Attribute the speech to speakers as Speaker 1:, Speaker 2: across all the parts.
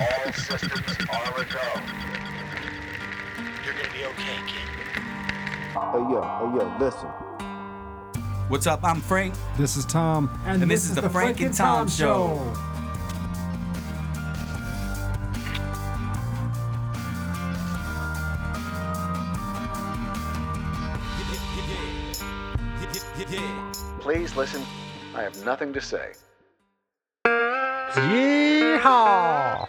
Speaker 1: All systems are a go. You're gonna be okay, kid.
Speaker 2: Hey yo, hey yo, listen.
Speaker 3: What's up? I'm Frank.
Speaker 4: This is Tom.
Speaker 3: And this is the Frank and Tom Show.
Speaker 2: Please listen. I have nothing to say.
Speaker 5: Yeehaw!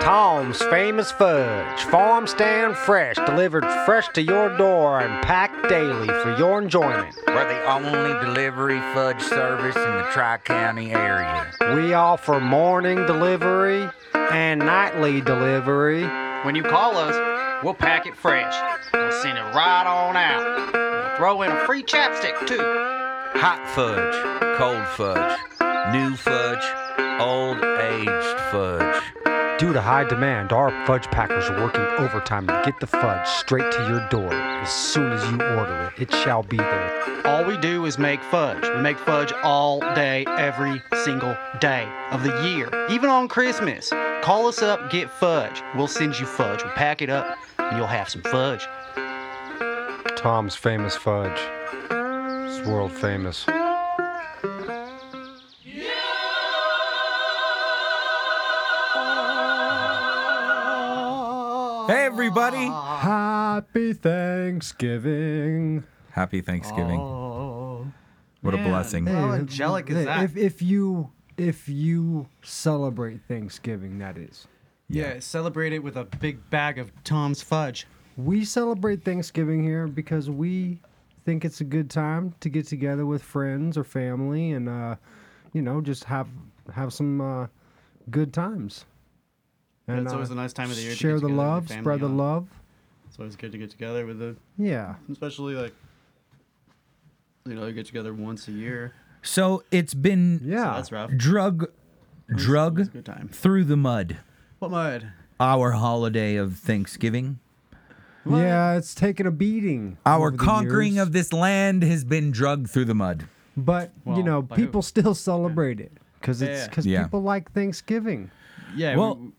Speaker 5: Tom's Famous Fudge, farm stand fresh, delivered fresh to your door and packed daily for your enjoyment.
Speaker 6: We're the only delivery fudge service in the Tri County area.
Speaker 5: We offer morning delivery and nightly delivery.
Speaker 7: When you call us, we'll pack it fresh. We'll send it right on out. We'll throw in a free chapstick, too.
Speaker 6: Hot fudge, cold fudge, new fudge, old aged fudge.
Speaker 5: Due to high demand, our fudge packers are working overtime to get the fudge straight to your door. As soon as you order it, it shall be there.
Speaker 7: All we do is make fudge. We make fudge all day, every single day of the year, even on Christmas. Call us up, get fudge. We'll send you fudge. We'll pack it up, and you'll have some fudge.
Speaker 5: Tom's Famous Fudge. It's world famous.
Speaker 3: Hey, everybody.
Speaker 4: Happy Thanksgiving.
Speaker 3: Happy Thanksgiving.
Speaker 8: Oh,
Speaker 3: what a blessing.
Speaker 7: How angelic is that?
Speaker 8: If if you if you celebrate Thanksgiving, that is.
Speaker 7: yeah, celebrate it with a big bag of Tom's fudge.
Speaker 8: We celebrate Thanksgiving here because we think it's a good time to get together with friends or family and uh, you know, just have have some uh, good times. uh,
Speaker 7: Yeah, it's always a nice time of the year to get
Speaker 8: Share the
Speaker 7: together with your
Speaker 8: love,
Speaker 7: family,
Speaker 8: spread the
Speaker 7: yeah.
Speaker 8: love.
Speaker 7: It's always good to get together with the,
Speaker 8: Yeah.
Speaker 7: especially like, you know, you get together once a year.
Speaker 3: So it's been
Speaker 8: Yeah.
Speaker 7: That's rough.
Speaker 3: drug, drug
Speaker 7: It's a good time.
Speaker 3: through the mud.
Speaker 7: What mud?
Speaker 3: Our holiday of Thanksgiving.
Speaker 8: Yeah, it's taken a beating.
Speaker 3: Our
Speaker 8: over the
Speaker 3: conquering
Speaker 8: years,
Speaker 3: of this land has been drugged through the mud.
Speaker 8: but
Speaker 7: Well,
Speaker 8: you know,
Speaker 7: by who?
Speaker 8: people still celebrate it cuz
Speaker 7: Yeah,
Speaker 8: it's
Speaker 7: yeah.
Speaker 8: cuz
Speaker 3: Yeah.
Speaker 8: people like Thanksgiving.
Speaker 7: Yeah.
Speaker 3: Well,
Speaker 7: we-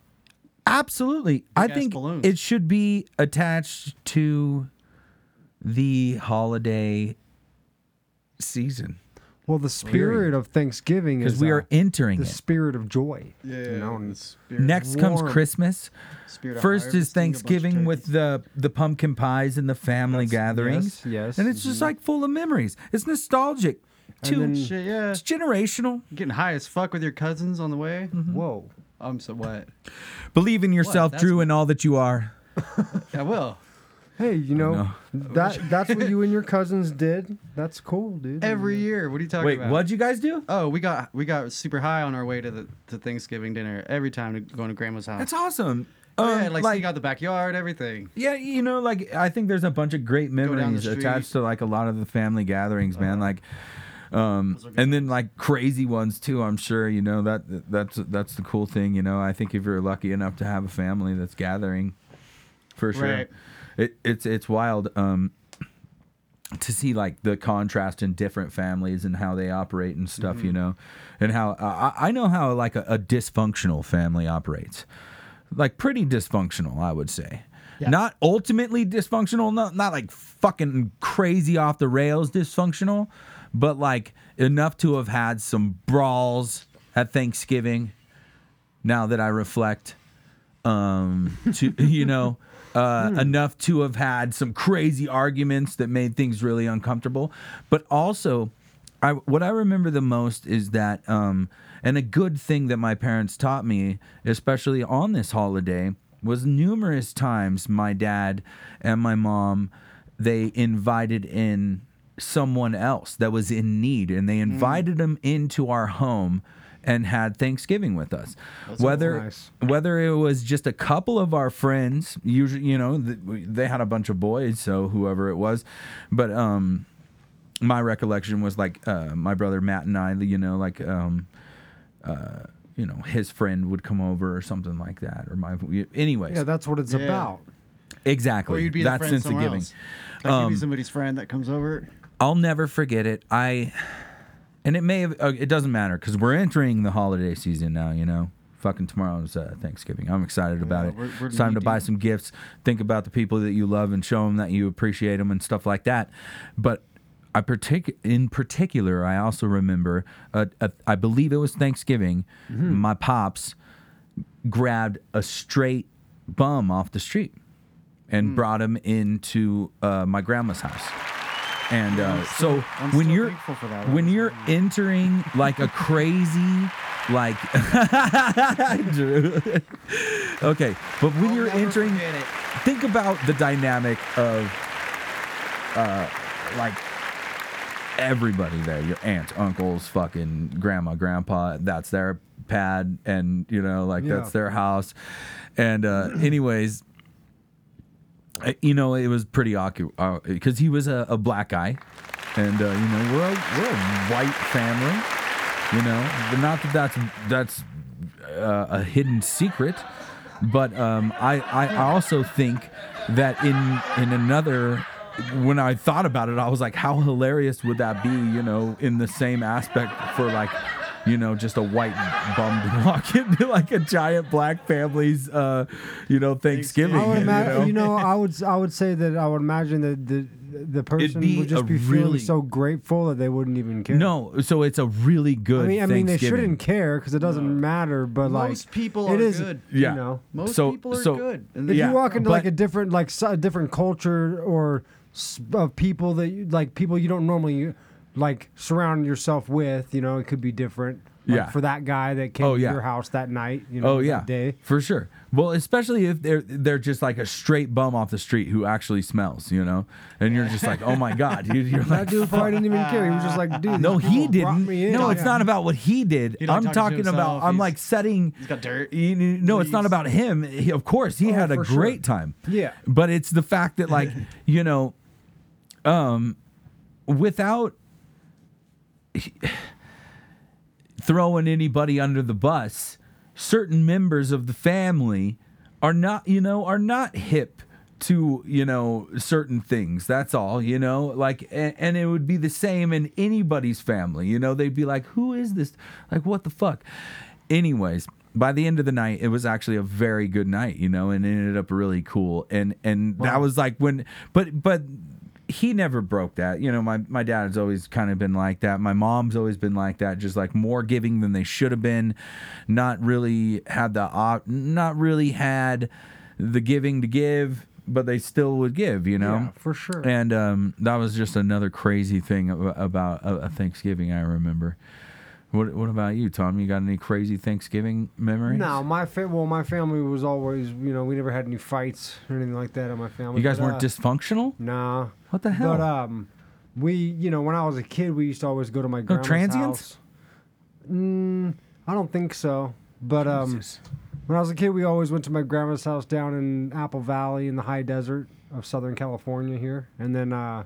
Speaker 3: Absolutely. I
Speaker 7: Big-ass
Speaker 3: think
Speaker 7: balloons.
Speaker 3: it should be attached to the holiday season
Speaker 8: Well, the spirit of Thanksgiving
Speaker 3: because
Speaker 8: is
Speaker 3: we
Speaker 8: uh,
Speaker 3: are entering
Speaker 8: the
Speaker 3: it.
Speaker 8: spirit of joy.
Speaker 7: yeah.
Speaker 8: you know, and
Speaker 7: the spirit-
Speaker 3: Next comes
Speaker 8: warm.
Speaker 3: Christmas.
Speaker 7: spirit of
Speaker 3: First is
Speaker 7: harvesting a bunch of
Speaker 3: Thanksgiving with
Speaker 7: turkeys.
Speaker 3: the the pumpkin pies and the family gatherings.
Speaker 8: yes, yes,
Speaker 3: and it's just like full of memories. It's nostalgic. Too.
Speaker 8: then-
Speaker 7: mm-hmm. shit. Yeah.
Speaker 3: it's generational.
Speaker 7: Getting high as fuck with your cousins on the way.
Speaker 3: Mm-hmm.
Speaker 8: Whoa.
Speaker 7: I'm so what?
Speaker 3: Believe in yourself,
Speaker 7: That's-
Speaker 3: Drew, and all that you are.
Speaker 7: I will.
Speaker 8: Hey, you know, that that's what you and your cousins did. That's cool, dude.
Speaker 7: Every year. What are you talking
Speaker 3: Mm-hmm. Wait,
Speaker 7: about?
Speaker 3: what'd you guys do?
Speaker 7: Oh, we got we got super high on our way to the to Thanksgiving dinner every time to going to grandma's house. Oh,
Speaker 3: That's awesome.
Speaker 7: yeah,
Speaker 3: Um,
Speaker 7: like, sneak out the backyard, everything.
Speaker 3: Yeah, you know, like I think there's a bunch of great
Speaker 7: down the Uh-huh.
Speaker 3: memories attached to like a lot of the family gatherings, man. Like, um, and then like crazy ones too. I'm sure you know that that's that's the cool thing. You know, I think if you're lucky enough to have a family that's gathering, for sure,
Speaker 7: Right.
Speaker 3: it, it's it's wild. Um, to see like the contrast in different families and how they operate and stuff, you
Speaker 7: Mm-hmm.
Speaker 3: know, and how I I I know how like a, a dysfunctional family operates, like pretty dysfunctional, I would say. Not ultimately dysfunctional, not not like fucking crazy off the rails dysfunctional, but like enough to have had some brawls at Thanksgiving. Now that I reflect, um, to you know, uh, enough to have had some crazy arguments that made things really uncomfortable. But also, I what I remember the most is that, um, and a good thing that my parents taught me, especially on this holiday, was numerous times my dad and my mom they invited in someone else that was in need and they invited them into our home and had Thanksgiving with us. whether
Speaker 8: nice.
Speaker 3: whether it was just a couple of our friends, usually you know th- we- they had a bunch of boys, so whoever it was, but um, my recollection was like uh, my brother Matt and I, you know, like um, uh, you know his friend would come over or something like that, or my anyways,
Speaker 8: Yeah, that's what it's
Speaker 7: Yeah.
Speaker 8: about.
Speaker 3: exactly.
Speaker 7: Or you'd be
Speaker 3: that's
Speaker 7: the friend
Speaker 3: since the
Speaker 7: somewhere
Speaker 3: giving.
Speaker 7: else. Like you'd
Speaker 3: Um,
Speaker 7: be somebody's friend that comes over.
Speaker 3: I'll never forget it. I, and it may have, uh, it doesn't matter because we're entering the holiday season now, you know, fucking tomorrow is uh, Thanksgiving. I'm excited about
Speaker 4: Yeah,
Speaker 3: it.
Speaker 4: we're- we're
Speaker 3: it's time to buy
Speaker 4: knee-deep.
Speaker 3: some gifts. Think about the people that you love and show them that you appreciate them and stuff like that. But I partic- in particular, I also remember, uh, uh, I believe it was Thanksgiving,
Speaker 4: Mm-hmm.
Speaker 3: my pops grabbed a straight bum off the street
Speaker 4: Hmm.
Speaker 3: and brought him into uh, my grandma's house. And uh, so
Speaker 4: I'm
Speaker 3: when
Speaker 4: still
Speaker 3: you're
Speaker 4: thankful for that.
Speaker 3: when you're entering like a crazy like Drew. okay, but when you're entering, think about the dynamic of uh, like everybody there your aunts uncles fucking grandma grandpa that's their pad and you know like
Speaker 8: Yeah.
Speaker 3: that's their house and uh anyways uh, you know it was pretty awkward because he was a, a black guy and uh, you know we're a, we're a white family you know But not that that's that's uh, a hidden secret but um, I, I also think that in in another when I thought about it I was like how hilarious would that be you know in the same aspect for like you know just a white bum to walk into like a giant black family's uh, you know Thanksgiving,
Speaker 8: I would
Speaker 3: you know?
Speaker 8: imagine, you know, I would, s- I would say that I would imagine that the the person
Speaker 3: be
Speaker 8: would
Speaker 3: a
Speaker 8: just be feeling
Speaker 3: really-
Speaker 8: so grateful that they wouldn't even care.
Speaker 3: No, so it's a really good.
Speaker 8: I mean, I mean, they
Speaker 3: Thanksgiving.
Speaker 8: shouldn't care because it doesn't matter. But
Speaker 9: Most
Speaker 8: like,
Speaker 9: people are
Speaker 8: it is,
Speaker 9: good.
Speaker 8: You
Speaker 3: Yeah.
Speaker 8: know,
Speaker 9: Most
Speaker 3: So-
Speaker 9: people are
Speaker 3: so-
Speaker 9: good. And
Speaker 8: if
Speaker 3: Yeah,
Speaker 8: you walk into like
Speaker 3: but-
Speaker 8: a different, like s- a different culture or s- of people that you, like people you don't normally like surround yourself with, you know, it could be different. Like,
Speaker 3: Yeah.
Speaker 8: For that guy that came
Speaker 3: Oh,
Speaker 8: to
Speaker 3: yeah.
Speaker 8: your house that night, you
Speaker 3: Oh
Speaker 8: know, that
Speaker 3: yeah,
Speaker 8: day.
Speaker 3: for sure. Well, especially if they're they're just like a straight bum off the street who actually smells, you know, and you're just like, oh my god, you, you're
Speaker 8: That
Speaker 3: like,
Speaker 8: dude probably didn't even care. He was just like, dude.
Speaker 3: no,
Speaker 8: these
Speaker 3: he
Speaker 8: people brought
Speaker 3: didn't.
Speaker 8: me in.
Speaker 3: No, it's
Speaker 8: Yeah.
Speaker 3: not about what he did.
Speaker 9: He like
Speaker 3: I'm
Speaker 9: talking to
Speaker 3: talking about.
Speaker 9: himself.
Speaker 3: I'm
Speaker 9: He's-
Speaker 3: like setting.
Speaker 9: he's got dirt.
Speaker 3: You kn- no, it's not
Speaker 9: Leaves.
Speaker 3: about him. He- of course, he had a
Speaker 8: Oh, for sure.
Speaker 3: great time.
Speaker 8: Yeah.
Speaker 3: but it's the fact that like you know, um, without throwing anybody under the bus, certain members of the family are not, you know, are not hip to, you know, certain things. That's all, you know, like, and, and it would be the same in anybody's family, you know, they'd be like, who is this? Like, what the fuck? Anyways, by the end of the night, it was actually a very good night, you know, and it ended up really cool. And, and that was like when, but, but, he never broke that. You know, my, my dad's always kind of been like that. My mom's always been like that, just like more giving than they should have been. Not really had the op- not really had the giving to give, but they still would give. You know,
Speaker 8: Yeah, for sure.
Speaker 3: And um, that was just another crazy thing ab- about a, a Thanksgiving I remember. What What about you, Tom? You got any crazy Thanksgiving memories?
Speaker 8: No, my fa- well, my family was always, you know, we never had any fights or anything like that in my family.
Speaker 3: You guys
Speaker 8: but,
Speaker 3: weren't
Speaker 8: uh,
Speaker 3: dysfunctional.
Speaker 8: Nah.
Speaker 3: What the hell?
Speaker 8: But um, we, you know, when I was a kid, we used to always go to my grandma's
Speaker 3: Oh, transients?
Speaker 8: house. Mm, I don't think so. But um, when I was a kid, we always went to my grandma's house down in Apple Valley in the high desert of Southern California here, and then uh,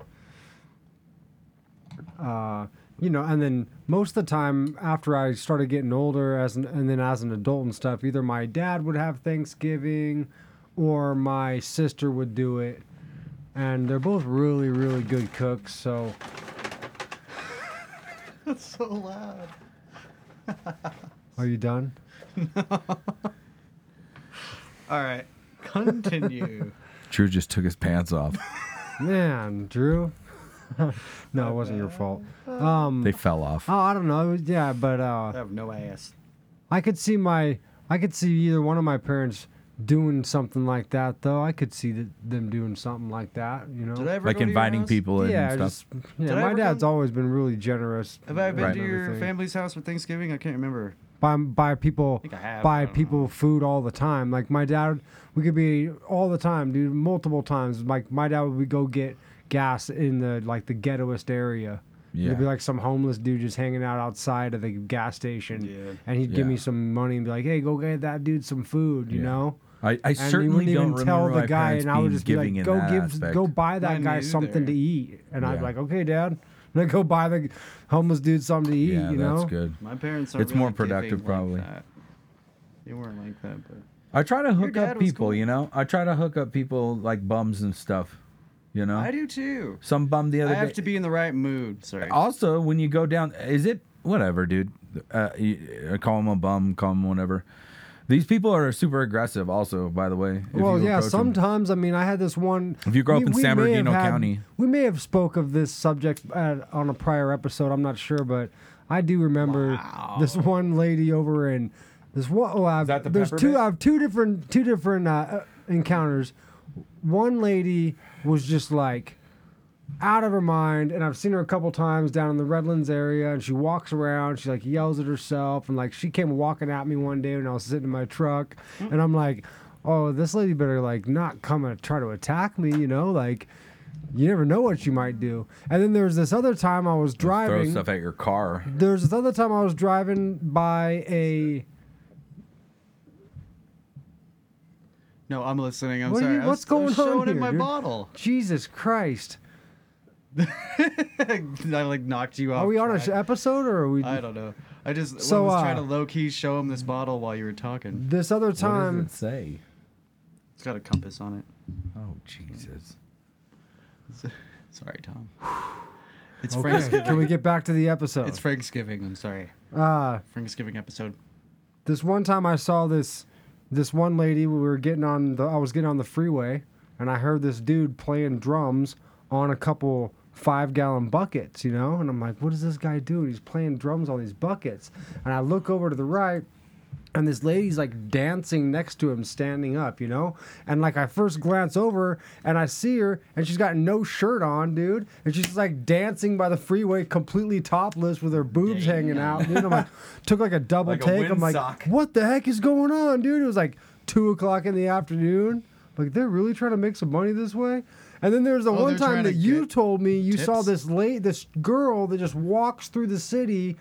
Speaker 8: uh, you know, and then most of the time after I started getting older, as an, and then as an adult and stuff, either my dad would have Thanksgiving, or my sister would do it, and they're both really, really good cooks. So
Speaker 9: That's so loud.
Speaker 8: are you done?
Speaker 9: All right. Continue.
Speaker 3: Drew just took his pants off.
Speaker 8: Man, Drew. no, it wasn't your fault. Um,
Speaker 3: they fell off.
Speaker 8: oh, I don't know. Yeah, but
Speaker 9: I
Speaker 8: uh,
Speaker 9: have no ass.
Speaker 8: I could see my, I could see either one of my parents doing something like that. Though I could see th- them doing something like that. You know,
Speaker 9: Did I ever
Speaker 3: Like
Speaker 9: go to your
Speaker 3: inviting
Speaker 9: house?
Speaker 3: people in
Speaker 8: yeah,
Speaker 3: and stuff.
Speaker 8: just yeah.
Speaker 9: Did I
Speaker 8: My
Speaker 9: ever
Speaker 8: dad's
Speaker 9: come-
Speaker 8: always been really generous.
Speaker 9: Have I been
Speaker 3: Right.
Speaker 9: to
Speaker 8: and
Speaker 9: your
Speaker 8: everything.
Speaker 9: family's house for Thanksgiving? I can't remember.
Speaker 8: by by people
Speaker 9: think I have, I
Speaker 8: buy
Speaker 9: don't
Speaker 8: people food all the time. Like my dad, we could be all the time, dude, multiple times. Like my dad would go get gas in the like the ghettoest area.
Speaker 3: Yeah.
Speaker 8: There'd be like some homeless dude just hanging out outside of the gas station,
Speaker 9: Yeah.
Speaker 8: and he'd give
Speaker 3: Yeah.
Speaker 8: me some money and be like, "Hey, go get that dude some food," you
Speaker 3: Yeah.
Speaker 8: know.
Speaker 3: I, I
Speaker 8: And
Speaker 3: certainly
Speaker 8: he
Speaker 3: don't
Speaker 8: wouldn't even tell
Speaker 3: remember
Speaker 8: the guy, and I would just be
Speaker 3: giving
Speaker 8: like,
Speaker 3: in
Speaker 8: "Go
Speaker 3: that
Speaker 8: give,
Speaker 3: aspect.
Speaker 8: go buy that
Speaker 9: Mine
Speaker 8: guy
Speaker 9: neither.
Speaker 8: something to eat," and I'd
Speaker 3: Yeah.
Speaker 8: be like, "Okay, dad." And I go buy the homeless dude something to eat,
Speaker 3: Yeah,
Speaker 8: you know.
Speaker 3: that's good.
Speaker 9: My parents aren't
Speaker 3: It's more
Speaker 9: really giving
Speaker 3: productive,
Speaker 9: like
Speaker 3: probably.
Speaker 9: that. They weren't like that, but
Speaker 3: I try to hook
Speaker 9: dad
Speaker 3: up
Speaker 9: was
Speaker 3: people,
Speaker 9: cool.
Speaker 3: you know. I try to hook up people like bums and stuff, you know.
Speaker 9: I do too.
Speaker 3: Some bum the
Speaker 9: I
Speaker 3: other
Speaker 9: have
Speaker 3: day.
Speaker 9: to be in the right mood. Sorry.
Speaker 3: also, when you go down, is it whatever, dude? Uh, you, uh, call him a bum, call him whatever. These people are super aggressive, also. By the way, if
Speaker 8: well,
Speaker 3: you
Speaker 8: yeah.
Speaker 3: approach 'em.
Speaker 8: Sometimes, I mean, I had this one.
Speaker 3: If you grow up in San
Speaker 8: may have
Speaker 3: Bernardino County.
Speaker 8: we may have spoke of this subject at, on a prior episode. I'm not sure, but I do remember this one lady over in this one. Oh, I've,
Speaker 3: that the
Speaker 8: there's
Speaker 3: pepper
Speaker 8: two.
Speaker 3: bit?
Speaker 8: I have two different two different uh, uh, encounters. One lady was just like out of her mind, and I've seen her a couple times down in the Redlands area, and she walks around, she like yells at herself, and like she came walking at me one day when I was sitting in my truck,
Speaker 9: Mm.
Speaker 8: and I'm like, oh, this lady better like not come and try to attack me, you know, like. You never know what you might do. And then there was this other time I was
Speaker 3: throw
Speaker 8: driving
Speaker 3: stuff at your car.
Speaker 8: there was this other time I was driving by a.
Speaker 9: No, I'm listening. I'm
Speaker 8: What are
Speaker 9: sorry.
Speaker 8: you-
Speaker 9: I was-
Speaker 8: what's
Speaker 9: I was
Speaker 8: going on
Speaker 9: showing him
Speaker 8: here,
Speaker 9: my
Speaker 8: dude?
Speaker 9: bottle.
Speaker 8: Jesus Christ!
Speaker 9: I like knocked you off.
Speaker 8: Are we on an
Speaker 9: track.
Speaker 8: episode or are we?
Speaker 9: I don't know. I just
Speaker 8: So,
Speaker 9: I was
Speaker 8: uh,
Speaker 9: trying to low key show him this bottle while you were talking.
Speaker 8: This other
Speaker 3: what
Speaker 8: time,
Speaker 3: does it say?
Speaker 9: It's got a compass on it.
Speaker 3: Oh Jesus!
Speaker 9: Sorry, Tom. It's
Speaker 8: okay.
Speaker 9: Thanksgiving.
Speaker 8: can we get back to the episode?
Speaker 9: It's Thanksgiving. I'm sorry.
Speaker 8: uh,
Speaker 9: Thanksgiving episode.
Speaker 8: this one time I saw this this one lady we were getting on the I was getting on the freeway and I heard this dude playing drums on a couple five gallon buckets, you know? And I'm like, what is this guy doing? He's playing drums on these buckets. And I look over to the right and this lady's like dancing next to him standing up, you know? And like I first glance over and I see her and she's got no shirt on, dude. And she's like dancing by the freeway completely topless with her boobs hanging out. Dude, I'm like took like a double
Speaker 3: Like a
Speaker 8: take. I'm like,
Speaker 3: windsock.
Speaker 8: what the heck is going on, dude? It was like two o'clock in the afternoon. Like they're really trying to make some money this way. And then there's the one
Speaker 9: they're
Speaker 8: time
Speaker 9: trying to
Speaker 8: that you
Speaker 9: get
Speaker 8: told me you saw
Speaker 9: tips?
Speaker 8: this late this girl that just walks through the city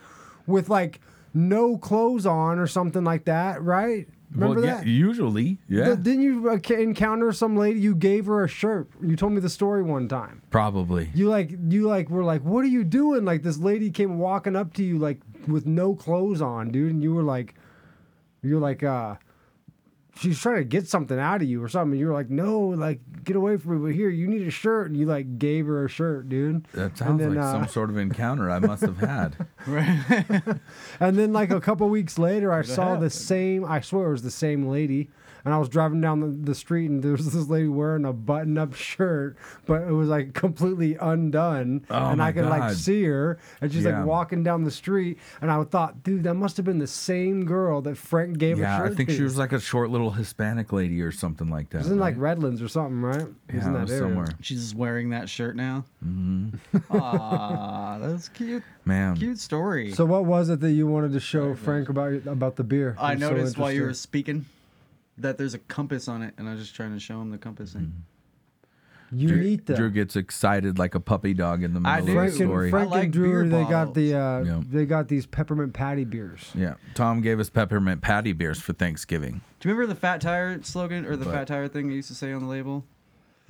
Speaker 8: with like no clothes on or something like that, right? Remember
Speaker 3: well,
Speaker 8: that?
Speaker 3: Yeah, usually, yeah,
Speaker 8: Th- didn't you uh, ca- encounter some lady? You gave her a shirt. You told me the story one time.
Speaker 3: probably.
Speaker 8: You like you like were like, what are you doing? Like this lady came walking up to you like with no clothes on, dude, and you were like, you're like, uh, she's trying to get something out of you or something. You were like, no, like get away from me. But here, you need a shirt, and you like gave her a shirt, dude.
Speaker 3: That
Speaker 8: and
Speaker 3: sounds
Speaker 8: then,
Speaker 3: like
Speaker 8: uh,
Speaker 3: some sort of encounter I must have had.
Speaker 8: And then like a couple weeks later, I saw the same. I swear it was the same lady. And I was driving down the, the street, and there was this lady wearing a button-up shirt, but it was like completely undone,
Speaker 3: Oh,
Speaker 8: and I
Speaker 3: my
Speaker 8: could like
Speaker 3: God.
Speaker 8: see her, and she's
Speaker 3: Yeah.
Speaker 8: like walking down the street, and I thought, dude, that must have been the same girl that Frank gave a
Speaker 3: yeah,
Speaker 8: shirt
Speaker 3: I think
Speaker 8: to.
Speaker 3: she was like a short little Hispanic lady or something like that.
Speaker 8: It was in like
Speaker 3: right?
Speaker 8: Redlands or something, right? It was
Speaker 3: yeah,
Speaker 8: in
Speaker 3: it was
Speaker 8: area.
Speaker 3: somewhere.
Speaker 9: She's just wearing that shirt now.
Speaker 8: Mm-hmm.
Speaker 9: Ah, that's cute.
Speaker 3: Man,
Speaker 9: Cute story.
Speaker 8: Um, So what was it that you wanted to show Frank about your- about the beer?
Speaker 9: I
Speaker 8: I'm so
Speaker 9: noticed while you were
Speaker 8: interested.
Speaker 9: speaking that there's a compass on it, and I was just trying to show him the compass thing.
Speaker 8: Mm-hmm. you
Speaker 3: Drew,
Speaker 8: eat that.
Speaker 3: Drew gets excited like a puppy dog in the middle
Speaker 9: I
Speaker 3: of
Speaker 9: do.
Speaker 3: the
Speaker 8: Frank
Speaker 3: story.
Speaker 8: and, Frank
Speaker 9: I like
Speaker 8: and Drew,
Speaker 9: beer
Speaker 8: they got the uh,
Speaker 3: Yeah.
Speaker 8: they got these peppermint patty beers.
Speaker 3: yeah, Tom gave us peppermint patty beers for Thanksgiving.
Speaker 9: Do you remember the Fat Tire slogan or the
Speaker 3: But-
Speaker 9: Fat Tire thing they used to say on the label?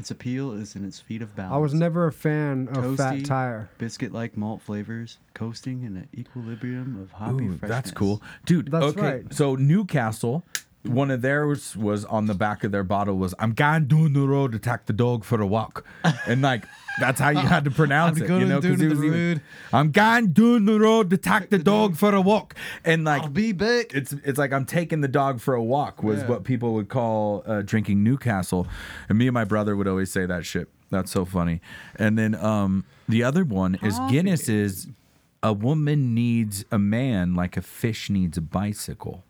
Speaker 9: Its appeal is in its feet of balance.
Speaker 8: I was never a fan of Fat
Speaker 9: Toasty.
Speaker 8: Tire.
Speaker 9: biscuit-like malt flavors, coasting in an equilibrium of hoppy
Speaker 3: Ooh,
Speaker 9: freshness.
Speaker 3: that's cool, dude.
Speaker 8: That's
Speaker 3: okay,
Speaker 8: right.
Speaker 3: so Newcastle, one of theirs was on the back of their bottle was "I'm going down the road to take the dog for a walk," and like that's how you had to pronounce
Speaker 9: I'm
Speaker 3: it, you
Speaker 9: going
Speaker 3: know? 'cause
Speaker 9: down
Speaker 3: it
Speaker 9: the
Speaker 3: was even-
Speaker 9: road.
Speaker 3: I'm going down the road to take the dog for a walk, and like
Speaker 9: I'll be back.
Speaker 3: it's it's like I'm taking the dog for a walk was
Speaker 9: Yeah.
Speaker 3: what people would call uh, drinking Newcastle, and me and my brother would always say that shit. That's so funny. And then um, the other one is Guinness is a woman needs a man like a fish needs a bicycle.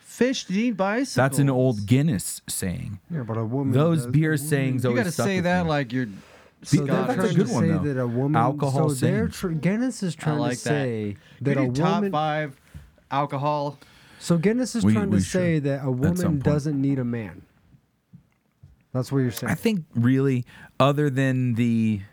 Speaker 9: Fish need bicycles.
Speaker 3: That's an old Guinness saying.
Speaker 8: Yeah, but a woman.
Speaker 3: Those
Speaker 8: does-
Speaker 3: beer sayings
Speaker 9: You
Speaker 3: always
Speaker 9: gotta
Speaker 3: stuck
Speaker 9: say
Speaker 3: with
Speaker 9: that
Speaker 3: me.
Speaker 9: like you're.
Speaker 8: So
Speaker 3: Scotch.
Speaker 8: they're
Speaker 3: That's a
Speaker 8: trying
Speaker 3: good
Speaker 8: to
Speaker 3: one,
Speaker 8: say
Speaker 3: though.
Speaker 8: that a woman.
Speaker 3: Alcohol
Speaker 8: So they're
Speaker 3: saying.
Speaker 8: tr- Guinness is trying
Speaker 9: like
Speaker 8: to
Speaker 9: that.
Speaker 8: say
Speaker 9: Could
Speaker 8: that a
Speaker 9: you do top
Speaker 8: woman.
Speaker 9: five alcohol.
Speaker 8: So Guinness is
Speaker 3: We-
Speaker 8: trying
Speaker 3: we
Speaker 8: to say
Speaker 3: should,
Speaker 8: that a
Speaker 3: some
Speaker 8: woman
Speaker 3: point.
Speaker 8: doesn't need a man. That's what
Speaker 3: I
Speaker 8: you're saying.
Speaker 3: think really, other than the.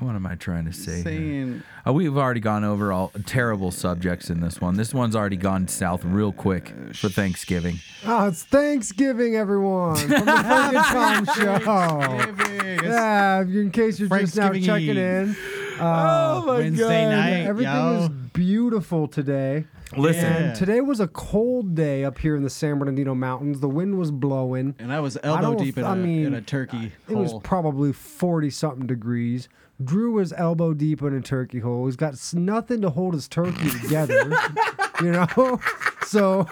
Speaker 3: What am I trying to say? here?
Speaker 9: Saying
Speaker 3: Uh, we've already gone over all terrible subjects in this one. This one's already gone south real quick for Thanksgiving.
Speaker 8: Oh, it's Thanksgiving, everyone, from the Frank and Tom Show.
Speaker 9: Thanksgiving. It's
Speaker 8: Yeah, in case you're just now
Speaker 9: Thanksgiving
Speaker 8: checking
Speaker 9: Eve.
Speaker 8: in, Uh,
Speaker 3: Oh my
Speaker 7: Wednesday
Speaker 3: God.
Speaker 7: night,
Speaker 8: everything
Speaker 7: yo.
Speaker 8: is beautiful today.
Speaker 3: Listen.
Speaker 7: Yeah.
Speaker 8: And today was a cold day up here in the San Bernardino Mountains. The wind was blowing.
Speaker 7: and I was
Speaker 8: I
Speaker 7: elbow
Speaker 8: don't-
Speaker 7: deep in a
Speaker 8: I mean,
Speaker 7: in a turkey
Speaker 8: It was
Speaker 7: hole.
Speaker 8: probably 40 something degrees. Drew was elbow deep in a turkey hole. He's got s- nothing to hold his turkey together, you know? So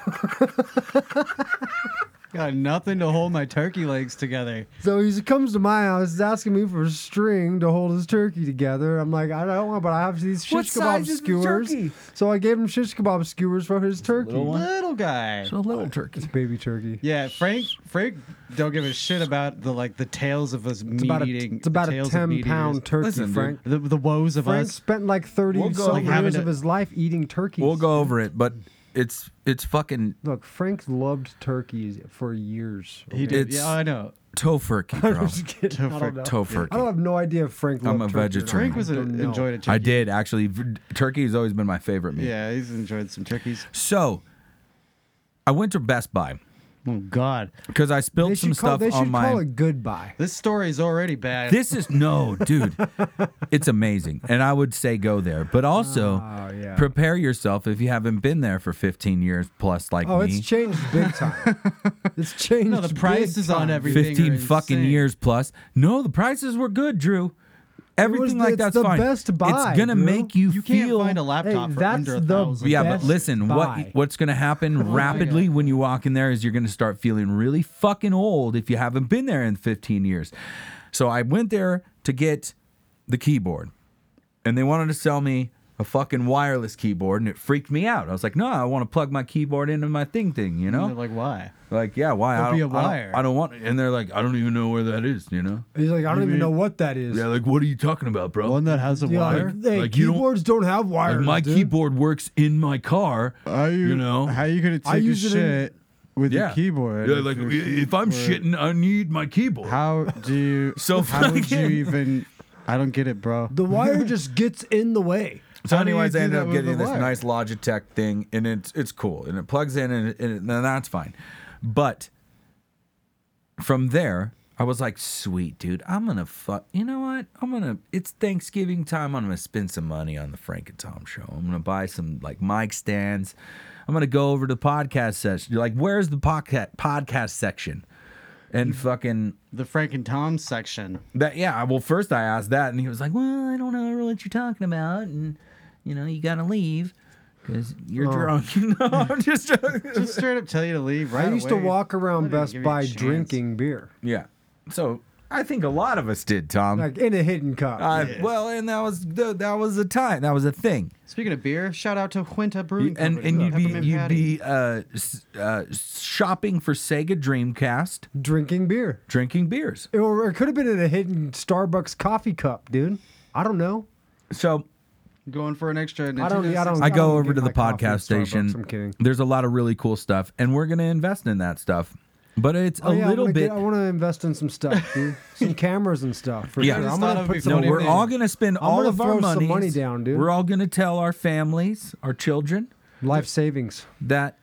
Speaker 7: Got nothing to hold my turkey legs together.
Speaker 8: so he comes to my house, he's asking me for a string to hold his turkey together. I'm like, I don't want, but I have these shish
Speaker 3: What
Speaker 8: kebab
Speaker 3: size is the
Speaker 8: skewers.
Speaker 3: turkey?
Speaker 8: So I gave him shish kebab skewers for his turkey.
Speaker 7: Little guy.
Speaker 3: a little turkey.
Speaker 8: It's a baby turkey.
Speaker 7: Yeah, Frank. Frank don't give a shit about the like the tales of us
Speaker 8: It's
Speaker 7: meat
Speaker 8: about a,
Speaker 7: eating.
Speaker 8: it's about
Speaker 7: the
Speaker 8: a
Speaker 7: tales of
Speaker 8: 10
Speaker 7: meat
Speaker 8: pound
Speaker 7: eaters.
Speaker 8: turkey,
Speaker 3: Listen, dude.
Speaker 8: Frank.
Speaker 7: The, the woes of
Speaker 8: Frank
Speaker 7: us.
Speaker 8: spent like 30
Speaker 3: We'll go
Speaker 8: something
Speaker 7: having
Speaker 8: years
Speaker 7: to-
Speaker 8: of his life eating turkeys.
Speaker 3: We'll go over it, but it's it's fucking
Speaker 8: Look, Frank loved turkeys for years.
Speaker 7: He did.
Speaker 3: It's-
Speaker 7: Yeah, I know.
Speaker 3: tofurkey, bro.
Speaker 8: kidding. I don't know. I don't
Speaker 3: Tofurkey.
Speaker 8: have no idea if Frank.
Speaker 3: I'm
Speaker 8: loved
Speaker 3: a
Speaker 8: turkey or not.
Speaker 3: vegetarian.
Speaker 7: Frank was
Speaker 8: I
Speaker 7: a,
Speaker 8: don't know.
Speaker 7: enjoyed a turkey.
Speaker 3: I did actually. V- Turkey has always been my favorite meat.
Speaker 7: Yeah, he's enjoyed some turkeys.
Speaker 3: So I went to Best Buy
Speaker 7: Oh God,
Speaker 3: because I
Speaker 8: They
Speaker 3: spilled
Speaker 8: should
Speaker 3: some
Speaker 8: call,
Speaker 3: stuff
Speaker 8: they should
Speaker 3: on my.
Speaker 8: call it goodbye.
Speaker 7: this story is already bad.
Speaker 3: This is no, dude. It's amazing, and I would say go there, but also
Speaker 8: Oh, yeah.
Speaker 3: prepare yourself if you haven't been there for 15 years plus, like
Speaker 8: Oh,
Speaker 3: me.
Speaker 8: it's changed big time. it's changed.
Speaker 7: no, the
Speaker 8: big
Speaker 7: prices on
Speaker 8: time.
Speaker 7: everything. are
Speaker 3: 15 fucking
Speaker 7: insane.
Speaker 3: years plus. No, the prices were good, Drew.
Speaker 8: was-
Speaker 3: Everything like
Speaker 8: it's
Speaker 3: that's
Speaker 8: the
Speaker 3: fine.
Speaker 8: best buy,
Speaker 3: it's gonna
Speaker 8: Drew.
Speaker 3: make you,
Speaker 7: You can't
Speaker 3: feel
Speaker 7: find a laptop
Speaker 8: Hey,
Speaker 7: for
Speaker 8: that's
Speaker 7: under a
Speaker 8: the
Speaker 7: thousand.
Speaker 3: Yeah,
Speaker 8: Best
Speaker 3: but listen,
Speaker 8: Buy.
Speaker 3: what what's going to happen rapidly when you walk in there is you're going to start feeling really fucking old if you haven't been there in 15 years. So I went there to get the keyboard, and they wanted to sell me a fucking wireless keyboard, and it freaked me out. I was like, no, I want to plug my keyboard into my thing thing, you
Speaker 7: They're
Speaker 3: know?
Speaker 7: like, why?
Speaker 3: Like, yeah, why? I
Speaker 7: There'll
Speaker 3: don't,
Speaker 7: be a
Speaker 3: I don't-
Speaker 7: wire.
Speaker 3: I don't want. And they're like, I don't even know where that is, you know?
Speaker 8: He's like, I don't even know what that is.
Speaker 3: Yeah, like, what are you talking about, bro?
Speaker 7: One that has a
Speaker 8: Yeah,
Speaker 7: wire.
Speaker 8: like, hey,
Speaker 3: Like, you don't-
Speaker 8: keyboards don't, have wires.
Speaker 3: like, my
Speaker 8: dude.
Speaker 3: keyboard works in my car, you know?
Speaker 7: how you gonna
Speaker 8: I
Speaker 7: take a
Speaker 8: use it in-
Speaker 7: shit with your keyboard?
Speaker 3: Yeah, like if I'm shitting, I need my keyboard.
Speaker 7: how do you?
Speaker 3: So
Speaker 7: how would you
Speaker 3: fucking-
Speaker 7: even? I don't get it, bro.
Speaker 8: The wire just gets in the way.
Speaker 3: so,
Speaker 7: how do you
Speaker 3: anyways, I
Speaker 7: do
Speaker 3: ended
Speaker 7: that
Speaker 3: up
Speaker 7: with
Speaker 3: getting
Speaker 7: the
Speaker 3: this
Speaker 7: wire?
Speaker 3: nice Logitech thing, and it's it's cool, and it plugs in, and, it, and, it, and that's fine. But from there, I was like, sweet dude, I'm gonna fuck. You know what? I'm gonna. It's Thanksgiving time. I'm gonna spend some money on the Frank and Tom show. I'm gonna buy some like mic stands. I'm gonna go over to the podcast section. You're like, where's the podcast podcast section? And fucking
Speaker 7: The Frank and Tom section.
Speaker 3: That yeah. Well, first I asked that, and he was like, "Well, I don't know what you're talking about, and you know, you gotta leave because
Speaker 8: Oh.
Speaker 3: you're drunk." no, I'm just joking.
Speaker 7: Just straight up tell you to leave. Right
Speaker 8: I used to
Speaker 7: away.
Speaker 8: walk
Speaker 7: Let
Speaker 8: around
Speaker 7: me
Speaker 8: Best
Speaker 7: give you a
Speaker 8: Buy
Speaker 7: chance.
Speaker 8: drinking beer,
Speaker 3: yeah. So I think a lot of us did, Tom.
Speaker 8: like in a hidden cup.
Speaker 3: Mm. I, Well, and that was the, that was a time. That was a thing.
Speaker 7: Speaking of beer, shout out to Huenta Brewing
Speaker 3: And
Speaker 7: Company.
Speaker 3: and you'd be
Speaker 7: Peppermint
Speaker 3: you'd
Speaker 7: Patty.
Speaker 3: be uh, s- uh, shopping for Sega Dreamcast,
Speaker 8: drinking beer.
Speaker 3: drinking beers.
Speaker 8: Or it could have been in a hidden Starbucks coffee cup, dude. I don't know.
Speaker 3: So
Speaker 7: going for an extra.
Speaker 8: I don't. I don't.
Speaker 3: I
Speaker 8: don't
Speaker 3: go over
Speaker 8: get
Speaker 3: to the
Speaker 8: my coffee
Speaker 3: podcast
Speaker 8: at Starbucks,
Speaker 3: station.
Speaker 8: I'm kidding.
Speaker 3: There's a lot of really cool stuff, and we're gonna invest in that stuff. But it's
Speaker 8: Oh,
Speaker 3: a
Speaker 8: yeah, I
Speaker 3: little
Speaker 8: wanna
Speaker 3: bit.
Speaker 8: Get, I want to invest in some stuff, dude. some cameras and stuff. For
Speaker 3: Yeah.
Speaker 8: sure.
Speaker 3: I just
Speaker 8: I'm
Speaker 7: thought
Speaker 8: gonna
Speaker 7: of
Speaker 8: put
Speaker 7: it
Speaker 8: some.
Speaker 3: No,
Speaker 7: Money
Speaker 3: we're
Speaker 7: down.
Speaker 3: all gonna spend all
Speaker 8: gonna
Speaker 3: of our
Speaker 8: throw
Speaker 3: money.
Speaker 8: some money down, dude.
Speaker 3: We're all gonna tell our families, our children,
Speaker 8: life savings.
Speaker 3: that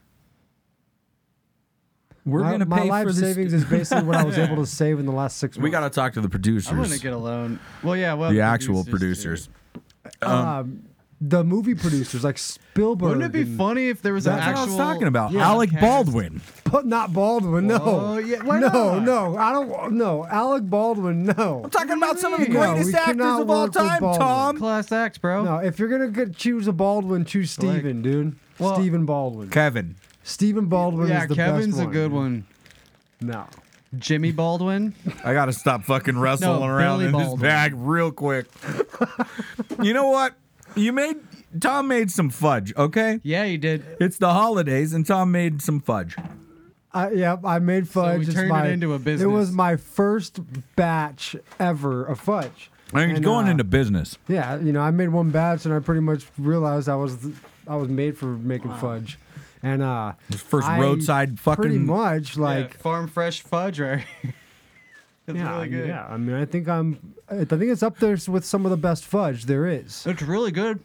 Speaker 3: we're
Speaker 8: my,
Speaker 3: gonna
Speaker 8: my
Speaker 3: pay
Speaker 8: life
Speaker 3: for this.
Speaker 8: savings is basically what I was able to save in the last six months.
Speaker 3: we gotta talk to the
Speaker 7: I'm gonna
Speaker 3: producers,
Speaker 7: get a loan. Well, yeah. Well,
Speaker 3: the actual
Speaker 7: too.
Speaker 3: producers.
Speaker 8: um, the movie producers like Spielberg.
Speaker 7: Wouldn't it be
Speaker 8: and-
Speaker 7: funny if there was an
Speaker 3: That's what I was
Speaker 7: actual?
Speaker 3: talking about.
Speaker 7: Yeah.
Speaker 3: Alec
Speaker 7: podcast?
Speaker 3: Baldwin.
Speaker 8: But not Baldwin. No.
Speaker 7: Oh, yeah, why
Speaker 8: no.
Speaker 7: not?
Speaker 8: No. I don't. No. Alec Baldwin. No.
Speaker 3: Talking about some of the
Speaker 8: mean? No,
Speaker 3: greatest
Speaker 8: we
Speaker 3: actors
Speaker 8: cannot
Speaker 3: of all
Speaker 8: work with
Speaker 3: time,
Speaker 8: Baldwin.
Speaker 3: Tom.
Speaker 7: Class act, bro.
Speaker 8: No. If you're gonna get, choose a Baldwin, choose
Speaker 7: Like-
Speaker 8: Steven, dude.
Speaker 7: Well-
Speaker 8: Steven Baldwin.
Speaker 3: Kevin.
Speaker 8: Stephen Baldwin
Speaker 7: yeah,
Speaker 8: is the
Speaker 7: Kevin's
Speaker 8: best one.
Speaker 7: a good one.
Speaker 8: No.
Speaker 7: Jimmy Baldwin.
Speaker 3: I gotta stop fucking wrestling
Speaker 7: No,
Speaker 3: around
Speaker 7: Billy
Speaker 3: in
Speaker 7: Baldwin.
Speaker 3: this bag real quick. you know what? You made Tom made some fudge, okay?
Speaker 7: Yeah, you did.
Speaker 3: It's the holidays, and Tom made some fudge.
Speaker 8: I, yeah, I made fudge.
Speaker 7: we
Speaker 8: It's
Speaker 7: turned it
Speaker 8: my-
Speaker 7: into a
Speaker 8: It
Speaker 7: business.
Speaker 8: was my first batch ever of fudge.
Speaker 3: And he's
Speaker 8: And,
Speaker 3: going
Speaker 8: uh,
Speaker 3: into business.
Speaker 8: Yeah, you know, I made one batch and I pretty much realized I was I was made for making fudge. And uh
Speaker 3: first
Speaker 8: I
Speaker 3: roadside
Speaker 8: pretty
Speaker 3: fucking-
Speaker 8: much like
Speaker 7: yeah, farm fresh fudge, right? it's
Speaker 8: yeah,
Speaker 7: really good.
Speaker 8: yeah, I mean, I think I'm I think it's up there with some of the best fudge there is.
Speaker 7: It's really good.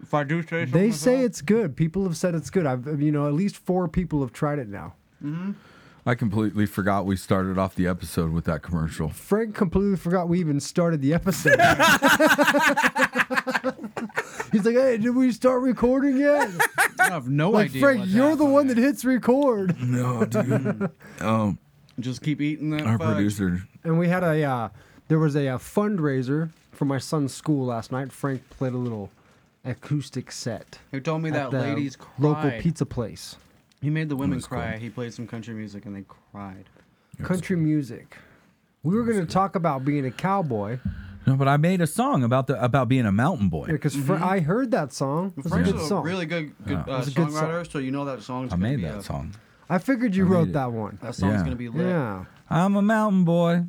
Speaker 7: If I do say so
Speaker 8: They
Speaker 7: myself.
Speaker 8: say it's good. People have said it's good. I've you know, at least 4 people have tried it now.
Speaker 3: I completely forgot we started off the episode with that commercial.
Speaker 8: Frank completely forgot we even started the episode. He's like, hey, did we start recording yet?
Speaker 7: I have no
Speaker 8: Like,
Speaker 7: idea.
Speaker 8: Frank,
Speaker 7: what
Speaker 8: you're the
Speaker 7: happened.
Speaker 8: one that hits record.
Speaker 3: No, dude. um,
Speaker 7: Just keep eating that.
Speaker 3: our
Speaker 7: fudge.
Speaker 3: producer.
Speaker 8: And we had a, uh, there was a, uh fundraiser for my son's school last night. Frank played a little acoustic set
Speaker 7: who told me
Speaker 8: at
Speaker 7: that
Speaker 8: the
Speaker 7: ladies cried.
Speaker 8: local pizza place.
Speaker 7: He made the women cry. He played some country music and they cried.
Speaker 8: Country music. We were going to talk about being a cowboy
Speaker 3: No, but I made a song about the about being a mountain boy.
Speaker 8: because
Speaker 7: Mm-hmm.
Speaker 8: Fra- I heard that song. It was a
Speaker 7: Frank's
Speaker 8: good song.
Speaker 7: really good, good uh,
Speaker 8: a good song.
Speaker 7: songwriter, so you know that song's
Speaker 3: I
Speaker 7: gonna
Speaker 3: made
Speaker 7: be
Speaker 3: that
Speaker 7: a-
Speaker 3: song.
Speaker 8: I figured you
Speaker 3: I made
Speaker 8: wrote
Speaker 3: it.
Speaker 8: that one.
Speaker 7: That song's
Speaker 3: Yeah.
Speaker 7: gonna be lit.
Speaker 8: Yeah.
Speaker 3: I'm a mountain boy,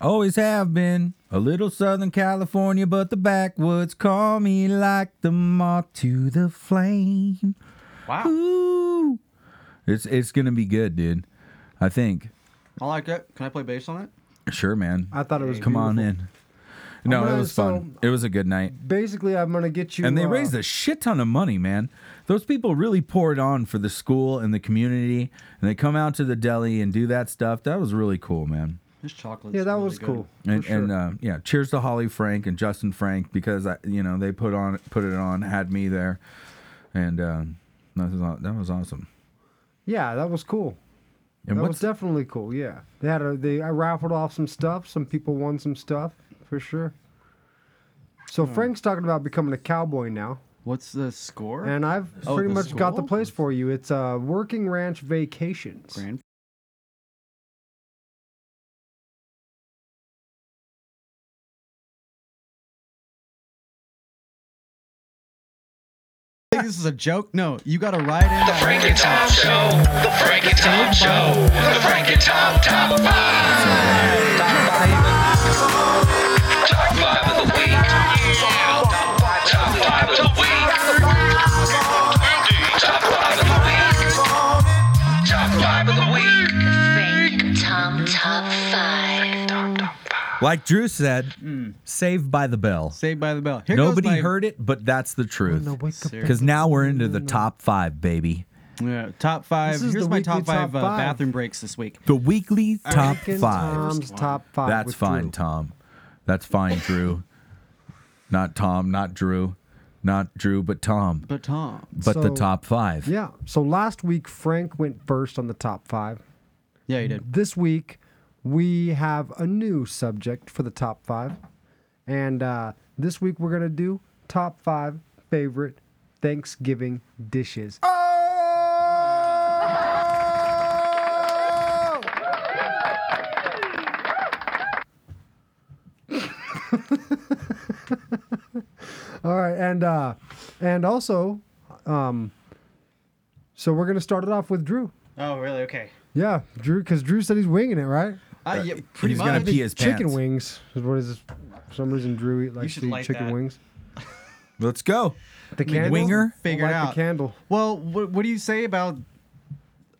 Speaker 3: always have been. A little Southern California, but the backwoods call me like the moth to the flame.
Speaker 8: Ah.
Speaker 7: Wow,
Speaker 3: Ooh, it's it's gonna be good, dude. I think.
Speaker 7: I like it. Can I play bass on it?
Speaker 3: Sure, man.
Speaker 8: I thought it was
Speaker 3: Come on
Speaker 8: beautiful.
Speaker 3: in. No,
Speaker 8: gonna-
Speaker 3: it was fun. It was a good night.
Speaker 8: Basically, I'm going to get you.
Speaker 3: And they
Speaker 8: uh,
Speaker 3: raised a shit ton of money, man. Those people really poured on for the school and the community, and they come out to the deli and do that stuff. That was really cool, man.
Speaker 7: This chocolate.
Speaker 8: Yeah, that was cool. for
Speaker 3: And,
Speaker 8: sure.
Speaker 3: and uh, yeah, cheers to Holly Frank and Justin Frank because I, you know they put on put it on, had me there, and um, that was aw- that was awesome.
Speaker 8: yeah, that was cool.
Speaker 3: And
Speaker 8: that was
Speaker 3: what's
Speaker 8: definitely cool. Yeah, they had a, they I raffled off some stuff. Some people won some stuff for sure. So
Speaker 7: Hmm.
Speaker 8: Frank's talking about becoming a cowboy now,
Speaker 7: What's the score?
Speaker 8: and I've
Speaker 7: Oh,
Speaker 8: pretty
Speaker 7: the
Speaker 8: much got the
Speaker 7: school?
Speaker 8: place for you. It's uh, Working Ranch Vacations.
Speaker 7: Grand. I think this is a joke. No, you got to ride in.
Speaker 1: The
Speaker 7: that
Speaker 1: Frank
Speaker 7: rain
Speaker 1: and Tom
Speaker 7: cloud.
Speaker 1: Show. The Frank and Tom Show. The Frank and Tom Top 5. Top 5 of the week. Top 5 of the week. Top 5 of the week. Top 5 of the week.
Speaker 10: Frank and Tom Top 5.
Speaker 3: like Drew said,
Speaker 8: Mm.
Speaker 3: saved by the bell.
Speaker 7: Saved by the Bell. Here goes
Speaker 3: Nobody
Speaker 7: my-
Speaker 3: heard it, but that's the truth.
Speaker 7: Serious.
Speaker 3: Because now we're into the top five, baby.
Speaker 7: Yeah, top five.
Speaker 8: This is
Speaker 7: Here's
Speaker 8: the
Speaker 7: my
Speaker 8: weekly
Speaker 7: top five,
Speaker 8: top
Speaker 7: uh,
Speaker 8: five.
Speaker 7: bathroom breaks this week.
Speaker 3: The weekly top
Speaker 8: Frank and
Speaker 3: five.
Speaker 8: Tom's top five.
Speaker 3: That's
Speaker 8: with Drew.
Speaker 3: fine, Tom. That's fine, Drew. Not Tom, not Drew, not Drew, but Tom.
Speaker 7: But Tom.
Speaker 3: But the
Speaker 8: So-
Speaker 3: top five.
Speaker 8: Yeah. So last week Frank went first on the top five.
Speaker 7: Yeah, you did.
Speaker 8: This week we have a new subject for the top five, and uh, this week we're gonna do top five favorite Thanksgiving dishes. All right, and uh, and also, um, so we're gonna start it off with Drew.
Speaker 7: Oh, really? Okay.
Speaker 8: Yeah, Drew, because Drew said he's winging it, right?
Speaker 7: Uh, yeah, pretty
Speaker 3: He's
Speaker 7: much.
Speaker 3: gonna pee his pants.
Speaker 8: Chicken wings is what is this? For some reason, Drew eat likes
Speaker 7: should
Speaker 8: to eat
Speaker 7: light
Speaker 8: chicken
Speaker 7: that.
Speaker 8: wings.
Speaker 3: Let's go.
Speaker 8: The candle.
Speaker 3: Winger?
Speaker 7: Figure it
Speaker 8: Light
Speaker 7: out.
Speaker 8: The candle.
Speaker 7: Well, what, what do you say about?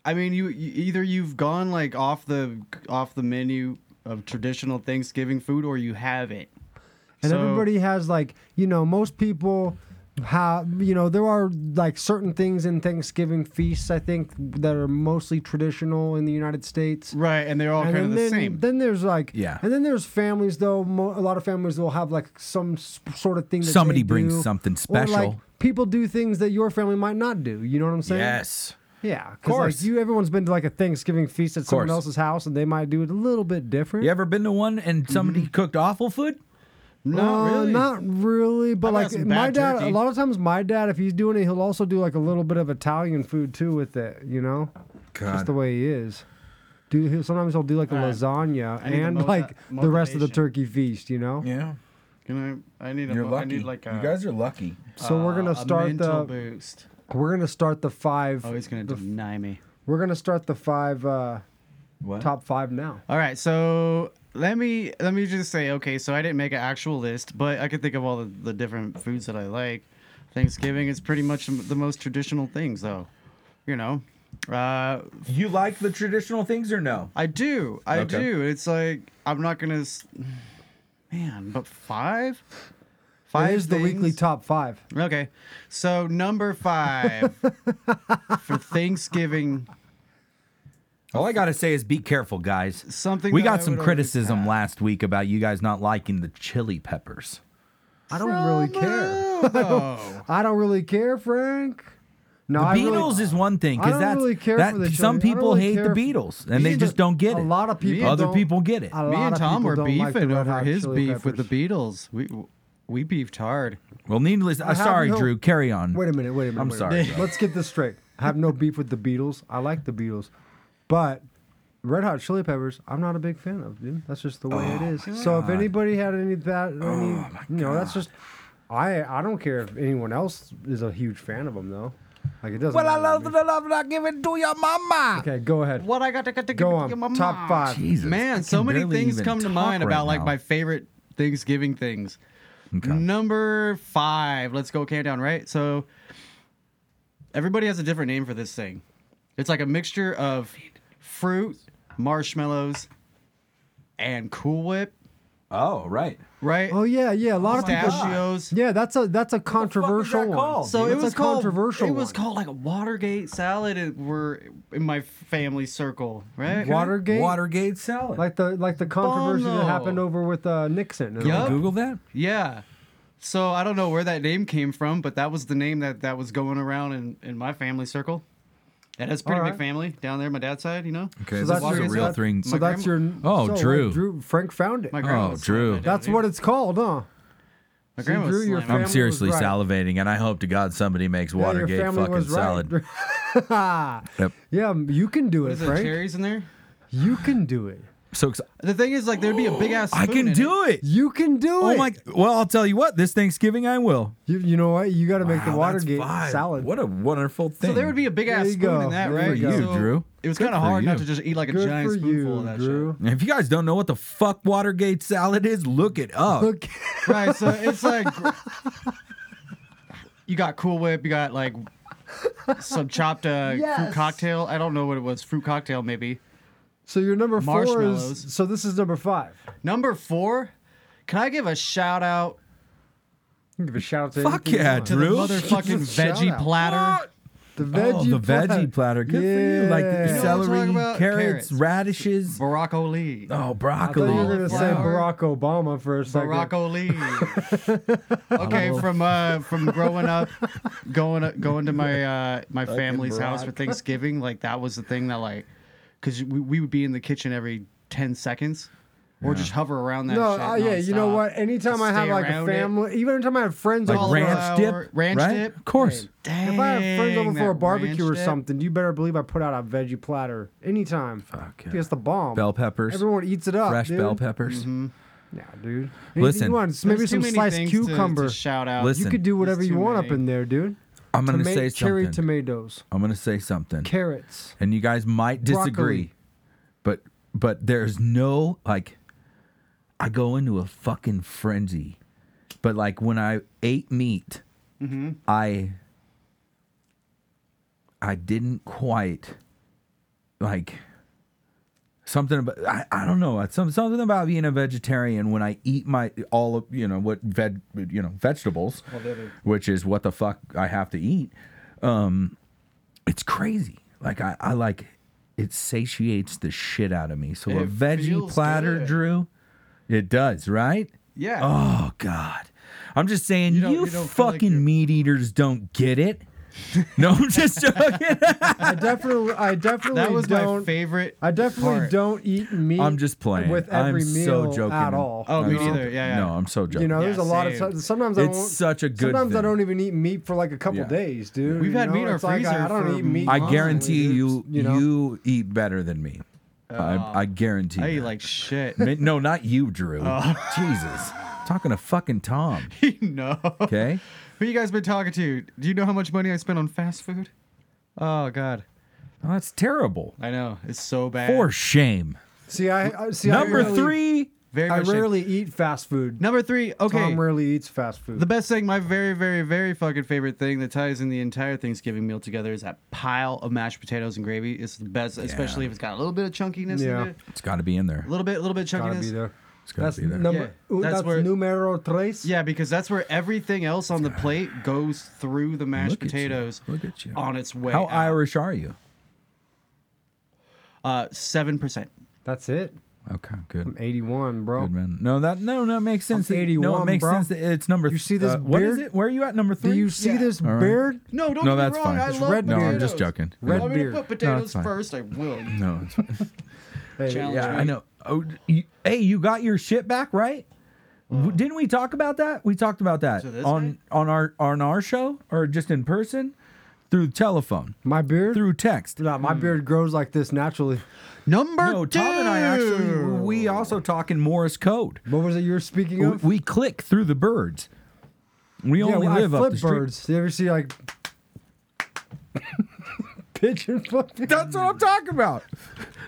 Speaker 7: I mean, you, you either you've gone like off the off the menu of traditional Thanksgiving food, or you haven't.
Speaker 8: And
Speaker 7: So-
Speaker 8: everybody has like you know most people have you know there are like certain things in Thanksgiving feasts I think that are mostly traditional in the United States.
Speaker 7: Right, and they're all
Speaker 8: And
Speaker 7: kind of
Speaker 8: then,
Speaker 7: the
Speaker 8: then,
Speaker 7: same.
Speaker 8: then there's like,
Speaker 3: Yeah.
Speaker 8: And then there's families though. Mo- a lot of families will have like some s- sort of thing. That
Speaker 3: Somebody
Speaker 8: they
Speaker 3: brings
Speaker 8: do,
Speaker 3: something
Speaker 8: Or like
Speaker 3: special.
Speaker 8: people do things that your family might not do. You know what I'm saying?
Speaker 3: Yes.
Speaker 8: Yeah, of
Speaker 3: course.
Speaker 8: Like you, everyone's been to like a Thanksgiving feast at someone
Speaker 3: course.
Speaker 8: else's house, and they might do it a little bit different.
Speaker 3: You ever been to one and somebody
Speaker 8: Mm-hmm.
Speaker 3: cooked awful food?
Speaker 7: oh, not
Speaker 8: Uh,
Speaker 7: really.
Speaker 8: Not really, but
Speaker 7: I've had
Speaker 8: like
Speaker 7: some
Speaker 8: my
Speaker 7: bad
Speaker 8: dad, a
Speaker 7: turkey.
Speaker 8: lot of times my dad, if he's doing it, he'll also do like a little bit of Italian food too with it. You know, just
Speaker 3: God.
Speaker 8: the way he is. Do he'll- sometimes he'll do like a
Speaker 7: All right.
Speaker 8: lasagna
Speaker 7: need the
Speaker 8: and
Speaker 7: mo-
Speaker 8: like the rest of the
Speaker 7: motivation.
Speaker 8: turkey feast. You know.
Speaker 3: Yeah.
Speaker 7: Can I? I need a.
Speaker 3: You're
Speaker 7: mo- I
Speaker 3: lucky.
Speaker 7: need like a.
Speaker 3: you guys are lucky.
Speaker 8: So we're
Speaker 7: uh,
Speaker 8: gonna
Speaker 7: a
Speaker 8: start
Speaker 7: mental
Speaker 8: the
Speaker 7: boost.
Speaker 8: we're gonna start the five.
Speaker 7: Oh, he's gonna
Speaker 8: the,
Speaker 7: deny me.
Speaker 8: we're gonna start the five uh, top five now.
Speaker 7: All right, so let me let me just say, okay, so I didn't make an actual list, but I could think of all the, the different foods that I like. Thanksgiving is pretty much the most traditional things, though. You know, uh,
Speaker 3: You like the traditional things or no?
Speaker 7: I do, I
Speaker 3: Okay.
Speaker 7: do. It's like I'm not gonna, s- man, but five, five
Speaker 8: It is the weekly
Speaker 7: things?
Speaker 8: top five.
Speaker 7: Okay, so number five for Thanksgiving
Speaker 3: All I gotta say is be careful, guys.
Speaker 7: Something
Speaker 3: we
Speaker 7: that
Speaker 3: got
Speaker 7: I
Speaker 3: some
Speaker 7: would always
Speaker 3: criticism
Speaker 7: have.
Speaker 3: last week about you guys not liking the chili peppers.
Speaker 8: I don't really care.
Speaker 7: Oh.
Speaker 8: I don't really care, Frank. No,
Speaker 3: The
Speaker 8: I really-
Speaker 3: Beatles is one thing
Speaker 8: I
Speaker 3: because
Speaker 8: don't
Speaker 3: that's
Speaker 8: really care
Speaker 3: that
Speaker 8: for the
Speaker 3: some
Speaker 8: chili. I don't
Speaker 3: people
Speaker 8: really
Speaker 3: hate the
Speaker 8: care for-
Speaker 3: Beatles and they
Speaker 7: and
Speaker 3: just
Speaker 7: the-
Speaker 3: don't get
Speaker 8: a
Speaker 3: it.
Speaker 8: lot of people.
Speaker 3: other
Speaker 8: don't-
Speaker 3: people get it.
Speaker 8: a
Speaker 7: Me
Speaker 8: lot
Speaker 7: and
Speaker 8: of
Speaker 7: Tom
Speaker 8: people
Speaker 7: were
Speaker 8: don't
Speaker 7: beefing
Speaker 8: like the Red
Speaker 7: over
Speaker 8: Hot
Speaker 7: his
Speaker 8: Chili
Speaker 7: beef with the
Speaker 8: Peppers.
Speaker 7: Beatles. We we beefed hard.
Speaker 3: Well, needless, uh,
Speaker 8: have
Speaker 3: sorry,
Speaker 8: no-
Speaker 3: Drew. Carry on.
Speaker 8: Wait a minute. Wait a minute.
Speaker 3: I'm
Speaker 8: wait a
Speaker 3: sorry,
Speaker 8: minute.
Speaker 3: bro.
Speaker 8: Let's get this straight. I have no beef with the Beatles. I like the Beatles, but Red Hot Chili Peppers, I'm not a big fan of. Dude, that's just the way it
Speaker 7: Oh,
Speaker 8: is. So if anybody had any that, any, you know, that's just. I I don't care if anyone else is a huge fan of them though. Like it doesn't.
Speaker 3: Well, I
Speaker 8: matter to
Speaker 3: love
Speaker 8: me.
Speaker 3: the love that I give it to your mama.
Speaker 8: Okay, go ahead.
Speaker 7: What I got to get to
Speaker 8: Go on. Top five.
Speaker 3: Jesus, I
Speaker 7: Man, so
Speaker 3: can
Speaker 7: many
Speaker 3: barely
Speaker 7: things
Speaker 3: even
Speaker 7: come to
Speaker 3: talk
Speaker 7: mind
Speaker 3: right
Speaker 7: about like
Speaker 3: now.
Speaker 7: my favorite Thanksgiving things.
Speaker 3: Okay.
Speaker 7: Number five. Let's go countdown, right? So everybody has a different name for this thing. It's like a mixture of fruit, marshmallows, and Cool Whip,
Speaker 3: Oh, right.
Speaker 7: right?
Speaker 8: Oh yeah, yeah. A lot of people.
Speaker 7: Pistachios.
Speaker 8: Yeah, that's a that's a controversial one.
Speaker 3: called?
Speaker 7: So
Speaker 8: That's
Speaker 7: it was
Speaker 8: a
Speaker 7: called
Speaker 8: controversial
Speaker 7: It was
Speaker 8: one.
Speaker 7: called like a Watergate salad, and we're in my family circle, right?
Speaker 8: Watergate.
Speaker 3: Watergate salad.
Speaker 8: Like the like the controversy that
Speaker 7: Bono.
Speaker 8: happened over with uh, Nixon. and all
Speaker 7: Yup.
Speaker 3: Google that.
Speaker 7: Yeah. So I don't know where that name came from, but that was the name that that was going around in in my family circle. And that's a pretty
Speaker 8: Alright.
Speaker 7: big family down there, my dad's side. You know.
Speaker 3: Okay,
Speaker 8: So
Speaker 3: this
Speaker 8: that's
Speaker 3: is a
Speaker 8: your-
Speaker 3: real
Speaker 8: that-
Speaker 3: thing.
Speaker 8: So that's your
Speaker 3: Oh,
Speaker 8: so,
Speaker 3: Drew.
Speaker 8: like, Drew Frank found it.
Speaker 7: My
Speaker 3: Oh,
Speaker 7: grandma. was
Speaker 3: Drew.
Speaker 7: slamming it,
Speaker 8: that's
Speaker 7: dude.
Speaker 8: what it's called, huh?
Speaker 7: My
Speaker 8: See,
Speaker 7: grandma.
Speaker 8: Drew,
Speaker 7: was
Speaker 8: your
Speaker 7: slamming
Speaker 3: I'm
Speaker 7: it.
Speaker 8: family-
Speaker 3: seriously
Speaker 8: was right.
Speaker 3: salivating, and I hope to God somebody makes
Speaker 8: Yeah, your
Speaker 3: Watergate
Speaker 8: family
Speaker 3: fucking
Speaker 8: was right.
Speaker 3: salad. Yep.
Speaker 8: yeah, you can do it,
Speaker 7: Is there
Speaker 8: Frank.
Speaker 7: cherries in there?
Speaker 8: You can do it.
Speaker 3: So exci-
Speaker 7: The thing is, like, there'd be a big ass.
Speaker 3: I can do it.
Speaker 8: You can do it.
Speaker 3: Oh my! Well, I'll tell you what. This Thanksgiving, I will.
Speaker 8: You, you know what? You got to make the
Speaker 3: Wow, that's
Speaker 8: Watergate
Speaker 3: fine.
Speaker 8: salad.
Speaker 3: What a wonderful thing.
Speaker 7: So there would be a big
Speaker 8: There
Speaker 7: ass
Speaker 8: you
Speaker 7: spoon
Speaker 8: go.
Speaker 7: in that,
Speaker 8: There
Speaker 7: right?
Speaker 8: you go.
Speaker 3: You,
Speaker 7: So
Speaker 3: Drew.
Speaker 7: It was
Speaker 3: Good
Speaker 7: kind of
Speaker 3: for
Speaker 7: hard not
Speaker 3: you.
Speaker 7: to just eat like a
Speaker 8: Good
Speaker 7: giant
Speaker 8: for
Speaker 7: spoonful of
Speaker 8: you,
Speaker 7: that shit.
Speaker 8: Drew.
Speaker 3: And If you guys don't know what the fuck Watergate salad is, look it up.
Speaker 8: Look,
Speaker 7: Right, so it's like you got Cool Whip, you got like some chopped uh, fruit
Speaker 8: Yes.
Speaker 7: cocktail. I don't know what it was, fruit cocktail maybe.
Speaker 8: so your number four
Speaker 7: Marshmallows.
Speaker 8: is. So this is number five.
Speaker 7: Number four, can I give a shout out
Speaker 8: You can give a shout out to.
Speaker 3: Fuck
Speaker 8: anything you
Speaker 3: yeah,
Speaker 8: want.
Speaker 7: to
Speaker 3: Drew?
Speaker 7: the motherfucking
Speaker 8: Just a
Speaker 7: veggie
Speaker 8: shout-out.
Speaker 7: platter?
Speaker 8: The veggie.
Speaker 3: oh, the
Speaker 8: platter.
Speaker 3: veggie platter. Good for you. Like
Speaker 8: Yeah. You know what
Speaker 7: I'm
Speaker 3: celery,
Speaker 7: talking about?
Speaker 3: carrots,
Speaker 7: Carrots.
Speaker 3: radishes.
Speaker 7: Broccoli.
Speaker 3: Oh,
Speaker 8: I thought
Speaker 3: broccoli.
Speaker 8: you were gonna say
Speaker 7: Flour.
Speaker 8: Barack Obama for a second.
Speaker 7: Barack O'Lee. okay, from uh, from growing up, going going to my uh, my family's house for Thanksgiving, like that was the thing that like, because we, we would be in the kitchen every ten seconds, or just hover around that.
Speaker 8: No,
Speaker 7: shit
Speaker 8: uh, yeah, you know
Speaker 7: nonstop.
Speaker 8: what? Anytime I have
Speaker 7: Stay
Speaker 8: like a
Speaker 7: around it.
Speaker 8: family, even anytime I have friends
Speaker 3: Like
Speaker 8: over,
Speaker 3: ranch
Speaker 7: flour,
Speaker 3: dip,
Speaker 7: ranch
Speaker 3: right?
Speaker 7: dip.
Speaker 3: Of course.
Speaker 7: Dang,
Speaker 8: if I have friends over
Speaker 7: that
Speaker 8: for a barbecue
Speaker 7: ranch
Speaker 8: or
Speaker 7: dip.
Speaker 8: something, you better believe I put out a veggie platter anytime. Fuck
Speaker 3: yeah.
Speaker 8: It's the bomb.
Speaker 3: Bell peppers.
Speaker 8: Everyone eats it up.
Speaker 3: Fresh
Speaker 8: dude. Mm-hmm.
Speaker 3: bell peppers.
Speaker 8: Yeah, dude. Anything
Speaker 3: Listen.
Speaker 8: you want.
Speaker 7: There's
Speaker 8: maybe
Speaker 7: too
Speaker 8: some
Speaker 7: many
Speaker 8: sliced
Speaker 7: things to-
Speaker 8: cucumber.
Speaker 7: To, shout out.
Speaker 3: Listen.
Speaker 8: you could do whatever
Speaker 7: There's
Speaker 8: you
Speaker 7: too
Speaker 8: want up
Speaker 7: many.
Speaker 8: in there, dude.
Speaker 3: I'm gonna
Speaker 8: Toma-
Speaker 3: say
Speaker 8: cherry
Speaker 3: something.
Speaker 8: tomatoes,
Speaker 3: I'm gonna say something,
Speaker 8: carrots.
Speaker 3: and you guys might disagree, but
Speaker 8: Broccoli.
Speaker 3: but there's no like, I go into a fucking frenzy, but like when I ate meat, I I didn't quite like something about I, I don't know uh, some something about being a vegetarian when I eat my all of you know what veg you know vegetables, which is what the fuck I have to eat. um, it's crazy. Like I, I like it satiates the shit out of me. So a
Speaker 7: It
Speaker 3: veggie
Speaker 7: feels
Speaker 3: platter,
Speaker 7: good.
Speaker 3: Drew, it does, right?
Speaker 7: Yeah.
Speaker 3: Oh God. I'm just saying
Speaker 7: You
Speaker 3: you,
Speaker 7: don't- you don't feel like
Speaker 3: fucking
Speaker 7: you're-
Speaker 3: meat eaters don't get it. no, I'm just joking.
Speaker 8: I definitely, I definitely
Speaker 7: That was
Speaker 8: don't.
Speaker 7: my favorite.
Speaker 8: I definitely
Speaker 7: part.
Speaker 8: don't eat meat.
Speaker 3: I'm just playing.
Speaker 8: with
Speaker 3: I'm
Speaker 8: every
Speaker 3: so
Speaker 8: meal
Speaker 3: joking.
Speaker 8: at all.
Speaker 7: Oh,
Speaker 3: I'm
Speaker 7: me
Speaker 3: so-
Speaker 7: neither. Yeah, yeah.
Speaker 3: No, I'm so joking.
Speaker 8: You know,
Speaker 7: Yeah,
Speaker 8: there's a lot
Speaker 7: same.
Speaker 8: of sometimes I
Speaker 3: It's
Speaker 8: won't,
Speaker 3: such a good
Speaker 8: Sometimes I
Speaker 3: thing.
Speaker 8: don't even eat meat for like a couple
Speaker 3: Yeah.
Speaker 8: days, dude.
Speaker 7: We've
Speaker 8: you
Speaker 7: had meat in
Speaker 8: know?
Speaker 7: our
Speaker 8: It's like, I,
Speaker 7: freezer
Speaker 8: I don't
Speaker 7: for
Speaker 8: eat meat.
Speaker 3: I
Speaker 8: constantly,
Speaker 3: guarantee
Speaker 8: dude.
Speaker 3: you, you,
Speaker 8: You know,
Speaker 3: eat better than me. I, I guarantee.
Speaker 7: Oh. I eat
Speaker 3: that.
Speaker 7: like shit.
Speaker 3: Ma- no, not you, Drew.
Speaker 8: Oh.
Speaker 3: Jesus, talking to fucking Tom.
Speaker 7: no.
Speaker 3: Okay.
Speaker 7: Who you guys been talking to? Do you know how much money I spent on fast food? Oh God,
Speaker 3: Oh, that's terrible.
Speaker 7: I know it's so bad.
Speaker 3: For shame.
Speaker 8: see, I I- see. I
Speaker 3: Number
Speaker 8: rarely,
Speaker 3: three.
Speaker 7: Very
Speaker 8: I
Speaker 7: much shame.
Speaker 8: rarely eat fast food.
Speaker 7: Number three. Okay.
Speaker 8: Tom rarely eats fast food.
Speaker 7: the best thing, my very, very, very fucking favorite thing that ties in the entire Thanksgiving meal together is that pile of mashed potatoes and gravy. It's the best, especially if it's got a little bit of chunkiness
Speaker 8: Yeah.
Speaker 7: in it.
Speaker 3: It's got to be in there.
Speaker 7: A little bit, a little bit of
Speaker 8: gotta
Speaker 7: chunkiness.
Speaker 8: be there.
Speaker 3: It's got
Speaker 8: That's
Speaker 3: to be there.
Speaker 8: number.
Speaker 7: Yeah,
Speaker 8: ooh,
Speaker 7: that's
Speaker 8: that's
Speaker 7: where-
Speaker 8: numero tres.
Speaker 7: Yeah, because that's where everything else on the plate goes through the mashed
Speaker 3: Look at you.
Speaker 7: potatoes
Speaker 3: Look at you.
Speaker 7: on its way.
Speaker 3: How
Speaker 7: out.
Speaker 3: Irish are you?
Speaker 9: Uh, seven percent.
Speaker 8: That's it.
Speaker 3: Okay, good.
Speaker 8: I'm 81, bro.
Speaker 3: Good man. No, that no, no, it makes sense.
Speaker 8: I'm
Speaker 3: that-
Speaker 8: 81,
Speaker 3: no, it makes
Speaker 8: bro.
Speaker 3: sense. That it's number.
Speaker 8: You see this
Speaker 3: uh, What is
Speaker 8: beard?
Speaker 3: it? Where are you at? Number three.
Speaker 8: Do you see this
Speaker 3: All right.
Speaker 8: beard?
Speaker 7: No, don't
Speaker 3: No,
Speaker 7: get
Speaker 3: that's
Speaker 7: me wrong.
Speaker 3: fine.
Speaker 7: I
Speaker 3: It's
Speaker 7: love
Speaker 8: red
Speaker 3: No, I'm
Speaker 7: potatoes.
Speaker 3: just joking.
Speaker 8: Red
Speaker 7: Want me
Speaker 8: beer.
Speaker 7: to put potatoes
Speaker 3: fine.
Speaker 7: first? I will.
Speaker 3: No, it's fine.
Speaker 8: Hey,
Speaker 7: Challenge
Speaker 3: yeah,
Speaker 7: me.
Speaker 3: I know. Oh, you, hey, you got your shit back, right? W
Speaker 8: Uh-huh.
Speaker 3: Didn't we talk about that? We talked about that
Speaker 7: So this
Speaker 3: on
Speaker 7: guy?
Speaker 3: on our on our show or just in person through telephone,
Speaker 8: My beard?
Speaker 3: through text.
Speaker 8: No,
Speaker 7: Hmm.
Speaker 8: my beard grows like this naturally.
Speaker 9: Number
Speaker 3: No,
Speaker 9: two.
Speaker 3: Tom and I actually we also talk in Morse code.
Speaker 8: What was it you were speaking
Speaker 3: We,
Speaker 8: of?
Speaker 3: we click through the birds. We
Speaker 8: yeah,
Speaker 3: only
Speaker 8: well,
Speaker 3: live
Speaker 8: I
Speaker 3: up
Speaker 8: flip
Speaker 3: the street.
Speaker 8: birds. You ever see like pigeon flipping?
Speaker 3: That's what I'm talking about.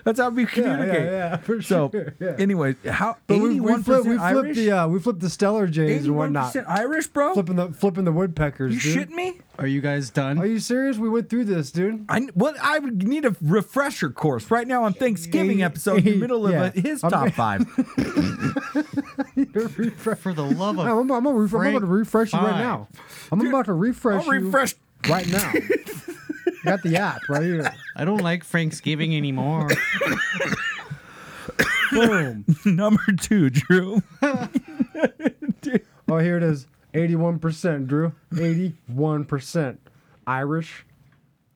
Speaker 3: That's how we communicate.
Speaker 8: yeah, yeah, for
Speaker 3: so,
Speaker 8: sure, yeah.
Speaker 3: anyway, how
Speaker 8: But we, we,
Speaker 3: 81%
Speaker 8: flip, we flip
Speaker 3: Irish?
Speaker 8: the uh, we flip the Stellar Jays and whatnot.
Speaker 3: 81% Irish, bro?
Speaker 8: Flipping the flipping the woodpeckers.
Speaker 3: you
Speaker 8: dude.
Speaker 3: shitting me?
Speaker 7: Are you guys done?
Speaker 8: Are you serious? We went through this, dude.
Speaker 3: I what I would need a refresher course right now on Thanksgiving
Speaker 8: Eight-
Speaker 3: episode in the middle of
Speaker 8: yeah.
Speaker 3: a, his
Speaker 8: I'm-
Speaker 3: top five.
Speaker 7: For the love of
Speaker 8: I'm, I'm, gonna ref- I'm
Speaker 7: Frank,
Speaker 8: about to refresh you right
Speaker 7: fine.
Speaker 8: now. I'm about to refresh
Speaker 3: I'll
Speaker 8: you
Speaker 3: refresh.
Speaker 8: right now. Got the app right here.
Speaker 7: I don't like Thanksgiving anymore.
Speaker 8: Boom.
Speaker 3: Number two, Drew.
Speaker 8: Oh, here it is. 81%, Drew. 81% Irish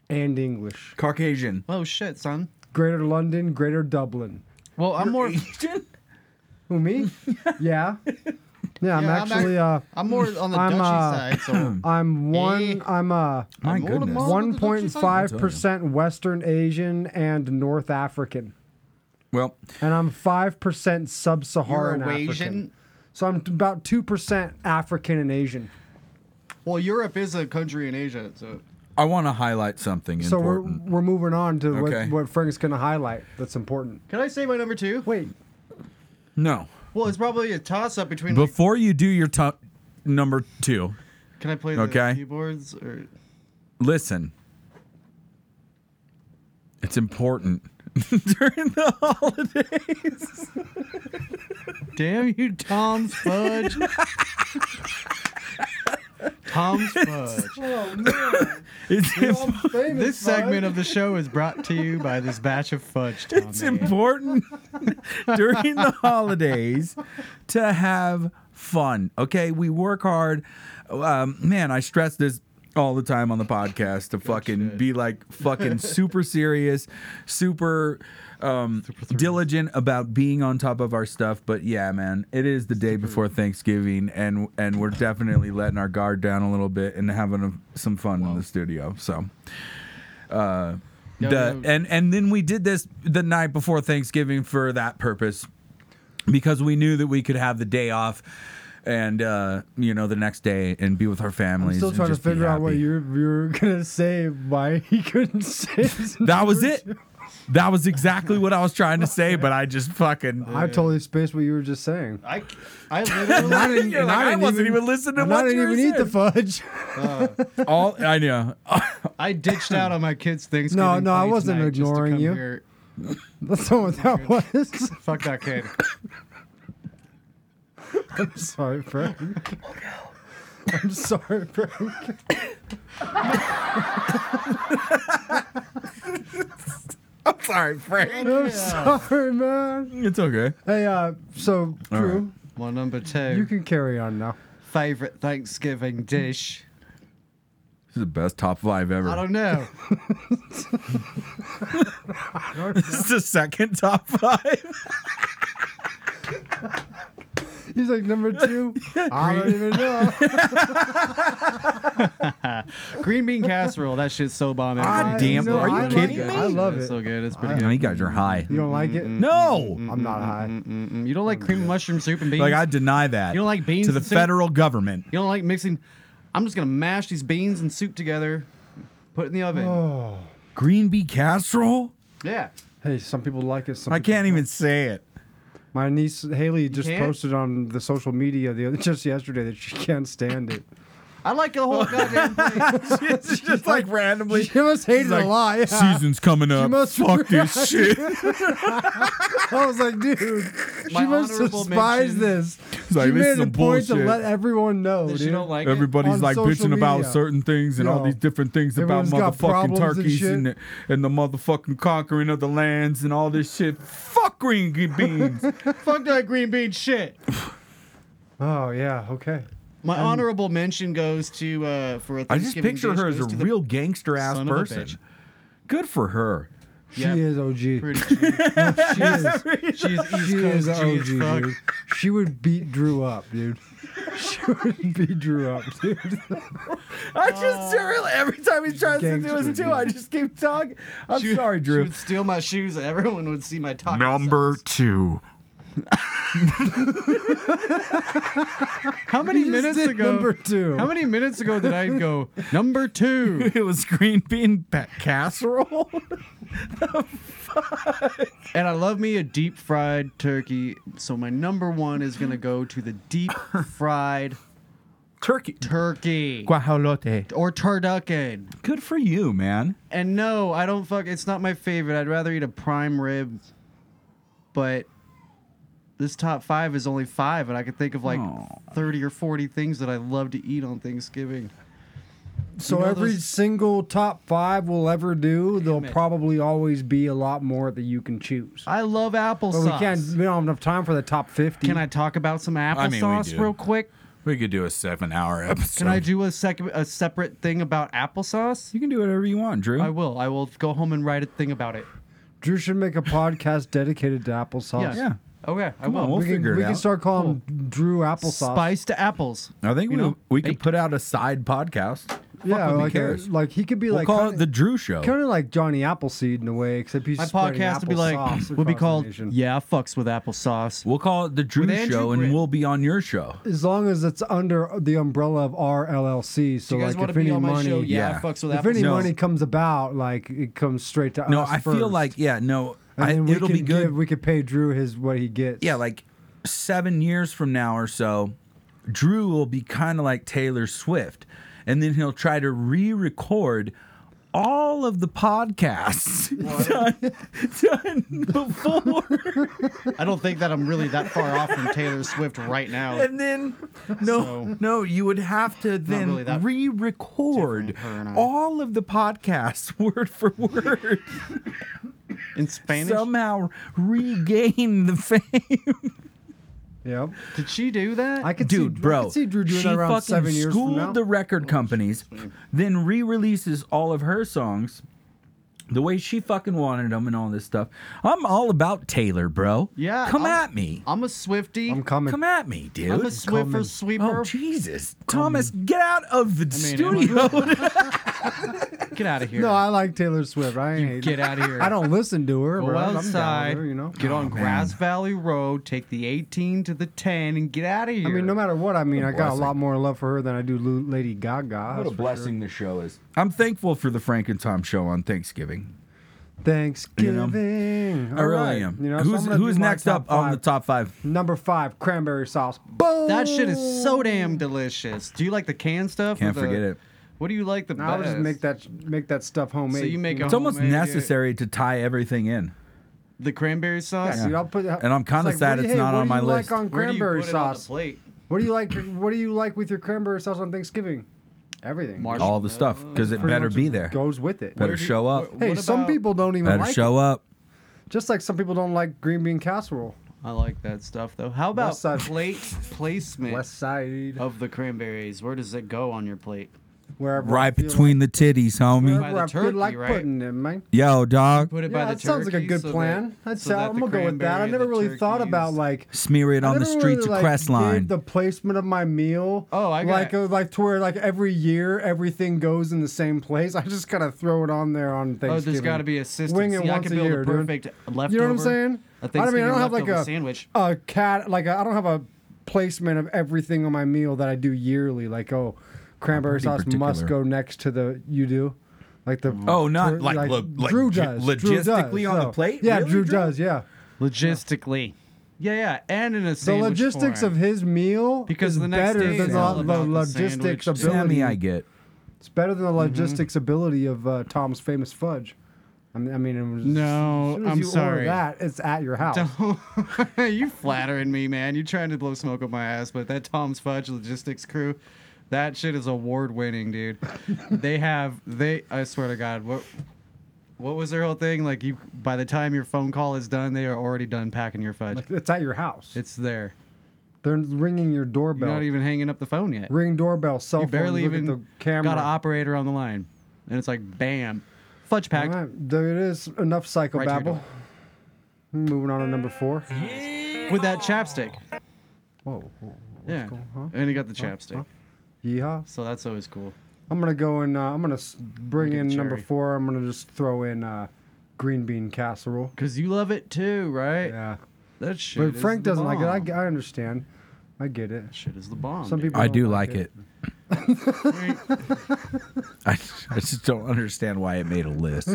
Speaker 8: and English.
Speaker 3: Caucasian.
Speaker 7: oh shit, son.
Speaker 8: Greater London, Greater Dublin.
Speaker 7: Well, I'm more.
Speaker 3: Asian?
Speaker 8: Who, me? yeah. Yeah, I'm
Speaker 7: Yeah, I'm
Speaker 8: actually, uh,
Speaker 7: I'm more on the
Speaker 8: I'm,
Speaker 7: Dutchy
Speaker 8: uh,
Speaker 7: side. So
Speaker 8: I'm one,
Speaker 7: Eh.
Speaker 8: I'm, uh,
Speaker 3: My
Speaker 7: I'm old
Speaker 3: goodness.
Speaker 7: enough. One-
Speaker 8: 1.5% Western Asian and North African.
Speaker 3: Well,
Speaker 8: And I'm 5% sub
Speaker 7: you're
Speaker 8: Saharan African.
Speaker 7: Asian.
Speaker 8: So I'm t- about 2% African and Asian.
Speaker 7: Well, Europe is a country in Asia, so
Speaker 3: I want to highlight something
Speaker 8: So we're,
Speaker 3: important.
Speaker 8: we're moving on to
Speaker 3: Okay.
Speaker 8: what, what Frank's going to highlight that's important.
Speaker 7: Can I say my number two?
Speaker 8: Wait,
Speaker 3: no.
Speaker 7: Well, it's probably a toss up between. like-
Speaker 3: Before you do your top number two,
Speaker 7: can I play the
Speaker 3: Okay.
Speaker 7: keyboards or?
Speaker 3: listen. It's important during the holidays.
Speaker 7: Damn you, Tom's fudge. Tom's fudge.
Speaker 3: It's, im-
Speaker 7: This segment of the show is brought to you by this batch of fudge. Tom
Speaker 3: it's
Speaker 7: made.
Speaker 3: important during the holidays to have fun. Okay, we work hard. Um, man, I stress this all the time on the podcast to fucking be like fucking super serious, super. Um, diligent about being on top of our stuff, but yeah, man, it is the day before Thanksgiving, and and we're definitely letting our guard down a little bit and having a, some fun in the studio. So, the,
Speaker 7: no.
Speaker 3: and and then we did this the night before Thanksgiving for that purpose because we knew that we could have the day off and uh, you know the next day and be with our families.
Speaker 8: I'm still
Speaker 3: and
Speaker 8: trying to
Speaker 3: just be
Speaker 8: figure out what
Speaker 3: happy.
Speaker 8: you're you're gonna say. Why he couldn't say? his
Speaker 3: That was
Speaker 8: number
Speaker 3: it.
Speaker 8: two.
Speaker 3: That was exactly what I was trying to say, but I just fucking.
Speaker 8: I totally spaced what you were just saying.
Speaker 7: I, I literally.
Speaker 3: You're like, I wasn't even listening to
Speaker 8: and
Speaker 3: what
Speaker 8: I didn't
Speaker 3: you were
Speaker 8: even eat the
Speaker 3: saying.
Speaker 8: fudge.
Speaker 3: All I know.
Speaker 7: I ditched out on my kids' Thanksgiving.
Speaker 8: No, no, I
Speaker 7: parties
Speaker 8: wasn't
Speaker 7: tonight just to
Speaker 8: ignoring
Speaker 7: come
Speaker 8: you.
Speaker 7: here.
Speaker 8: That's not what that was.
Speaker 7: Fuck that kid.
Speaker 8: I'm sorry, Frank. I'm sorry, Frank.
Speaker 3: I'm sorry, Frank.
Speaker 8: I'm sorry, man.
Speaker 3: It's okay.
Speaker 8: Hey, uh, so Drew,
Speaker 7: Well, number two,
Speaker 8: you can carry on now.
Speaker 7: favorite Thanksgiving dish.
Speaker 3: This is the best top five
Speaker 7: I
Speaker 3: ever.
Speaker 7: don't know.
Speaker 3: This is the second top five.
Speaker 8: He's like number two. I don't even know.
Speaker 7: Green bean casserole. That shit's so bomb.
Speaker 3: God
Speaker 8: I
Speaker 3: damn,
Speaker 8: know,
Speaker 3: are you
Speaker 8: I like
Speaker 3: kidding
Speaker 8: it.
Speaker 3: me?
Speaker 8: I love
Speaker 7: It's
Speaker 8: it.
Speaker 7: so good. It's pretty
Speaker 3: Man, you guys are high.
Speaker 8: You Mm. don't like it?
Speaker 3: No.
Speaker 8: I'm not high.
Speaker 7: good. Mm, You don't like cream mushroom soup and beans.
Speaker 3: Like I deny that.
Speaker 7: You don't like beans
Speaker 3: to the
Speaker 7: and soup?
Speaker 3: federal government.
Speaker 7: you don't like mixing. I'm just gonna mash these beans and soup together, put it in the oven.
Speaker 8: Oh.
Speaker 3: Green bean casserole?
Speaker 7: Yeah.
Speaker 8: Hey, some people like it. Some
Speaker 3: I
Speaker 8: people
Speaker 3: can't even say it.
Speaker 8: My niece Haley just
Speaker 7: can't?
Speaker 8: posted on the social media the other, just yesterday that she can't stand it.
Speaker 7: I like the whole goddamn thing.
Speaker 3: it's just like randomly.
Speaker 8: She must hate it
Speaker 3: like,
Speaker 8: a lot. yeah.
Speaker 3: Season's coming up.
Speaker 8: must-
Speaker 3: Fuck this shit.
Speaker 8: I was like, dude,
Speaker 7: My
Speaker 8: she must
Speaker 7: honorable
Speaker 8: despise
Speaker 7: mention-
Speaker 8: this.
Speaker 3: It's like,
Speaker 8: you
Speaker 3: this
Speaker 8: made
Speaker 3: is some
Speaker 8: a point to
Speaker 3: bullshit.
Speaker 8: let everyone know.
Speaker 7: That you
Speaker 8: dude.
Speaker 7: don't like it?
Speaker 3: Everybody's
Speaker 8: On
Speaker 3: like bitching
Speaker 8: social
Speaker 3: about
Speaker 8: media.
Speaker 3: certain things and all
Speaker 8: No.
Speaker 3: these different things about
Speaker 8: Everyone's got
Speaker 3: motherfucking
Speaker 8: problems and
Speaker 3: turkeys
Speaker 8: shit.
Speaker 3: and, the, and the motherfucking conquering of the lands and all this shit. Fuck green beans.
Speaker 7: Fuck that green bean shit.
Speaker 8: Oh yeah, okay.
Speaker 7: My
Speaker 8: Um,
Speaker 7: honorable mention goes to uh, for a
Speaker 3: I just
Speaker 7: Thanksgiving
Speaker 3: picture
Speaker 7: dish
Speaker 3: her as
Speaker 7: goes
Speaker 3: a
Speaker 7: to the-
Speaker 3: real gangster ass
Speaker 7: son of a bitch.
Speaker 3: person. Good for her.
Speaker 8: She
Speaker 7: Yeah.
Speaker 8: is OG.
Speaker 7: Pretty
Speaker 8: she is.
Speaker 7: She's East
Speaker 8: She
Speaker 7: Coast
Speaker 8: is
Speaker 7: G
Speaker 8: OG,
Speaker 7: as fuck.
Speaker 8: dude. She would beat Drew up, dude. She would beat Drew up, dude.
Speaker 3: I just really every time he tries to do
Speaker 8: Gangster,
Speaker 3: his two, I just keep talking. I'm
Speaker 7: She would-
Speaker 3: sorry,
Speaker 7: She
Speaker 3: Drew.
Speaker 7: would steal my shoes and everyone would see my talk.
Speaker 3: two.
Speaker 7: How many
Speaker 8: You just
Speaker 7: minutes
Speaker 8: did
Speaker 7: ago?
Speaker 8: number two.
Speaker 7: How many minutes ago did I go number two?
Speaker 3: It was green bean ba- casserole.
Speaker 7: And I love me a deep fried turkey. So my number one is gonna go to the deep fried
Speaker 3: Turkey.
Speaker 7: turkey
Speaker 3: Guajolote.
Speaker 7: or turducken.
Speaker 3: Good for you, man.
Speaker 7: And no, I don't fuck. It's not my favorite. I'd rather eat a prime rib. But this top five is only five, and I can think of like
Speaker 3: Aw.
Speaker 7: thirty or forty things that I love to eat on Thanksgiving.
Speaker 8: So
Speaker 7: You know
Speaker 8: every
Speaker 7: those-
Speaker 8: single top five we'll ever do, there'll
Speaker 7: it.
Speaker 8: probably always be a lot more that you can choose.
Speaker 7: I love
Speaker 8: But
Speaker 7: applesauce.
Speaker 8: we can't. We don't have enough time for the top fifty.
Speaker 7: Can I talk about some applesauce
Speaker 3: I mean, we do.
Speaker 7: real quick?
Speaker 3: We could do a seven-hour episode.
Speaker 7: Can I do a sec- a separate thing about applesauce?
Speaker 3: You can do whatever you want, Drew.
Speaker 7: I will. I will go home and write a thing about it.
Speaker 8: Drew should make a podcast dedicated to applesauce.
Speaker 7: Yeah.
Speaker 3: yeah.
Speaker 7: Okay, I
Speaker 3: Come on,
Speaker 7: will.
Speaker 3: we'll
Speaker 8: we can,
Speaker 3: figure it
Speaker 8: we can
Speaker 3: out.
Speaker 8: start calling Drew applesauce.
Speaker 7: Spice to apples.
Speaker 3: I think
Speaker 7: You
Speaker 3: we
Speaker 7: know,
Speaker 3: we could
Speaker 7: baked.
Speaker 3: put out a side podcast.
Speaker 8: Yeah,
Speaker 3: Fuck, who
Speaker 8: like, a,
Speaker 3: cares?
Speaker 8: like he could be
Speaker 3: we'll
Speaker 8: like
Speaker 3: call
Speaker 8: kinda,
Speaker 3: it the Drew Show.
Speaker 8: kind of like Johnny Appleseed in a way, except he's
Speaker 7: My
Speaker 8: spreading
Speaker 7: podcast will be like
Speaker 8: applesauce
Speaker 7: will be
Speaker 8: across the
Speaker 7: called
Speaker 8: nation.
Speaker 7: Yeah, I fucks with applesauce.
Speaker 3: We'll call it the Drew
Speaker 7: With Andrew
Speaker 3: Show,
Speaker 7: Britt.
Speaker 3: and we'll be on your show.
Speaker 8: As long as it's under the umbrella of our LLC, so
Speaker 7: Do you guys
Speaker 8: like
Speaker 7: want
Speaker 8: if
Speaker 7: to be
Speaker 8: any
Speaker 7: on my
Speaker 8: money,
Speaker 7: show? Yeah,
Speaker 3: yeah.
Speaker 7: I fucks with
Speaker 8: if
Speaker 7: apples.
Speaker 8: any
Speaker 3: No.
Speaker 8: money comes about, like it comes straight to us.
Speaker 3: No, I feel
Speaker 8: first.
Speaker 3: like yeah, no,
Speaker 8: and
Speaker 3: I,
Speaker 8: then we
Speaker 3: it'll
Speaker 8: can
Speaker 3: be good.
Speaker 8: Give, we could pay Drew his what he gets.
Speaker 3: yeah, like seven years from now or so, Drew will be kind of like Taylor Swift, and then he'll try to re-record all of the podcasts done, done before,
Speaker 7: I don't think that I'm really that far off from Taylor Swift right now.
Speaker 3: and then no,
Speaker 7: So-
Speaker 3: no, you would have to then
Speaker 7: really that
Speaker 3: re-record
Speaker 7: different, her and I.
Speaker 3: all of the podcasts word for word.
Speaker 7: In Spanish,
Speaker 3: Somehow regain the fame.
Speaker 8: Yep.
Speaker 7: did she do that?
Speaker 8: I could
Speaker 3: dude,
Speaker 8: see, I
Speaker 3: bro.
Speaker 8: could see Drew doing
Speaker 3: she
Speaker 8: that around
Speaker 3: fucking
Speaker 8: seven years
Speaker 3: schooled
Speaker 8: from now.
Speaker 3: the record companies, then re-releases all of her songs the way she fucking wanted them and all this stuff. I'm all about Taylor, bro.
Speaker 7: yeah,
Speaker 3: come
Speaker 7: I'm-
Speaker 3: at me.
Speaker 7: I'm a Swifty.
Speaker 8: I'm coming.
Speaker 3: come at me, dude.
Speaker 7: I'm a Swiffer sweeper.
Speaker 3: Oh Jesus, Thomas, get out of the
Speaker 7: mean,
Speaker 3: studio.
Speaker 7: Get out of here.
Speaker 8: no, I like Taylor Swift. I ain't.
Speaker 7: Get out of here.
Speaker 8: I don't listen to her.
Speaker 7: Go
Speaker 8: but I'm down with
Speaker 7: outside.
Speaker 8: her, you know. Oh,
Speaker 7: Get on Grass Valley Road. Take the 18 to the 10 and get out of here.
Speaker 8: I mean, no matter what, I mean, I got a
Speaker 3: blessing.
Speaker 8: lot more love for her than I do Lu- Lady Gaga. that's for
Speaker 3: the show is. I'm thankful for the Frank and Tom show on Thanksgiving.
Speaker 8: sure. Thanksgiving.
Speaker 3: I
Speaker 8: All
Speaker 3: really
Speaker 8: right.
Speaker 3: am.
Speaker 8: You know, so I'm
Speaker 3: who's
Speaker 8: gonna do
Speaker 3: who's
Speaker 8: my
Speaker 3: next
Speaker 8: top
Speaker 3: up on
Speaker 8: five.
Speaker 3: the top five?
Speaker 8: Number five, cranberry sauce. Boom.
Speaker 7: That shit is so damn delicious. Do you like the canned stuff? or
Speaker 3: Can't
Speaker 7: the-
Speaker 3: forget it.
Speaker 7: What do you like the
Speaker 8: I would just
Speaker 7: best?
Speaker 8: make that make that stuff homemade.
Speaker 7: So you make a
Speaker 8: Oh,
Speaker 3: It's almost
Speaker 7: homemade-
Speaker 3: necessary to tie everything in.
Speaker 7: the cranberry sauce.
Speaker 8: Yeah, dude, I'll put.
Speaker 3: And I'm kinda
Speaker 8: It's
Speaker 3: sad
Speaker 8: what do you-
Speaker 3: it's not
Speaker 8: what
Speaker 3: on
Speaker 8: do
Speaker 3: my
Speaker 8: you
Speaker 3: list.
Speaker 8: Like on
Speaker 7: Where do you
Speaker 8: cranberry
Speaker 7: put it on the
Speaker 8: sauce.
Speaker 7: plate?
Speaker 8: What do you like? What do you like with your cranberry sauce on Thanksgiving? Everything.
Speaker 7: Marshmallows.
Speaker 3: All the stuff because it
Speaker 8: Pretty
Speaker 3: better
Speaker 8: much
Speaker 3: be there.
Speaker 8: Goes with it.
Speaker 3: Better
Speaker 7: do you-
Speaker 3: show up.
Speaker 7: what-
Speaker 8: Hey, some
Speaker 7: about-
Speaker 8: people don't even
Speaker 3: Better
Speaker 8: like
Speaker 3: show up.
Speaker 8: it. Just like some people don't like green bean casserole.
Speaker 7: I like that stuff though. How about
Speaker 8: West side.
Speaker 7: plate placement
Speaker 8: West side.
Speaker 7: of the cranberries? Where does it go on your plate?
Speaker 8: Wherever I
Speaker 3: Right
Speaker 8: feel
Speaker 3: between the titties,
Speaker 8: Like,
Speaker 3: homie.
Speaker 7: By the
Speaker 8: wherever I feel
Speaker 7: turkey,
Speaker 8: like
Speaker 7: right?
Speaker 8: putting it, man.
Speaker 3: Yo, dog.
Speaker 7: Put it
Speaker 8: Yeah,
Speaker 7: by the
Speaker 8: that sounds like a
Speaker 7: turkey
Speaker 8: good
Speaker 7: so
Speaker 8: plan.
Speaker 7: That,
Speaker 8: That's
Speaker 7: so that
Speaker 8: I'm
Speaker 7: the
Speaker 8: gonna go with that. I
Speaker 7: cranberry,
Speaker 8: never
Speaker 7: the
Speaker 8: really thought
Speaker 7: turkeys-
Speaker 8: about like
Speaker 3: Smear it
Speaker 8: I
Speaker 3: on the
Speaker 8: never
Speaker 3: streets
Speaker 8: really,
Speaker 3: of
Speaker 8: like,
Speaker 3: Crestline.
Speaker 8: did The placement of my meal.
Speaker 7: Oh, I got-
Speaker 8: like uh, like to where like every year everything goes in the same place. I just kind of throw it on there on Thanksgiving.
Speaker 7: Oh, there's got to be a system.
Speaker 8: Wing it
Speaker 7: See, I
Speaker 8: once
Speaker 7: could
Speaker 8: a
Speaker 7: build
Speaker 8: year,
Speaker 7: a
Speaker 8: dude.
Speaker 7: perfect leftover.
Speaker 8: You know what I'm saying? I
Speaker 7: A
Speaker 8: mean,
Speaker 7: Thanksgiving
Speaker 8: I don't have like
Speaker 7: leftover
Speaker 8: a
Speaker 7: sandwich.
Speaker 8: a cat. Like I I don't have a placement of everything on my meal that I do yearly. Like oh, cranberry
Speaker 3: pretty
Speaker 8: sauce must
Speaker 3: particular.
Speaker 8: go next to the you do. Like the
Speaker 3: Oh,
Speaker 8: tur-
Speaker 3: not like, lo- like
Speaker 8: Drew
Speaker 3: ju-
Speaker 8: does Drew does,
Speaker 3: logistically on the
Speaker 8: so-
Speaker 3: plate.
Speaker 8: Yeah,
Speaker 3: Really,
Speaker 8: Drew, does. Yeah,
Speaker 7: Logistically. Yeah, yeah, and in a
Speaker 8: the
Speaker 7: sandwich
Speaker 8: logistics
Speaker 7: form.
Speaker 8: of his meal
Speaker 7: Because
Speaker 8: is
Speaker 7: the next
Speaker 8: better
Speaker 7: day
Speaker 8: than
Speaker 7: is
Speaker 8: the,
Speaker 7: all
Speaker 8: the
Speaker 7: about the
Speaker 8: logistics
Speaker 7: sandwich, Mm-hmm. dude.
Speaker 8: ability.
Speaker 3: Sammy, I get.
Speaker 8: It's better than the logistics ability of uh, Tom's famous fudge. I mean, I mean was,
Speaker 7: no,
Speaker 8: as soon as
Speaker 7: I'm
Speaker 8: you
Speaker 7: sorry.
Speaker 8: Order that it's at your house.
Speaker 7: you flattering me, man. You're trying to blow smoke up my ass, but that Tom's Fudge logistics crew, that shit is award winning, dude. they have they. I swear to God, what what was their whole thing? Like you, by the time your phone call is done, they are already done packing your fudge.
Speaker 8: Like, it's at your house.
Speaker 7: It's there.
Speaker 8: They're ringing your doorbell.
Speaker 7: You're not even hanging up the phone yet.
Speaker 8: Ring doorbell, cell
Speaker 7: you
Speaker 8: phone.
Speaker 7: barely
Speaker 8: look at
Speaker 7: even
Speaker 8: the camera.
Speaker 7: got an operator on the line, and it's like bam, fudge packed.
Speaker 8: All right, there it is. Enough psychobabble.
Speaker 7: Right to your
Speaker 8: babble.
Speaker 7: door.
Speaker 8: Moving on to number four.
Speaker 7: with that chapstick.
Speaker 8: Whoa. whoa.
Speaker 7: Yeah,
Speaker 8: cool, huh?
Speaker 7: and he got the chapstick.
Speaker 8: Yeehaw.
Speaker 7: So that's always cool.
Speaker 8: I'm gonna go and uh, I'm gonna s- bring
Speaker 7: Look at
Speaker 8: in number
Speaker 7: Jerry.
Speaker 8: four. I'm gonna just throw in uh, green bean casserole.
Speaker 7: Cause you love it too, right?
Speaker 8: Yeah,
Speaker 7: That shit.
Speaker 8: but
Speaker 7: is
Speaker 8: Frank
Speaker 7: the
Speaker 8: doesn't like it. I,
Speaker 7: bomb.
Speaker 8: g- I understand. I get it.
Speaker 7: Shit is the bomb.
Speaker 8: Some
Speaker 7: dude.
Speaker 8: people.
Speaker 3: I
Speaker 8: don't
Speaker 3: do like
Speaker 8: it.
Speaker 3: it. I, I just don't understand why it made a list.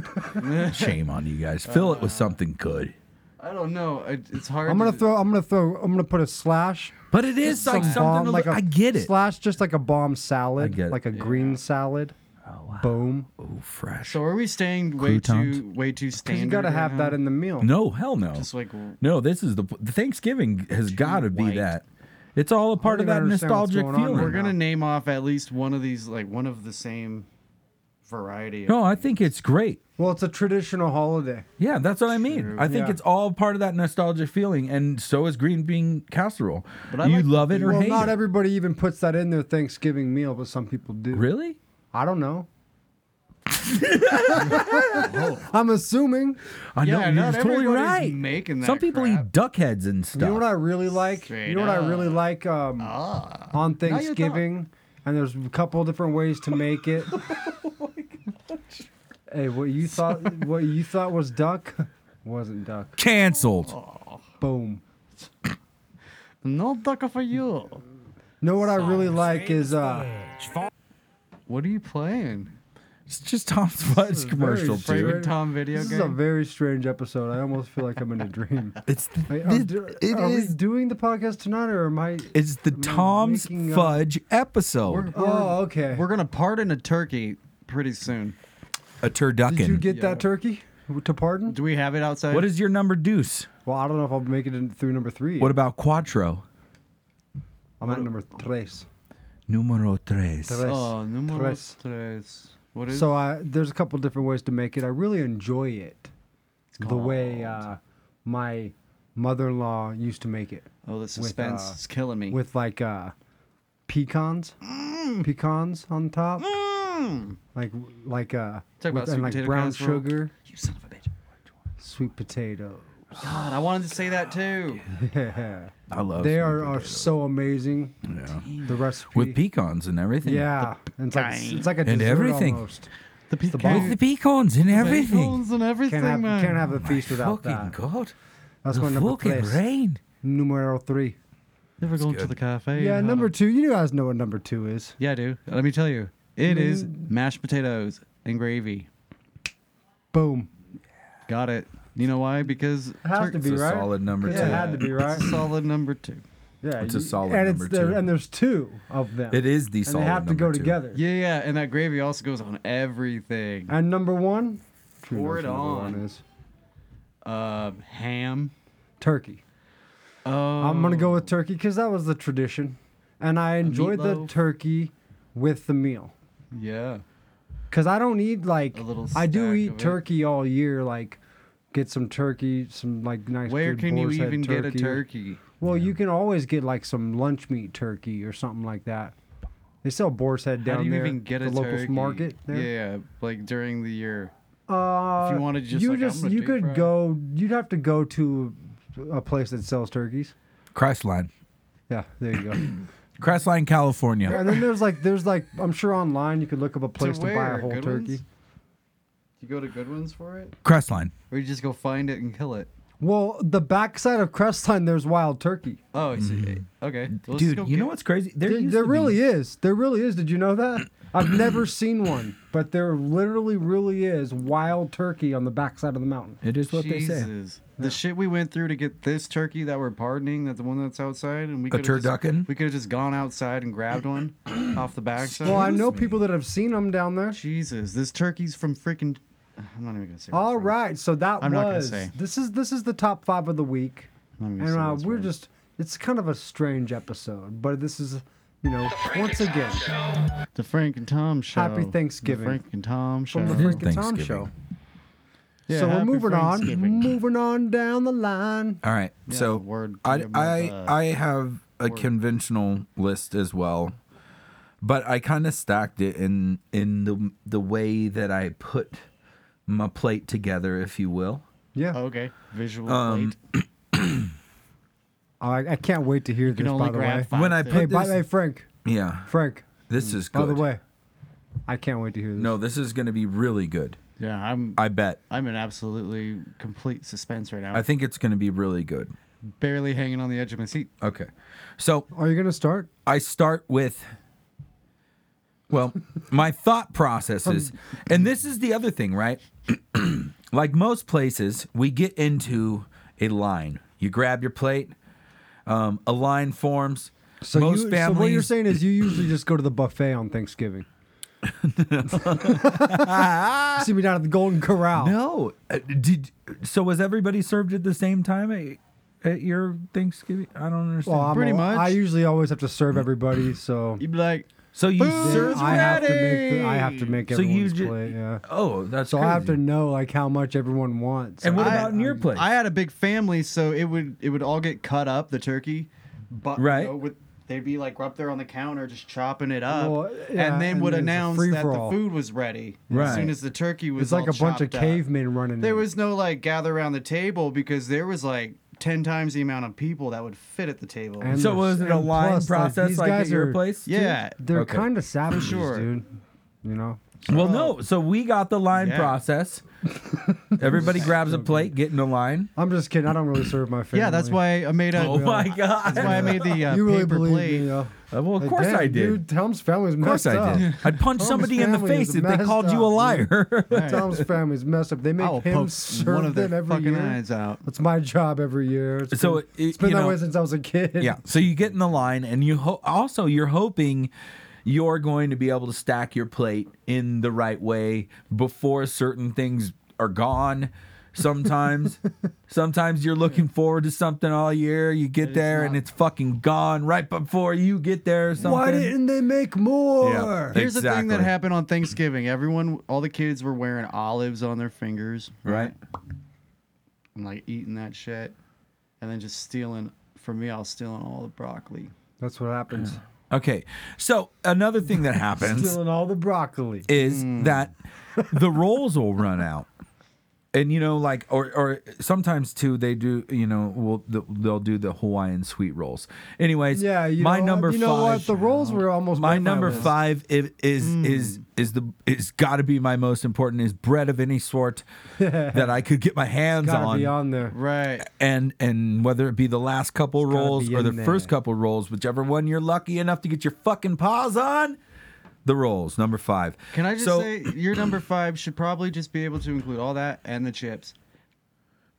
Speaker 3: Shame on you guys. Fill
Speaker 8: Uh,
Speaker 3: it with something good.
Speaker 7: I don't know. It, it's hard.
Speaker 8: I'm gonna
Speaker 7: to-
Speaker 8: throw. I'm gonna throw. I'm gonna put a slash.
Speaker 3: But it is like
Speaker 8: some
Speaker 3: something.
Speaker 8: bomb,
Speaker 3: to
Speaker 8: like
Speaker 3: look-
Speaker 8: a
Speaker 3: I get it.
Speaker 8: Slash just like a bomb salad,
Speaker 3: I get it. Oh,
Speaker 8: like a green salad. Boom.
Speaker 3: Ooh, fresh.
Speaker 7: So are we staying way
Speaker 3: Croutons?
Speaker 7: too way too
Speaker 8: Because
Speaker 7: standard?
Speaker 8: you gotta
Speaker 7: right
Speaker 8: have
Speaker 7: now?
Speaker 8: that in the meal.
Speaker 3: No, hell no.
Speaker 7: Just like w-
Speaker 3: No, this is the, the Thanksgiving has got to be
Speaker 7: white.
Speaker 3: that. It's all a part of
Speaker 8: even
Speaker 3: that
Speaker 8: understand what's
Speaker 3: nostalgic
Speaker 8: going on
Speaker 3: feeling.
Speaker 7: we're gonna name off at least one of these, like one of the same variety. of-
Speaker 3: No, I think it's great.
Speaker 8: Well, it's a traditional holiday.
Speaker 3: Yeah, that's what I mean. I think
Speaker 8: Yeah.
Speaker 3: it's all part of that nostalgic feeling, and so is green bean casserole.
Speaker 7: But I
Speaker 3: you
Speaker 7: like-
Speaker 3: love it or
Speaker 8: Well,
Speaker 3: hate
Speaker 8: not
Speaker 3: it.
Speaker 8: everybody even puts that in their Thanksgiving meal, but some people do.
Speaker 3: really?
Speaker 8: I don't know. I'm assuming.
Speaker 3: I know
Speaker 7: Yeah,
Speaker 3: you're
Speaker 7: not
Speaker 3: totally
Speaker 7: everybody's
Speaker 3: right.
Speaker 7: making that
Speaker 3: Some people
Speaker 7: crap.
Speaker 3: eat duck heads and stuff.
Speaker 8: You know what I really like?
Speaker 7: Straight
Speaker 8: you know what I really
Speaker 7: up. Ah.
Speaker 8: like um, on
Speaker 7: talk.
Speaker 8: Thanksgiving? And there's a couple different ways to make it.
Speaker 7: Oh
Speaker 8: Hey, what you thought what you thought was duck wasn't duck.
Speaker 3: Cancelled.
Speaker 8: Oh. Boom.
Speaker 7: No duck for you.
Speaker 8: You know what I really like is uh
Speaker 7: What are you playing?
Speaker 3: It's just Tom's Fudge commercial,
Speaker 8: very
Speaker 3: dude.
Speaker 7: Favorite
Speaker 8: Dude.
Speaker 7: Tom video
Speaker 8: this
Speaker 7: game.
Speaker 8: is a very strange episode. I almost feel like I'm in a dream.
Speaker 3: It's the,
Speaker 8: Wait, are,
Speaker 3: it-
Speaker 8: do-
Speaker 3: it
Speaker 8: are we
Speaker 3: is
Speaker 8: doing the podcast tonight or am I uh,
Speaker 3: it's the Tom's
Speaker 8: waking up?
Speaker 3: Fudge episode.
Speaker 7: We're-
Speaker 8: Oh, okay.
Speaker 7: We're gonna pardon a turkey pretty soon.
Speaker 3: A turducken.
Speaker 8: Did you get
Speaker 7: Yeah.
Speaker 8: that turkey to pardon?
Speaker 7: Do we have it outside?
Speaker 3: what is your number deuce?
Speaker 8: Well, I don't know if I'll make it in through number three.
Speaker 3: What about Quattro?
Speaker 8: I'm at number tres.
Speaker 3: Numero tres.
Speaker 8: Tres.
Speaker 7: Oh, numero
Speaker 8: Tres.
Speaker 7: tres. What is?
Speaker 8: So I, there's a couple different ways to make it. I really enjoy it, the way uh, my mother-in-law used to make it
Speaker 7: oh, the suspense
Speaker 8: uh,
Speaker 7: is killing me.
Speaker 8: with like uh, pecans,
Speaker 7: Mm.
Speaker 8: pecans on top, like like uh,
Speaker 7: Talk about
Speaker 8: with- and
Speaker 7: sweet
Speaker 8: like
Speaker 7: potato
Speaker 8: brown
Speaker 7: casserole.
Speaker 8: sugar,
Speaker 7: you son of a bitch.
Speaker 8: sweet potato.
Speaker 7: God, I wanted to say that too.
Speaker 8: they
Speaker 3: I love
Speaker 8: are, are so amazing. The recipe
Speaker 3: with pecans and everything.
Speaker 8: Yeah, and it's like it's like a
Speaker 3: And
Speaker 8: dessert
Speaker 3: everything.
Speaker 8: almost.
Speaker 7: The
Speaker 8: the
Speaker 7: pecan
Speaker 8: bomb.
Speaker 3: With the pecans and everything.
Speaker 7: bagels and everything,
Speaker 8: Can't have
Speaker 7: man.
Speaker 8: can't have a feast without
Speaker 3: Fucking
Speaker 8: that.
Speaker 3: god.
Speaker 8: That's
Speaker 3: the
Speaker 8: my number
Speaker 3: fucking
Speaker 8: tres.
Speaker 3: rain.
Speaker 8: Numero three.
Speaker 7: Never going to the cafe.
Speaker 8: Yeah,
Speaker 7: and
Speaker 8: number
Speaker 7: have
Speaker 8: two. You guys know what number two is.
Speaker 7: a- Yeah, dude. Let me tell you, it is mashed potatoes and gravy.
Speaker 8: Boom.
Speaker 7: Got it. You know why? Because
Speaker 8: It has to
Speaker 7: turkey-
Speaker 8: be
Speaker 3: It's a
Speaker 8: right.
Speaker 3: solid number two.
Speaker 8: yeah, It had to be right.
Speaker 7: it's a solid number two.
Speaker 8: Yeah,
Speaker 3: It's a solid
Speaker 8: and
Speaker 3: number
Speaker 8: it's there,
Speaker 3: two.
Speaker 8: And there's two of them.
Speaker 3: It is the
Speaker 8: And
Speaker 3: solid
Speaker 8: they have to
Speaker 3: number
Speaker 8: go
Speaker 3: two.
Speaker 8: together.
Speaker 7: Yeah, yeah, and that gravy also goes on everything.
Speaker 8: And number one. Drew
Speaker 7: Pour
Speaker 8: knows
Speaker 7: it
Speaker 8: what number one
Speaker 7: on.
Speaker 8: is.
Speaker 7: Uh, ham.
Speaker 8: Turkey.
Speaker 7: Oh,
Speaker 8: I'm gonna go with turkey because that was the tradition, and I enjoy the
Speaker 7: meatloaf.
Speaker 8: turkey with the meal.
Speaker 7: Oh, yeah.
Speaker 8: Cause I don't eat like
Speaker 7: A little
Speaker 8: I do
Speaker 7: stack
Speaker 8: eat
Speaker 7: of it.
Speaker 8: turkey all year. Like, get some turkey, some like nice.
Speaker 7: Where
Speaker 8: good
Speaker 7: can you
Speaker 8: boar's head
Speaker 7: even get a turkey?
Speaker 8: Well, you can always get like some lunch meat turkey or something like that. They sell boar's head down
Speaker 7: How do you
Speaker 8: there
Speaker 7: even get
Speaker 8: at
Speaker 7: a
Speaker 8: the local
Speaker 7: turkey?
Speaker 8: market. There.
Speaker 7: Yeah, like during the year.
Speaker 8: Uh,
Speaker 7: If you wanted just
Speaker 8: you
Speaker 7: like, I'm
Speaker 8: just
Speaker 7: gonna
Speaker 8: you
Speaker 7: deep
Speaker 8: could
Speaker 7: fry it.
Speaker 8: go. You'd have to go to a place that sells turkeys.
Speaker 3: Crestline.
Speaker 8: Yeah, there you go. and
Speaker 3: Crestline, California.
Speaker 8: then there's like there's like I'm sure online you could look up a place to, buy
Speaker 7: where?
Speaker 8: a whole
Speaker 7: Good
Speaker 8: turkey.
Speaker 7: ones? You go to good ones for it,
Speaker 3: Crestline.
Speaker 7: or you just go find it and kill it.
Speaker 8: Well, the backside of Crestline there's wild turkey.
Speaker 7: Oh, I see. Okay, Let's
Speaker 3: Mm. Dude,
Speaker 7: go
Speaker 3: you know
Speaker 7: get-
Speaker 3: what's crazy? There,
Speaker 8: There,
Speaker 3: used
Speaker 8: there
Speaker 3: to be-
Speaker 8: really is. There really is. Did you know that? I've never seen one, but there literally, really is wild turkey on the backside of the mountain.
Speaker 3: It is what they say.
Speaker 7: Jesus. The shit we went through to get this turkey that we're pardoning, that the one that's outside, and we could
Speaker 3: turducken?
Speaker 7: Just, we could have just gone outside and grabbed one off the backside.
Speaker 8: Well, I know people that have seen them down there.
Speaker 7: Jesus, this turkey's from freaking I'm not even gonna say.
Speaker 8: All right, so that
Speaker 7: I'm
Speaker 8: was
Speaker 7: not gonna say.
Speaker 8: this is this is the top five of the week,
Speaker 7: I'm
Speaker 8: and
Speaker 7: not gonna say
Speaker 8: uh,
Speaker 7: what's
Speaker 8: we're
Speaker 7: wrong.
Speaker 8: just it's kind of a strange episode, but this is you know once again
Speaker 7: The Frank and Tom show.
Speaker 8: Happy Thanksgiving.
Speaker 7: The Frank and Tom show.
Speaker 8: from the Frank and Tom show.
Speaker 7: Yeah,
Speaker 8: so we're
Speaker 7: happy
Speaker 8: moving on,
Speaker 7: Thanksgiving.
Speaker 8: moving on down the line.
Speaker 3: All right.
Speaker 7: Yeah,
Speaker 3: so
Speaker 7: word
Speaker 3: I
Speaker 7: game of,
Speaker 3: I
Speaker 7: uh,
Speaker 3: I have a conventional list as well, but I kind of stacked it in in the the way that I put my plate together, if you will.
Speaker 8: Yeah,
Speaker 7: Okay. Visual
Speaker 3: Um,
Speaker 7: plate.
Speaker 8: I, I can't wait to hear
Speaker 7: You
Speaker 8: this.
Speaker 7: can only
Speaker 8: By the
Speaker 7: grab
Speaker 8: way,
Speaker 7: five.
Speaker 3: When I
Speaker 7: things.
Speaker 8: hey,
Speaker 3: put-
Speaker 8: by
Speaker 3: this-
Speaker 8: the way, Frank,
Speaker 3: Yeah.
Speaker 8: Frank.
Speaker 3: This is good.
Speaker 8: Mm. By the way, I can't wait to hear this.
Speaker 3: No, this is going to be really good.
Speaker 7: yeah, I'm.
Speaker 3: I bet.
Speaker 7: I'm in absolutely complete suspense right now.
Speaker 3: I think it's going to be really good.
Speaker 7: barely hanging on the edge of my seat.
Speaker 3: Okay. So
Speaker 8: Are you gonna start?
Speaker 3: I start with well, my thought processes. And this is the other thing, right? like most places, we get into a line. You grab your plate, um, a line forms.
Speaker 8: So,
Speaker 3: most
Speaker 8: you,
Speaker 3: families
Speaker 8: so what you're saying is you usually just go to the buffet on Thanksgiving. See me down at the Golden Corral.
Speaker 3: No. Uh, did so was everybody served at the same time at, at your Thanksgiving? I don't understand.
Speaker 8: Well, I'm
Speaker 7: Pretty
Speaker 8: al-
Speaker 7: much.
Speaker 8: I usually always have to serve everybody, so
Speaker 7: You'd be like,
Speaker 3: so you
Speaker 7: Food's
Speaker 3: served
Speaker 8: I have to make the, I have to
Speaker 7: ready!
Speaker 8: make
Speaker 3: So you
Speaker 8: everyone's
Speaker 3: ju-
Speaker 8: plate. Yeah.
Speaker 3: Oh, that's
Speaker 8: So I have to
Speaker 3: crazy.
Speaker 8: know like how much everyone wants.
Speaker 3: And what
Speaker 7: I-
Speaker 3: about in your place?
Speaker 7: I had a big family, so it would it would all get cut up the turkey, but
Speaker 3: Right.
Speaker 7: You know, with, they'd be like up there on the counter just chopping it up,
Speaker 8: Well, yeah,
Speaker 7: and then
Speaker 8: and
Speaker 7: would
Speaker 8: there's a
Speaker 7: announce that the
Speaker 8: free-for-all.
Speaker 7: food was ready
Speaker 3: Right.
Speaker 7: as soon as the turkey was.
Speaker 8: it's like
Speaker 7: all
Speaker 8: a bunch of
Speaker 7: chopped up.
Speaker 8: cavemen running.
Speaker 7: There
Speaker 8: in.
Speaker 7: was no like gather around the table because there was like ten times the amount of people that would fit at the table.
Speaker 8: And
Speaker 3: so
Speaker 8: there's-
Speaker 3: was it a
Speaker 8: and
Speaker 3: line
Speaker 8: plus,
Speaker 3: process
Speaker 8: these
Speaker 3: like at
Speaker 8: guys
Speaker 3: your
Speaker 8: are-
Speaker 3: place?
Speaker 7: yeah,
Speaker 8: They're
Speaker 3: Okay.
Speaker 8: kind of savages,
Speaker 7: sure.
Speaker 8: dude. You know.
Speaker 3: Well, no. So we got the line
Speaker 7: Yeah.
Speaker 3: process. Everybody grabs a plate, get in the line.
Speaker 8: I'm just kidding. I don't really serve my family.
Speaker 7: yeah, that's why I made a.
Speaker 3: Oh my god!
Speaker 7: That's why I made the uh,
Speaker 8: you really
Speaker 7: paper
Speaker 8: believe
Speaker 7: plate.
Speaker 8: me? Uh,
Speaker 3: Uh, well, of course
Speaker 8: damn,
Speaker 3: I did.
Speaker 8: Dude, Tom's family's
Speaker 3: Of course
Speaker 8: messed
Speaker 3: I
Speaker 8: up.
Speaker 3: did. I'd punch
Speaker 8: Tom's
Speaker 3: somebody in the
Speaker 8: family is
Speaker 3: face if they
Speaker 8: messed
Speaker 3: called you a
Speaker 8: up,
Speaker 3: liar.
Speaker 7: Right.
Speaker 8: Tom's family's messed up. They
Speaker 7: I
Speaker 8: make
Speaker 7: will
Speaker 8: him
Speaker 7: poke
Speaker 8: serve
Speaker 7: one of their
Speaker 8: them every
Speaker 7: fucking
Speaker 8: year.
Speaker 7: eyes out.
Speaker 8: That's my job every year. It's
Speaker 3: So
Speaker 8: been,
Speaker 3: it- it-
Speaker 8: has been
Speaker 3: you
Speaker 8: that
Speaker 3: know-
Speaker 8: way since I was a kid.
Speaker 3: yeah. So you get in the line, and you ho- also you're hoping you're going to be able to stack your plate in the right way before certain things are gone. Sometimes, sometimes you're looking forward to something all year. You get there and it's fucking gone right before you get there. Or something.
Speaker 8: Why didn't they make more?
Speaker 3: Yeah.
Speaker 7: Here's the thing that
Speaker 3: Exactly.
Speaker 7: happened on Thanksgiving. Everyone, all the kids were wearing olives on their fingers,
Speaker 3: Right.
Speaker 7: And like eating that shit, and then just stealing. For me, I was stealing all the broccoli.
Speaker 8: That's what happens.
Speaker 3: Okay. So another thing that happens
Speaker 8: Stealing all the broccoli.
Speaker 3: is
Speaker 8: Hmm.
Speaker 3: that the rolls will run out. And you know, like, or or sometimes too, they do. You know, well, the, they'll do the Hawaiian sweet rolls. Anyways,
Speaker 8: yeah, you
Speaker 3: my
Speaker 8: know,
Speaker 3: number
Speaker 8: You know
Speaker 3: five.
Speaker 8: what? The rolls were almost
Speaker 3: my
Speaker 8: on
Speaker 3: number
Speaker 8: list. Hmm.
Speaker 3: five is is, is is the is got to be my most important is bread of any sort that I could get my hands
Speaker 8: Gotta be on there.
Speaker 7: Right.
Speaker 3: and and whether it be the last couple
Speaker 8: gotta
Speaker 3: rolls
Speaker 8: be
Speaker 3: or the
Speaker 8: in
Speaker 3: first
Speaker 8: there.
Speaker 3: couple rolls, whichever one you're lucky enough to get your fucking paws on, the rolls number five.
Speaker 7: Can I just
Speaker 3: So-
Speaker 7: say your number five should probably just be able to include all that and the chips.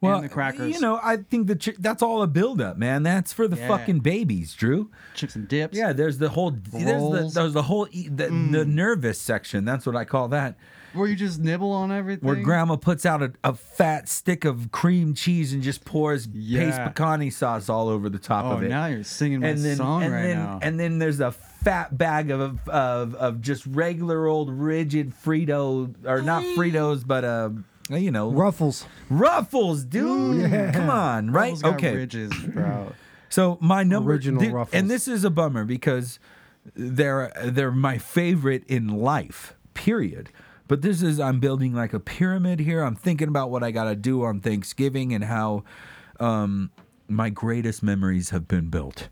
Speaker 3: well,
Speaker 7: and the crackers.
Speaker 3: You know, I think that ch- that's all a buildup, man. That's for the
Speaker 7: Yeah.
Speaker 3: fucking babies, Drew.
Speaker 7: chips and dips.
Speaker 3: Yeah, there's the whole there's the,
Speaker 7: Rolls. Mm.
Speaker 3: there's the whole e- the, the nervous section. That's what I call that.
Speaker 7: Where you just nibble on everything.
Speaker 3: Where grandma puts out a, a fat stick of cream cheese and just pours paste
Speaker 7: Yeah.
Speaker 3: pecani sauce all over the top
Speaker 7: Oh,
Speaker 3: of it.
Speaker 7: now you're singing my
Speaker 3: and then
Speaker 7: song
Speaker 3: and
Speaker 7: right
Speaker 3: then
Speaker 7: now.
Speaker 3: and then there's a fat bag of of of just regular old rigid Frito or not Fritos but uh you know
Speaker 8: Ruffles.
Speaker 3: Ruffles dude come on right
Speaker 7: Ruffles got
Speaker 3: okay
Speaker 7: Ridges, bro.
Speaker 3: so my number
Speaker 8: Original
Speaker 3: dude,
Speaker 8: Ruffles.
Speaker 3: and this is a bummer because they're they're my favorite in life period but this is I'm building like a pyramid here I'm thinking about what I got to do on Thanksgiving and how um my greatest memories have been built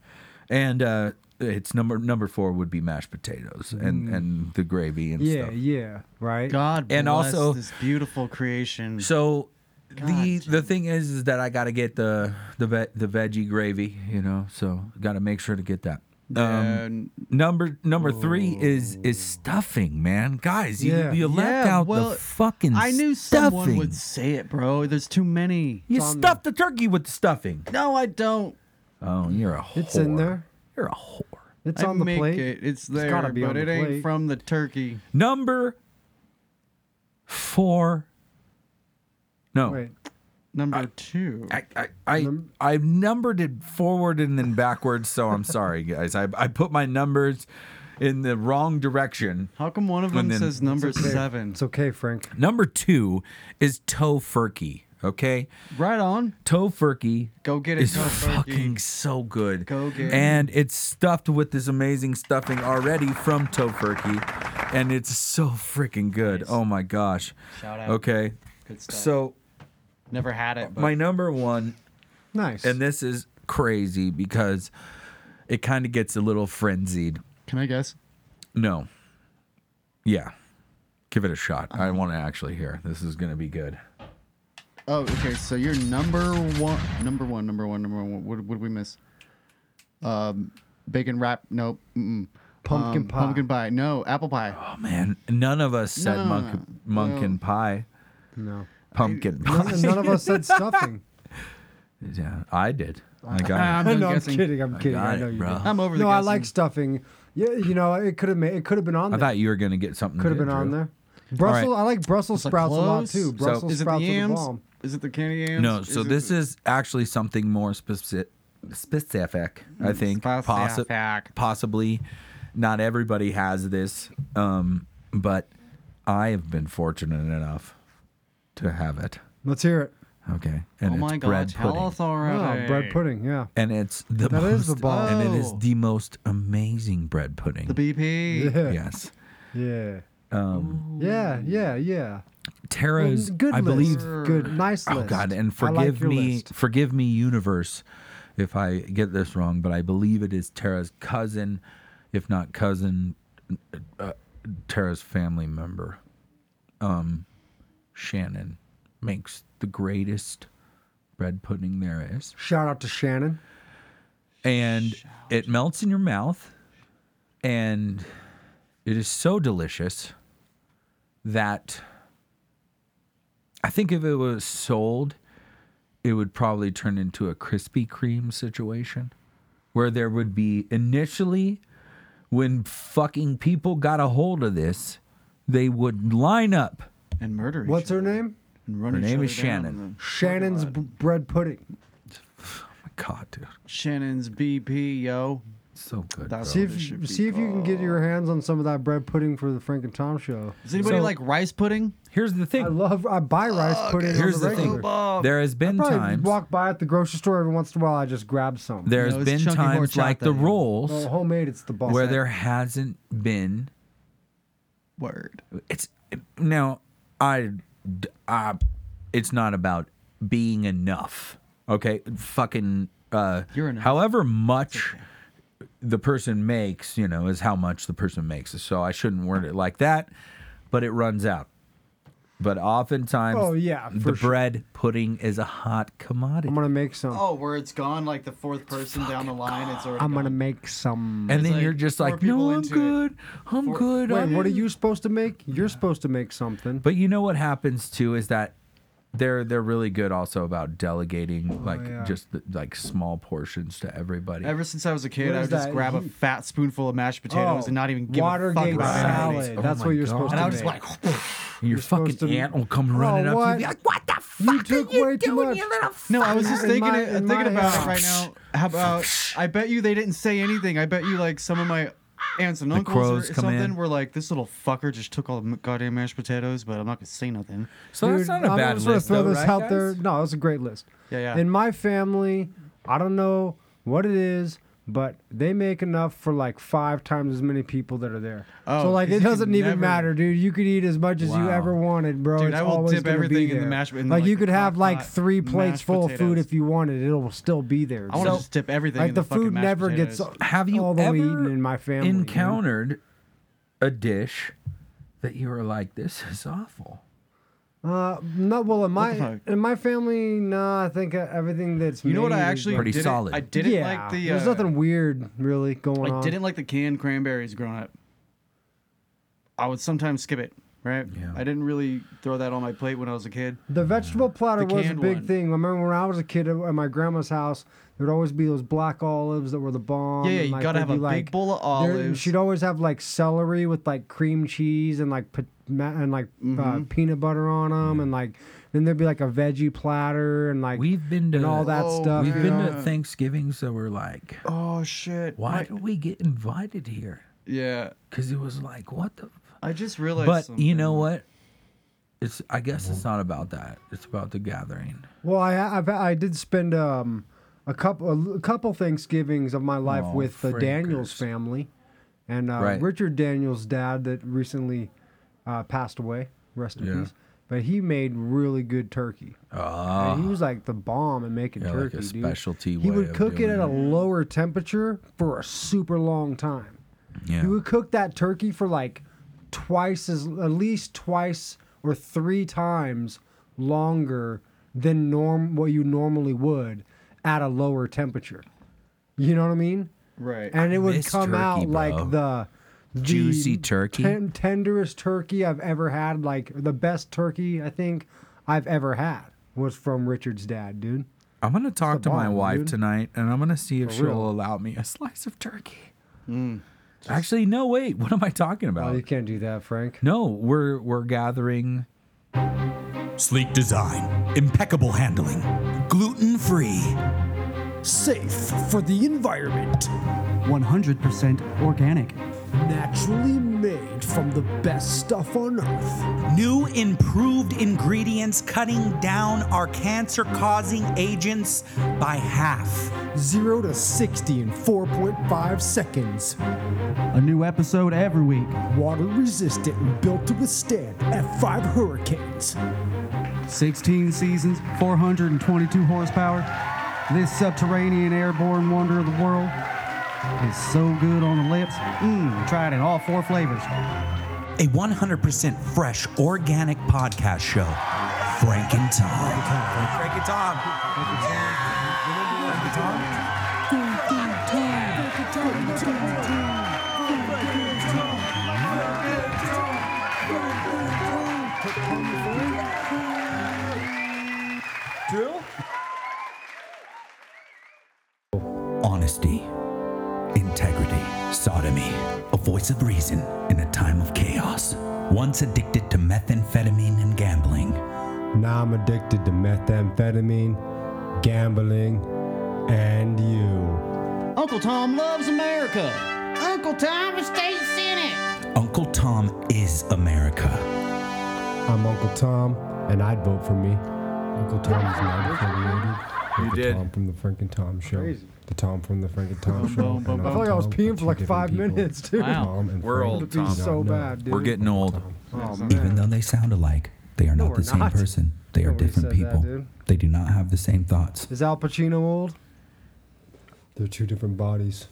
Speaker 3: and uh it's number number four would be mashed potatoes and and the gravy and
Speaker 8: Mm. Yeah,
Speaker 3: stuff.
Speaker 8: yeah. Right.
Speaker 7: God bless
Speaker 3: And also-
Speaker 7: this beautiful creation.
Speaker 3: So the
Speaker 7: God,
Speaker 3: the thing is is that I got to get the the ve- the veggie gravy, you know. So got to make sure to get that. Um,
Speaker 7: And-
Speaker 3: number number three is is stuffing, man. Guys, you
Speaker 8: Yeah.
Speaker 3: you left out the fucking
Speaker 7: I knew
Speaker 3: stuffing.
Speaker 7: someone would say it, bro. There's too many.
Speaker 3: you stuffed the turkey with the stuffing.
Speaker 7: No, I don't.
Speaker 3: Oh, you're a whore.
Speaker 8: It's in there.
Speaker 3: You're a whore.
Speaker 8: It's
Speaker 7: I
Speaker 8: on the
Speaker 7: make
Speaker 8: plate.
Speaker 7: it. It's there,
Speaker 8: gotta be
Speaker 7: but
Speaker 8: on the
Speaker 7: it ain't
Speaker 8: plate.
Speaker 7: from the turkey.
Speaker 3: Number four No.
Speaker 7: Wait. Number I, two.
Speaker 3: I I, I, Num- I numbered it forward and then backwards, so I'm sorry, guys. I, I put my numbers in the wrong direction.
Speaker 7: How come one of them then, says number
Speaker 8: it's okay.
Speaker 7: seven?
Speaker 8: It's okay, Frank.
Speaker 3: Number two is Tofurkey. Okay.
Speaker 7: Right on.
Speaker 3: Tofurkey.
Speaker 7: Go get it.
Speaker 3: It's
Speaker 7: Tofurkey.
Speaker 3: fucking so good.
Speaker 7: Go get it.
Speaker 3: And it's stuffed with this amazing stuffing already from Tofurkey, and it's so freaking good.
Speaker 7: Nice.
Speaker 3: Oh my gosh.
Speaker 7: Shout out.
Speaker 3: Okay.
Speaker 7: Good stuff.
Speaker 3: So
Speaker 7: never had it. But
Speaker 3: my number one,
Speaker 8: Nice.
Speaker 3: and this is crazy because it kind of gets a little frenzied.
Speaker 7: Can I guess?
Speaker 3: No. Yeah. Give it a shot. I
Speaker 7: Uh-huh.
Speaker 3: want to actually hear. This is going to be good.
Speaker 7: Oh, okay. So you're number one, number one, number one, number one. What, what did we miss? Um, bacon wrap. Nope. Mm-mm.
Speaker 8: Pumpkin
Speaker 7: Um,
Speaker 8: pie.
Speaker 7: Pumpkin pie. No, apple pie.
Speaker 3: Oh man, none of us said
Speaker 7: No,
Speaker 3: monk, munkin pie,
Speaker 8: No.
Speaker 3: pumpkin pie.
Speaker 8: None, none of us said stuffing.
Speaker 3: Yeah, I did. I
Speaker 7: Ah,
Speaker 3: got it.
Speaker 7: I'm
Speaker 8: no, I'm
Speaker 7: guessing.
Speaker 8: kidding. I'm kidding.
Speaker 3: got
Speaker 8: I,
Speaker 3: it,
Speaker 8: know you.
Speaker 3: bro.
Speaker 8: did.
Speaker 7: I'm over the
Speaker 8: No, I
Speaker 7: guessing.
Speaker 8: like stuffing. Yeah, you know, it could have made. It could have been on
Speaker 3: I
Speaker 8: there.
Speaker 3: thought you were gonna get something.
Speaker 8: could have
Speaker 3: good,
Speaker 8: been on
Speaker 3: Drew.
Speaker 8: there. Brussels.
Speaker 3: right.
Speaker 8: I like Brussels
Speaker 7: It's like
Speaker 8: sprouts a lot
Speaker 7: clothes?
Speaker 8: too.
Speaker 7: So-
Speaker 8: Brussels
Speaker 7: is it the
Speaker 8: sprouts are the
Speaker 7: yams?
Speaker 8: bomb.
Speaker 7: Is it the candy yams?
Speaker 3: No, so
Speaker 7: it
Speaker 3: this
Speaker 7: the-
Speaker 3: is actually something more specific. Specific, I
Speaker 8: Mm,
Speaker 3: think. Possi-
Speaker 7: Specific.
Speaker 3: possibly, not everybody has this, um, but I have been fortunate enough to have it.
Speaker 8: Let's hear it.
Speaker 3: Okay, and
Speaker 7: Oh
Speaker 3: it's
Speaker 7: my
Speaker 3: bread
Speaker 7: God!
Speaker 3: pudding.
Speaker 7: Tell us already.
Speaker 8: Oh, bread pudding. Yeah.
Speaker 3: and it's the
Speaker 8: That
Speaker 3: most,
Speaker 8: is the bomb.
Speaker 3: and it is
Speaker 7: Oh.
Speaker 3: the most amazing bread pudding.
Speaker 7: The BP.
Speaker 8: Yeah.
Speaker 3: yes,
Speaker 8: Yeah.
Speaker 3: um,
Speaker 8: Yeah. Yeah. Yeah. Well,
Speaker 3: Tara's.
Speaker 8: good
Speaker 3: I
Speaker 8: list.
Speaker 3: believe.
Speaker 8: Good. Nice
Speaker 3: Oh
Speaker 8: list.
Speaker 3: God, and
Speaker 8: I
Speaker 3: forgive
Speaker 8: like your
Speaker 3: me,
Speaker 8: list.
Speaker 3: forgive me, universe, if I get this wrong, but I believe it is Tara's cousin, if not cousin, uh, Tara's family member. Um, Shannon makes the greatest bread pudding there is.
Speaker 8: Shout out to Shannon.
Speaker 3: and it melts in your mouth and it is so delicious that i think if it was sold it would probably turn into a krispy kreme situation where there would be initially when fucking people got a hold of this they would line up
Speaker 7: And murder.
Speaker 8: What's
Speaker 7: each other
Speaker 8: her name?
Speaker 7: and run
Speaker 3: Her
Speaker 7: each
Speaker 3: name
Speaker 7: other
Speaker 3: is
Speaker 7: down
Speaker 3: Shannon.
Speaker 7: and-
Speaker 8: Shannon's b- bread pudding.
Speaker 3: my god dude
Speaker 7: Shannon's BP, yo.
Speaker 3: so good
Speaker 7: That's-
Speaker 3: bro.
Speaker 8: See if
Speaker 7: This should be
Speaker 8: see if you can get your hands on some of that bread pudding for the Frank and Tom show.
Speaker 7: Does anybody
Speaker 3: So-
Speaker 7: like rice pudding?
Speaker 3: here's the
Speaker 8: I
Speaker 3: thing
Speaker 8: love I buy rice pudding. on
Speaker 3: Oh, here's
Speaker 8: the,
Speaker 3: the thing
Speaker 8: regular.
Speaker 3: there has been
Speaker 8: Probably
Speaker 3: times
Speaker 8: walk by at the grocery store every once in a while. I just grab some.
Speaker 3: There's
Speaker 7: No, it's
Speaker 3: been
Speaker 7: chunky
Speaker 3: times like
Speaker 7: horchata,
Speaker 3: the
Speaker 7: yeah.
Speaker 3: rolls
Speaker 8: Well, homemade, it's the bomb.
Speaker 3: where there hasn't been.
Speaker 7: Word.
Speaker 3: It's now I, d- I- it's not about being enough. Okay, fucking. Uh,
Speaker 7: You're enough.
Speaker 3: However much the person makes, you know, is how much the person makes. So I shouldn't word it like that, but it runs out. But oftentimes,
Speaker 8: Oh, yeah,
Speaker 3: the
Speaker 8: for sure.
Speaker 3: bread pudding is a hot commodity.
Speaker 8: I'm gonna make some.
Speaker 7: Oh, where it's gone like the fourth person down the line. It's already.
Speaker 8: I'm gonna
Speaker 7: gone.
Speaker 8: make some.
Speaker 3: and then
Speaker 7: like
Speaker 3: you're just
Speaker 7: four
Speaker 3: like,
Speaker 7: people
Speaker 3: no, I'm
Speaker 7: into it.
Speaker 3: good. I'm
Speaker 7: Four-
Speaker 3: good.
Speaker 8: Wait,
Speaker 3: I'm
Speaker 8: what are you supposed to make? You're supposed to make something.
Speaker 3: But you know what happens too is that they're they're really good also about delegating like
Speaker 8: Oh, yeah.
Speaker 3: just the, like small portions to everybody.
Speaker 7: Ever since I was a kid,
Speaker 8: What
Speaker 7: I
Speaker 8: is
Speaker 7: would just
Speaker 8: that?
Speaker 7: grab a
Speaker 8: He-
Speaker 7: fat spoonful of mashed potatoes and not even give a fuck
Speaker 8: Watergate
Speaker 7: about
Speaker 3: salad.
Speaker 7: anything.
Speaker 8: salad. That's
Speaker 3: Oh
Speaker 8: what
Speaker 3: my
Speaker 8: you're
Speaker 3: God.
Speaker 8: supposed
Speaker 7: And
Speaker 8: to
Speaker 7: I
Speaker 8: make.
Speaker 7: was just like,
Speaker 3: Your fucking
Speaker 8: supposed to- Oh,
Speaker 3: aunt will come running up to you
Speaker 8: what?
Speaker 3: and be like, "What the fuck
Speaker 8: you took
Speaker 3: are you
Speaker 8: way too
Speaker 3: doing,
Speaker 8: much.
Speaker 3: you little fuck?"
Speaker 7: no, I was just
Speaker 8: In
Speaker 7: thinking,
Speaker 8: my-
Speaker 7: it,
Speaker 8: in
Speaker 7: thinking
Speaker 8: my
Speaker 7: about
Speaker 8: house.
Speaker 7: it right now. How about? I bet you they didn't say anything. I bet you like some of my aunts and uncles or
Speaker 3: crows come
Speaker 7: something
Speaker 3: in.
Speaker 7: were like, "This little fucker just took all the m- goddamn mashed potatoes," but I'm not gonna say nothing.
Speaker 3: So that's not a
Speaker 8: I'm
Speaker 3: bad
Speaker 8: just gonna
Speaker 3: list,
Speaker 8: throw
Speaker 3: though,
Speaker 8: this
Speaker 3: right,
Speaker 8: out
Speaker 3: guys?
Speaker 8: there. No, it's a great list.
Speaker 7: Yeah, yeah.
Speaker 8: In my family, I don't know what it is, but they make enough for like five times as many people that are there.
Speaker 7: Oh,
Speaker 8: so like
Speaker 7: 'cause
Speaker 8: it
Speaker 7: you
Speaker 8: doesn't
Speaker 7: can
Speaker 8: even
Speaker 7: never-
Speaker 8: matter, dude. You could eat as much as you
Speaker 3: Wow.
Speaker 8: ever wanted, bro.
Speaker 7: Dude,
Speaker 8: it's
Speaker 7: I will
Speaker 8: always
Speaker 7: dip
Speaker 8: gonna be
Speaker 7: everything in the
Speaker 8: there.
Speaker 7: mashed- in,
Speaker 8: like,
Speaker 7: like,
Speaker 8: you
Speaker 7: the
Speaker 8: could have
Speaker 7: crock
Speaker 8: like
Speaker 7: pot
Speaker 8: three plates
Speaker 7: mashed
Speaker 8: full of food
Speaker 7: potatoes.
Speaker 8: if you wanted. It'll still be there.
Speaker 7: I want to
Speaker 8: So,
Speaker 7: just dip everything.
Speaker 8: like
Speaker 7: in
Speaker 8: the,
Speaker 7: the,
Speaker 8: food
Speaker 7: fucking mashed
Speaker 8: never gets
Speaker 7: potatoes.
Speaker 3: Have you
Speaker 8: all the way
Speaker 3: ever
Speaker 8: eaten in my family. dude.
Speaker 3: encountered a dish that you were like, "This is awful"?
Speaker 8: Uh, no, well in my
Speaker 7: fuck?
Speaker 8: in my family, no. I think uh, everything that's
Speaker 7: You know what?
Speaker 8: made
Speaker 7: I
Speaker 8: is
Speaker 7: actually
Speaker 3: Pretty
Speaker 7: didn't,
Speaker 3: solid.
Speaker 7: I didn't
Speaker 8: yeah,
Speaker 7: like the. Uh,
Speaker 8: there's nothing weird really going
Speaker 7: I
Speaker 8: on.
Speaker 7: didn't like the canned cranberries growing up. I would sometimes skip it. right? Yeah. I didn't really throw that on my plate when I was a kid.
Speaker 8: The vegetable platter
Speaker 7: The
Speaker 8: was a
Speaker 7: canned
Speaker 8: big
Speaker 7: one.
Speaker 8: thing. I remember when I was a kid at at my grandma's house, there'd always be those black olives that were the bomb.
Speaker 7: Yeah, yeah,
Speaker 8: and,
Speaker 7: you
Speaker 8: like,
Speaker 7: gotta
Speaker 8: they'd
Speaker 7: have a
Speaker 8: be,
Speaker 7: big
Speaker 8: like-
Speaker 7: bowl of
Speaker 8: there-
Speaker 7: olives.
Speaker 8: She'd always have like celery with like cream cheese and like pot- ma- and like uh,
Speaker 7: Mhm.
Speaker 8: peanut butter on them, and like then there'd be like a veggie platter and like
Speaker 3: We've been to
Speaker 8: and all that
Speaker 7: Oh,
Speaker 8: stuff.
Speaker 3: We've
Speaker 8: you
Speaker 3: been
Speaker 8: know?
Speaker 3: to Thanksgiving, so we're like,
Speaker 7: Oh shit!
Speaker 3: why
Speaker 7: My-
Speaker 3: do we get invited here?
Speaker 7: yeah,
Speaker 3: Because it was like, what the? f-
Speaker 7: I just realized.
Speaker 3: But you
Speaker 7: something.
Speaker 3: know what? It's I guess it's not about that. It's about the gathering.
Speaker 8: Well, I I've, I did spend um a couple a couple Thanksgivings of my life
Speaker 3: Aw,
Speaker 8: with the
Speaker 3: frickers.
Speaker 8: Daniels family, and uh,
Speaker 3: Oh, Right.
Speaker 8: Richard Daniels' dad that recently uh, passed away. Rest in
Speaker 3: Yeah.
Speaker 8: peace. But he made really good turkey.
Speaker 3: Ah,
Speaker 8: And he was like the bomb in making
Speaker 3: Yeah, like
Speaker 8: turkey,
Speaker 3: a
Speaker 8: dude.
Speaker 3: specialty
Speaker 8: He
Speaker 3: way
Speaker 8: would
Speaker 3: of
Speaker 8: cook it
Speaker 3: doing
Speaker 8: at a
Speaker 3: it.
Speaker 8: lower temperature for a super long time.
Speaker 3: yeah.
Speaker 8: He would cook that turkey for like twice as at least twice or three times longer than norm what you normally would at a lower temperature. You know what I mean?
Speaker 7: Right.
Speaker 8: And it would
Speaker 3: miss
Speaker 8: come
Speaker 3: turkey,
Speaker 8: out like
Speaker 3: bro.
Speaker 8: the, the
Speaker 3: Juicy turkey?
Speaker 8: ten- tenderest turkey I've ever had. Like the best turkey I think I've ever had was from Richard's dad, dude.
Speaker 3: I'm gonna talk
Speaker 8: It's a
Speaker 3: to my
Speaker 8: bomb,
Speaker 3: wife
Speaker 8: dude.
Speaker 3: tonight, and I'm gonna see if
Speaker 8: For
Speaker 3: she'll
Speaker 8: real. Hmm.
Speaker 3: allow me a slice of turkey. Actually, no. Wait, what am I talking
Speaker 8: Oh,
Speaker 3: about?
Speaker 8: you can't do that, Frank.
Speaker 3: No, we're we're gathering.
Speaker 11: Sleek design, impeccable handling, gluten free, safe for the environment,
Speaker 9: 100% organic.
Speaker 11: naturally made from the best stuff on earth. New improved ingredients cutting down our cancer causing agents by half. 0 to 60 in 4.5 seconds.
Speaker 9: A new episode every week.
Speaker 11: Water resistant and built to withstand F5 hurricanes.
Speaker 9: 16 seasons, 422 horsepower. This subterranean airborne wonder of the world is so good on the lips. Mmm, tried it in all four flavors.
Speaker 11: a 100% fresh organic podcast show, Frank and Tom. Frank and Tom. Honesty, integrity, sodomy, a voice of reason in a time of chaos. Once addicted to methamphetamine and gambling,
Speaker 4: Now I'm addicted to methamphetamine, gambling, and you.
Speaker 7: Uncle Tom loves America.
Speaker 12: Uncle Tom stays in it.
Speaker 11: Uncle Tom is America.
Speaker 4: I'm Uncle Tom, and I'd vote for me. Uncle Tom is not affiliated. You Uncle
Speaker 3: did.
Speaker 4: Tom from the Frank and Tom Show.
Speaker 8: Crazy.
Speaker 4: The Tom from the Frank and Tom
Speaker 7: Boom,
Speaker 4: Show.
Speaker 7: boom,
Speaker 4: and
Speaker 7: boom,
Speaker 4: Uncle
Speaker 8: I
Speaker 7: boom.
Speaker 8: feel like I was
Speaker 4: Tom are
Speaker 8: peeing for
Speaker 4: two
Speaker 8: like
Speaker 4: different
Speaker 8: five
Speaker 4: people.
Speaker 8: minutes, dude.
Speaker 7: Wow.
Speaker 4: Tom and
Speaker 3: We're
Speaker 4: Frank
Speaker 3: old,
Speaker 4: do
Speaker 3: Tom.
Speaker 4: not
Speaker 8: so
Speaker 4: know.
Speaker 8: bad, dude.
Speaker 3: We're getting old.
Speaker 8: oh,
Speaker 11: Even
Speaker 8: man.
Speaker 11: though they sound alike, they are
Speaker 8: No,
Speaker 11: not
Speaker 8: we're
Speaker 11: the same
Speaker 8: not.
Speaker 11: person. They are
Speaker 8: Nobody
Speaker 11: different
Speaker 8: said that,
Speaker 11: people.
Speaker 8: dude.
Speaker 11: they do not have the same thoughts.
Speaker 8: Is Al Pacino old?
Speaker 4: They're two different bodies.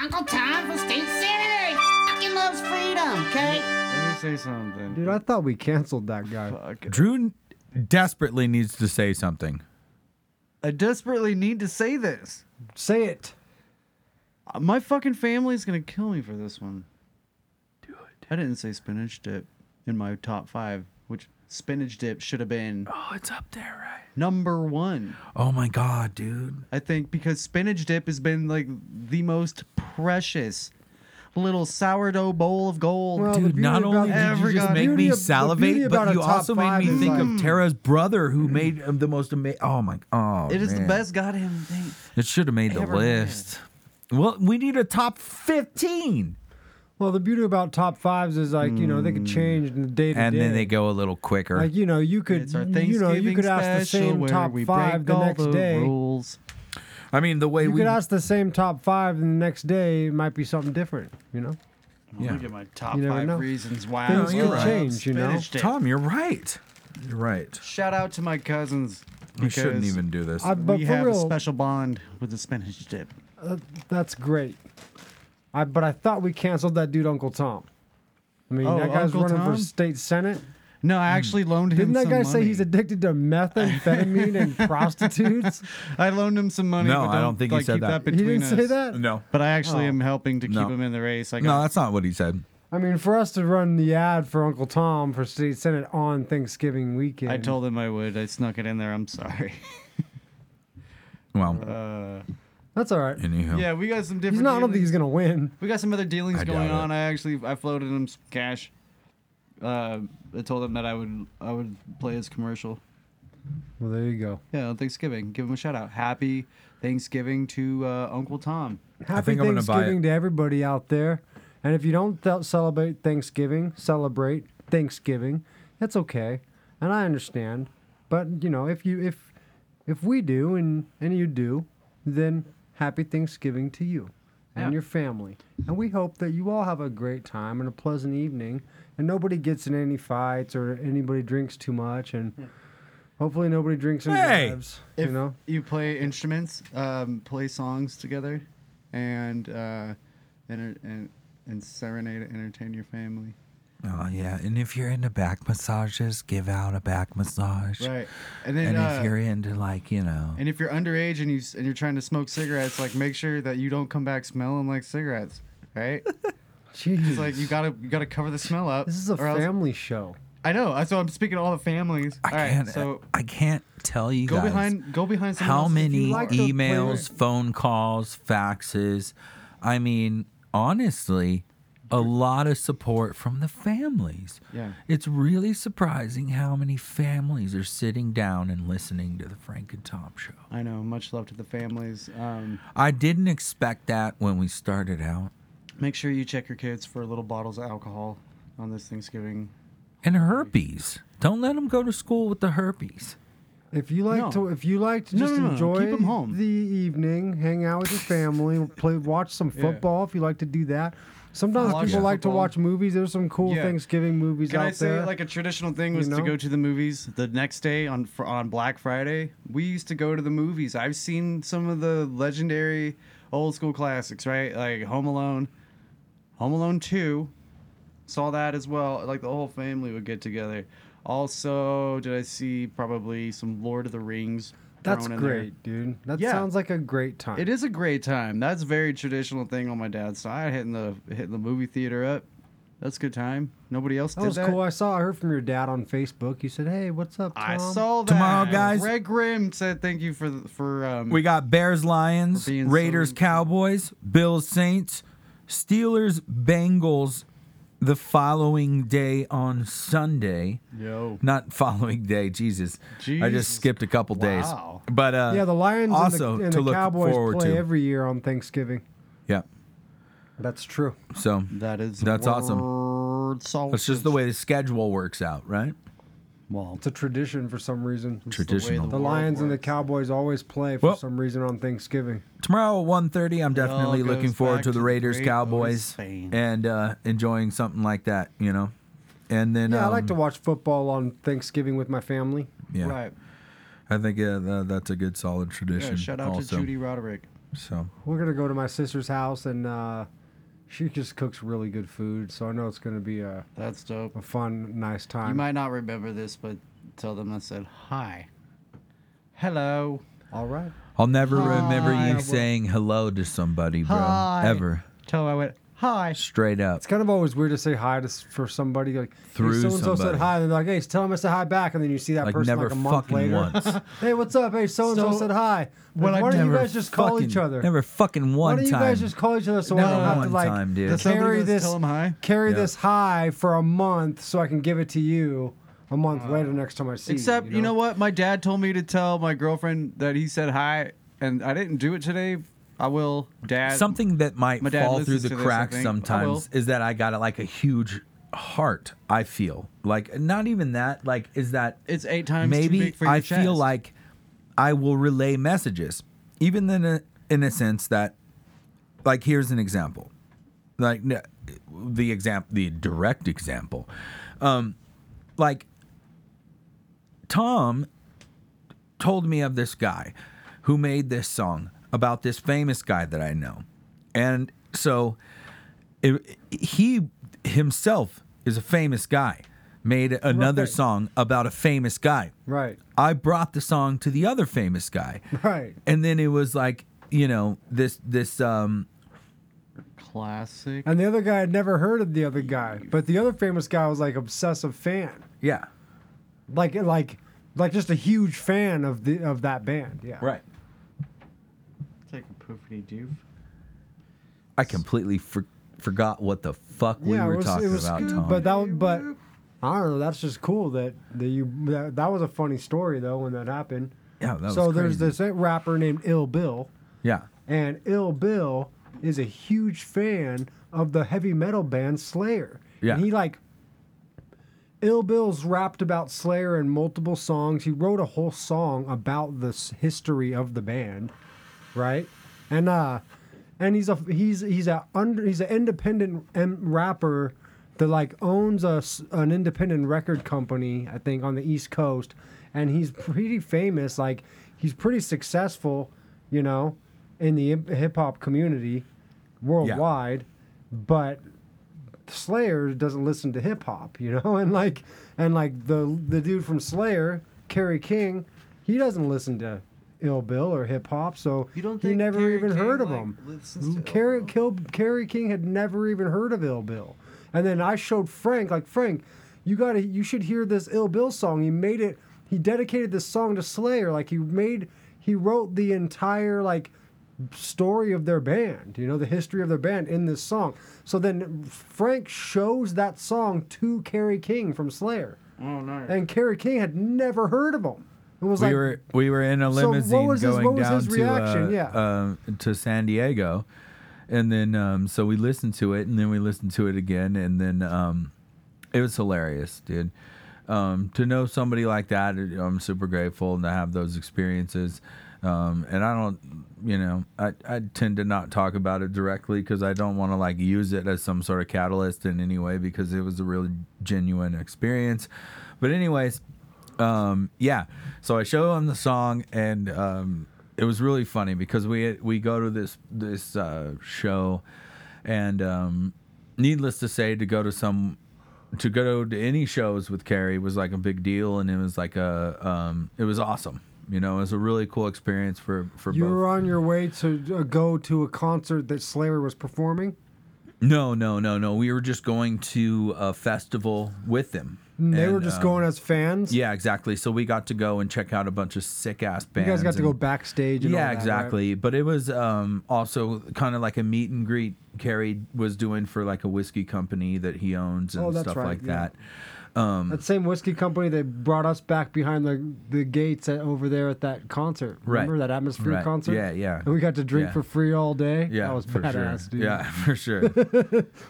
Speaker 12: Uncle Tom for state senator. He fucking loves freedom, okay?
Speaker 7: Let me say something.
Speaker 8: Dude, I thought we canceled that guy.
Speaker 7: Fuck.
Speaker 3: Drew desperately needs to say something.
Speaker 7: I desperately need to say this.
Speaker 8: Say it.
Speaker 7: Uh, My fucking family's gonna kill me for this one. Do it. I didn't say spinach dip in my top five, which spinach dip should have been
Speaker 3: Oh, it's up there, right?
Speaker 7: number one.
Speaker 3: Oh my god, dude.
Speaker 7: I think because spinach dip has been like the most precious little sourdough bowl of gold.
Speaker 8: Well, the
Speaker 3: Dude, not
Speaker 8: beauty about-
Speaker 3: only did you
Speaker 7: Every
Speaker 3: just
Speaker 7: god-
Speaker 3: make
Speaker 8: beauty
Speaker 3: me
Speaker 8: of- the beauty
Speaker 3: salivate,
Speaker 8: about a
Speaker 3: but you
Speaker 8: top
Speaker 3: also made
Speaker 8: five
Speaker 3: me
Speaker 8: is
Speaker 3: think
Speaker 8: like-
Speaker 3: of Tara's brother, who made um, the most amazing. Oh my! Oh,
Speaker 7: it is the
Speaker 3: man.
Speaker 7: best goddamn thing.
Speaker 3: It should have made the
Speaker 7: ever
Speaker 3: list. Well, we need a top fifteen,
Speaker 8: Well, the beauty about top fives is like you know they
Speaker 7: Hmm.
Speaker 8: could change in the day to day,
Speaker 3: and then they go a little quicker.
Speaker 8: Like you know you could
Speaker 7: It's our
Speaker 8: you know
Speaker 7: Thanksgiving
Speaker 8: you could ask the
Speaker 7: special
Speaker 8: same
Speaker 7: where
Speaker 8: top
Speaker 7: we
Speaker 8: five
Speaker 7: break
Speaker 8: the
Speaker 7: all
Speaker 8: next
Speaker 7: the
Speaker 8: day.
Speaker 7: rules.
Speaker 3: I mean, the way
Speaker 8: You
Speaker 3: we
Speaker 8: could ask the same top five and the next day it might be something different. You know.
Speaker 7: I'm gonna get my top
Speaker 8: You never
Speaker 7: five
Speaker 8: know.
Speaker 7: reasons why
Speaker 8: Things
Speaker 7: I
Speaker 8: could
Speaker 7: love
Speaker 8: change, you know?
Speaker 7: spinach dip.
Speaker 3: Tom, you're right. You're right.
Speaker 7: Shout out to my cousins.
Speaker 3: We shouldn't
Speaker 7: because
Speaker 3: even do this.
Speaker 8: I- Uh, But
Speaker 7: we
Speaker 8: for
Speaker 7: have a
Speaker 8: real-
Speaker 7: special bond with the spinach dip.
Speaker 8: That's great. I but I thought we canceled that dude Uncle Tom. I mean
Speaker 7: Oh,
Speaker 8: that guy's
Speaker 7: Uncle
Speaker 8: running for
Speaker 7: Tom?
Speaker 8: state senate.
Speaker 7: No,
Speaker 3: Hmm.
Speaker 7: I actually loaned him.
Speaker 8: Didn't that
Speaker 7: some
Speaker 8: guy say he's
Speaker 7: money.
Speaker 8: addicted to methamphetamine and prostitutes?
Speaker 7: I loaned him some money.
Speaker 3: No,
Speaker 7: but
Speaker 3: I don't think he
Speaker 7: like,
Speaker 3: said
Speaker 7: keep
Speaker 3: that.
Speaker 8: He
Speaker 7: between
Speaker 8: didn't say
Speaker 7: us.
Speaker 8: that.
Speaker 3: no,
Speaker 7: But I actually am helping to keep
Speaker 3: No.
Speaker 7: him in the race. I got
Speaker 3: no, that's not what he said.
Speaker 2: I mean, for us to run the ad for Uncle Tom for state senate on Thanksgiving weekend.
Speaker 7: I told him I would. I snuck it in there. I'm sorry.
Speaker 13: Well,
Speaker 7: Uh,
Speaker 2: that's all right.
Speaker 13: Anyhow.
Speaker 7: yeah, we got some different.
Speaker 2: He's not. I don't think he's
Speaker 7: dealings.
Speaker 2: gonna win.
Speaker 7: We got some other dealings
Speaker 2: I
Speaker 7: going
Speaker 2: doubt
Speaker 7: on. I actually I floated him some cash. Uh, I told him that I would I would play his commercial.
Speaker 2: Well, there you go.
Speaker 7: Yeah, on Thanksgiving. Give him a shout out. Happy Thanksgiving to uh, Uncle Tom.
Speaker 2: Happy Thanksgiving to everybody out there. And if you don't th- celebrate Thanksgiving, celebrate Thanksgiving. That's okay, and I understand. But you know, if you if if we do and and you do, then happy Thanksgiving to you and
Speaker 7: Yeah.
Speaker 2: your family. And we hope that you all have a great time and a pleasant evening, and nobody gets in any fights or anybody drinks too much, and hopefully nobody drinks and drives.
Speaker 7: if
Speaker 2: you know,
Speaker 7: you play instruments, um, play songs together, and uh, enter- and and serenade, entertain your family.
Speaker 3: Oh yeah, and if you're into back massages, give out a back massage.
Speaker 7: Right. And then, uh,
Speaker 3: if you're into like you know,
Speaker 7: And if you're underage and you s- and you're trying to smoke cigarettes, like make sure that you don't come back smelling like cigarettes, right?
Speaker 2: Jeez.
Speaker 7: It's like you gotta you gotta cover the smell up.
Speaker 2: this is a
Speaker 7: or else-
Speaker 2: family show.
Speaker 7: I know. That's why I'm speaking to all the families. I
Speaker 3: can't-
Speaker 7: so
Speaker 3: I can't tell you
Speaker 7: go
Speaker 3: guys
Speaker 7: behind go behind someone
Speaker 3: how
Speaker 7: else's- if you
Speaker 3: many e
Speaker 7: like those
Speaker 3: emails, phone calls, faxes. I mean, honestly, a lot of support from the families.
Speaker 7: Yeah.
Speaker 3: It's really surprising how many families are sitting down and listening to the Frank and Tom show.
Speaker 7: I know. Much love to the families. Um,
Speaker 3: I didn't expect that when we started out.
Speaker 7: make sure you check your kids for little bottles of alcohol on this Thanksgiving.
Speaker 3: And herpes. Don't let them go to school with the herpes.
Speaker 2: If you like
Speaker 7: No.
Speaker 2: to, if you like to
Speaker 7: No,
Speaker 2: just
Speaker 7: no, no, no.
Speaker 2: enjoy
Speaker 7: Keep 'em home.
Speaker 2: the evening, hang out with your family, play, watch some
Speaker 7: Yeah.
Speaker 2: football. If you like to do that, sometimes
Speaker 7: Watch
Speaker 2: people like to
Speaker 7: football.
Speaker 2: watch movies. There's some cool
Speaker 7: Yeah.
Speaker 2: Thanksgiving movies
Speaker 7: Can
Speaker 2: out
Speaker 7: I say
Speaker 2: there.
Speaker 7: like a traditional thing
Speaker 2: you
Speaker 7: was
Speaker 2: know?
Speaker 7: to go to the movies the next day on fr- on Black Friday? We used to go to the movies. I've seen some of the legendary old school classics, right? Like Home Alone, Home Alone Two. Saw that as well. Like the whole family would get together. Also, did I see probably some Lord of the Rings?
Speaker 2: That's
Speaker 7: thrown in there.
Speaker 2: great, dude. That
Speaker 7: Yeah.
Speaker 2: sounds like a great time.
Speaker 7: It is a great time. That's a very traditional thing on my dad's side. Hitting the hitting the movie theater up. That's a good time. Nobody else
Speaker 2: That
Speaker 7: did
Speaker 2: was
Speaker 7: that.
Speaker 2: cool. I saw. I heard from your dad on Facebook. You said, "Hey, what's up?" Tom?
Speaker 7: I saw that.
Speaker 3: Tomorrow, guys-
Speaker 7: Greg Grimm said thank you for the, for um.
Speaker 3: We got Bears, Lions,
Speaker 7: For being
Speaker 3: Raiders,
Speaker 7: so-
Speaker 3: Cowboys, Bills, Saints, Steelers, Bengals the following day on Sunday.
Speaker 7: Yo.
Speaker 3: Not following day, Jesus. I just
Speaker 7: Jesus.
Speaker 3: skipped a couple days.
Speaker 7: Wow.
Speaker 3: But uh
Speaker 2: yeah, the Lions
Speaker 3: also
Speaker 2: and the, and
Speaker 3: to
Speaker 2: the
Speaker 3: look
Speaker 2: Cowboys
Speaker 3: forward
Speaker 2: play
Speaker 3: to.
Speaker 2: every year on Thanksgiving.
Speaker 3: yeah.
Speaker 2: That's true.
Speaker 3: So
Speaker 7: that is
Speaker 3: that's awesome.
Speaker 7: word
Speaker 3: That's just the way the schedule works out, right?
Speaker 7: Well,
Speaker 2: It's a tradition for some reason.
Speaker 3: It's the way the Traditional.
Speaker 2: The
Speaker 3: world
Speaker 2: Lions and the Cowboys always play for
Speaker 3: Well-
Speaker 2: some reason on Thanksgiving.
Speaker 3: tomorrow at 1.30 i'm
Speaker 2: It all
Speaker 3: definitely
Speaker 2: goes
Speaker 3: looking forward
Speaker 2: back
Speaker 3: to
Speaker 2: to
Speaker 3: the
Speaker 2: the
Speaker 3: raiders
Speaker 2: great
Speaker 3: cowboys and uh, enjoying something like that you know and then
Speaker 2: Yeah, I like
Speaker 3: um,
Speaker 2: to watch football on Thanksgiving with my family.
Speaker 3: yeah i think yeah, tha- that's a good solid tradition
Speaker 7: Yeah, shout out
Speaker 3: also.
Speaker 7: to Judy Roderick.
Speaker 3: so
Speaker 2: We're gonna go to my sister's house, and uh, she just cooks really good food. So I know it's gonna be a
Speaker 7: that's dope,
Speaker 2: a fun, nice time.
Speaker 7: You might not remember this, but tell them I said hi. Hello.
Speaker 2: All right.
Speaker 3: i'll never
Speaker 7: Hi,
Speaker 3: remember you
Speaker 7: well-
Speaker 3: saying hello to somebody bro
Speaker 7: Hi.
Speaker 3: ever
Speaker 7: Tell them I went hi.
Speaker 3: straight up
Speaker 2: It's kind of always weird to say hi to s- for somebody like hey,
Speaker 3: Through
Speaker 2: so-and-so said
Speaker 3: somebody.
Speaker 2: hi, and they're like, "Hey, tell them I said hi back," and then you see that
Speaker 3: Like,
Speaker 2: person
Speaker 3: never
Speaker 2: like a month
Speaker 3: fucking
Speaker 2: later.
Speaker 3: once.
Speaker 2: hey, what's up? Hey, so and so
Speaker 7: So-
Speaker 2: said hi.
Speaker 7: When
Speaker 2: Like,
Speaker 7: I
Speaker 2: why don't you
Speaker 7: never
Speaker 2: guys just call each
Speaker 3: Fucking-
Speaker 2: other?
Speaker 3: never fucking
Speaker 2: why
Speaker 3: one
Speaker 2: don't you
Speaker 3: time
Speaker 2: guys just call each other so I
Speaker 3: Never
Speaker 2: don't have to
Speaker 3: one
Speaker 2: like
Speaker 3: time, dude. That somebody
Speaker 2: carry
Speaker 3: goes,
Speaker 2: this
Speaker 3: "Tell 'em hi"?
Speaker 2: carry
Speaker 3: Yeah.
Speaker 2: this hi for a month so I can give it to you a month later next time I see
Speaker 7: Except,
Speaker 2: you.
Speaker 7: you know? what? My dad told me to tell my girlfriend that he said hi, and I didn't do it today. I will, Dad.
Speaker 3: something that might
Speaker 7: My dad
Speaker 3: fall through
Speaker 7: listens
Speaker 3: the
Speaker 7: to this, I
Speaker 3: cracks
Speaker 7: think. I
Speaker 3: sometimes is that I got like a huge heart. I feel like not even that. Like is that
Speaker 7: it's eight times too
Speaker 3: maybe
Speaker 7: big for your
Speaker 3: I feel
Speaker 7: chest.
Speaker 3: like I will relay messages, even in a, in a sense that like here's an example, like n- the example, the direct example, um, like Tom told me of this guy who made this song about this famous guy that I know. And so it, he himself is a famous guy, made another
Speaker 2: Right.
Speaker 3: song about a famous guy.
Speaker 2: Right.
Speaker 3: I brought the song to the other famous guy.
Speaker 2: Right.
Speaker 3: And then it was like, you know, this this um
Speaker 7: classic.
Speaker 2: And the other guy had never heard of the other guy, but the other famous guy was like obsessive fan,
Speaker 3: Yeah.
Speaker 2: like like like just a huge fan of the of that band. Yeah.
Speaker 3: Right.
Speaker 7: It's like a poofy doof.
Speaker 3: I completely for- forgot what the fuck we
Speaker 2: yeah,
Speaker 3: were
Speaker 2: it was,
Speaker 3: talking
Speaker 2: it was
Speaker 3: about,
Speaker 2: good,
Speaker 3: Tom.
Speaker 2: but that was- but I don't know. That's just cool that that you that, that was a funny story though when that happened.
Speaker 3: Yeah, that
Speaker 2: so
Speaker 3: was
Speaker 2: there's
Speaker 3: crazy.
Speaker 2: this rapper named Ill Bill.
Speaker 3: yeah.
Speaker 2: and Ill Bill is a huge fan of the heavy metal band Slayer.
Speaker 3: Yeah.
Speaker 2: And he like Ill Bill's rapped about Slayer in multiple songs. He wrote a whole song about the s- history of the band, right? And uh and he's a he's he's a under he's an independent M rapper that like owns a s- an independent record company, I think on the East Coast, and he's pretty famous, like he's pretty successful, you know, in the hip hop community worldwide, but Slayer doesn't listen to hip hop, you know, and like and like the the dude from Slayer, Kerry King, he doesn't listen to Ill Bill or hip hop, so you don't he never even heard of him. Kerry Kill, Kerry King had never even heard of Ill Bill, and then I showed Frank like Frank, you gotta you should hear this Ill Bill song. He made it. He dedicated this song to Slayer. Like he made he wrote the entire like story of their band, you know, the history of their band in this song. So then Frank shows that song to Kerry King from Slayer.
Speaker 7: Oh, nice.
Speaker 2: And Kerry King had never heard of him. It was
Speaker 3: we
Speaker 2: like
Speaker 3: were we were in a
Speaker 2: So what
Speaker 3: limousine
Speaker 2: was his-
Speaker 3: going
Speaker 2: what was
Speaker 3: down
Speaker 2: his
Speaker 3: to
Speaker 2: reaction?
Speaker 3: uh,
Speaker 2: Yeah.
Speaker 3: um, to San Diego, and then um, so we listened to it, and then we listened to it again, and then um, it was hilarious, dude. Um, to know somebody like that, I'm super grateful, and to have those experiences. Um, and I don't, you know, I, I tend to not talk about it directly because I don't want to like use it as some sort of catalyst in any way because it was a really genuine experience. But anyways, um, yeah. So I show him the song, and um, it was really funny because we we go to this this uh, show, and um, needless to say, to go to some to go to any shows with Carrie was like a big deal, and it was like a um, it was awesome. You know, it was a really cool experience for for
Speaker 2: you
Speaker 3: both.
Speaker 2: were on your way to uh, go to a concert that Slayer was performing.
Speaker 3: No, no, no, no. We were just going to a festival with them.
Speaker 2: And they
Speaker 3: And,
Speaker 2: were just
Speaker 3: um,
Speaker 2: going as fans.
Speaker 3: Yeah, exactly. So we got to go and check out a bunch of sick ass
Speaker 2: You
Speaker 3: bands.
Speaker 2: guys got to go
Speaker 3: and-
Speaker 2: backstage. And all
Speaker 3: yeah,
Speaker 2: that, right?
Speaker 3: exactly. But it was um, also kind of like a meet and greet Carrie was doing for like a whiskey company that he owns and
Speaker 2: Oh, that's
Speaker 3: stuff
Speaker 2: right,
Speaker 3: like
Speaker 2: yeah.
Speaker 3: that. Um,
Speaker 2: That same whiskey company that brought us back behind the, the gates at, over there at that concert.
Speaker 3: Right.
Speaker 2: Remember that atmosphere
Speaker 3: Right.
Speaker 2: concert?
Speaker 3: Yeah, yeah.
Speaker 2: And we got to drink
Speaker 3: Yeah.
Speaker 2: for free all day.
Speaker 3: yeah,
Speaker 2: that was
Speaker 3: for
Speaker 2: badass,
Speaker 3: sure.
Speaker 2: dude.
Speaker 3: Yeah, for sure.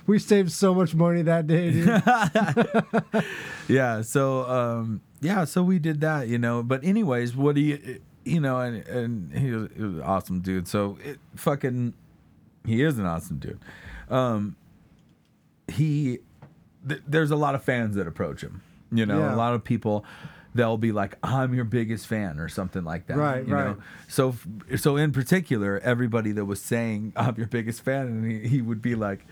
Speaker 2: we saved so much money that day, dude.
Speaker 3: yeah so um yeah so we did that you know but anyways what do you you know and and he was, he was an awesome dude so it fucking he is an awesome dude um he th- there's a lot of fans that approach him you know
Speaker 14: Yeah.
Speaker 3: a lot of people they'll be like i'm your biggest fan or something like that
Speaker 14: Right,
Speaker 3: you
Speaker 14: right.
Speaker 3: know so f- so in particular everybody that was saying i'm your biggest fan and he, he would be like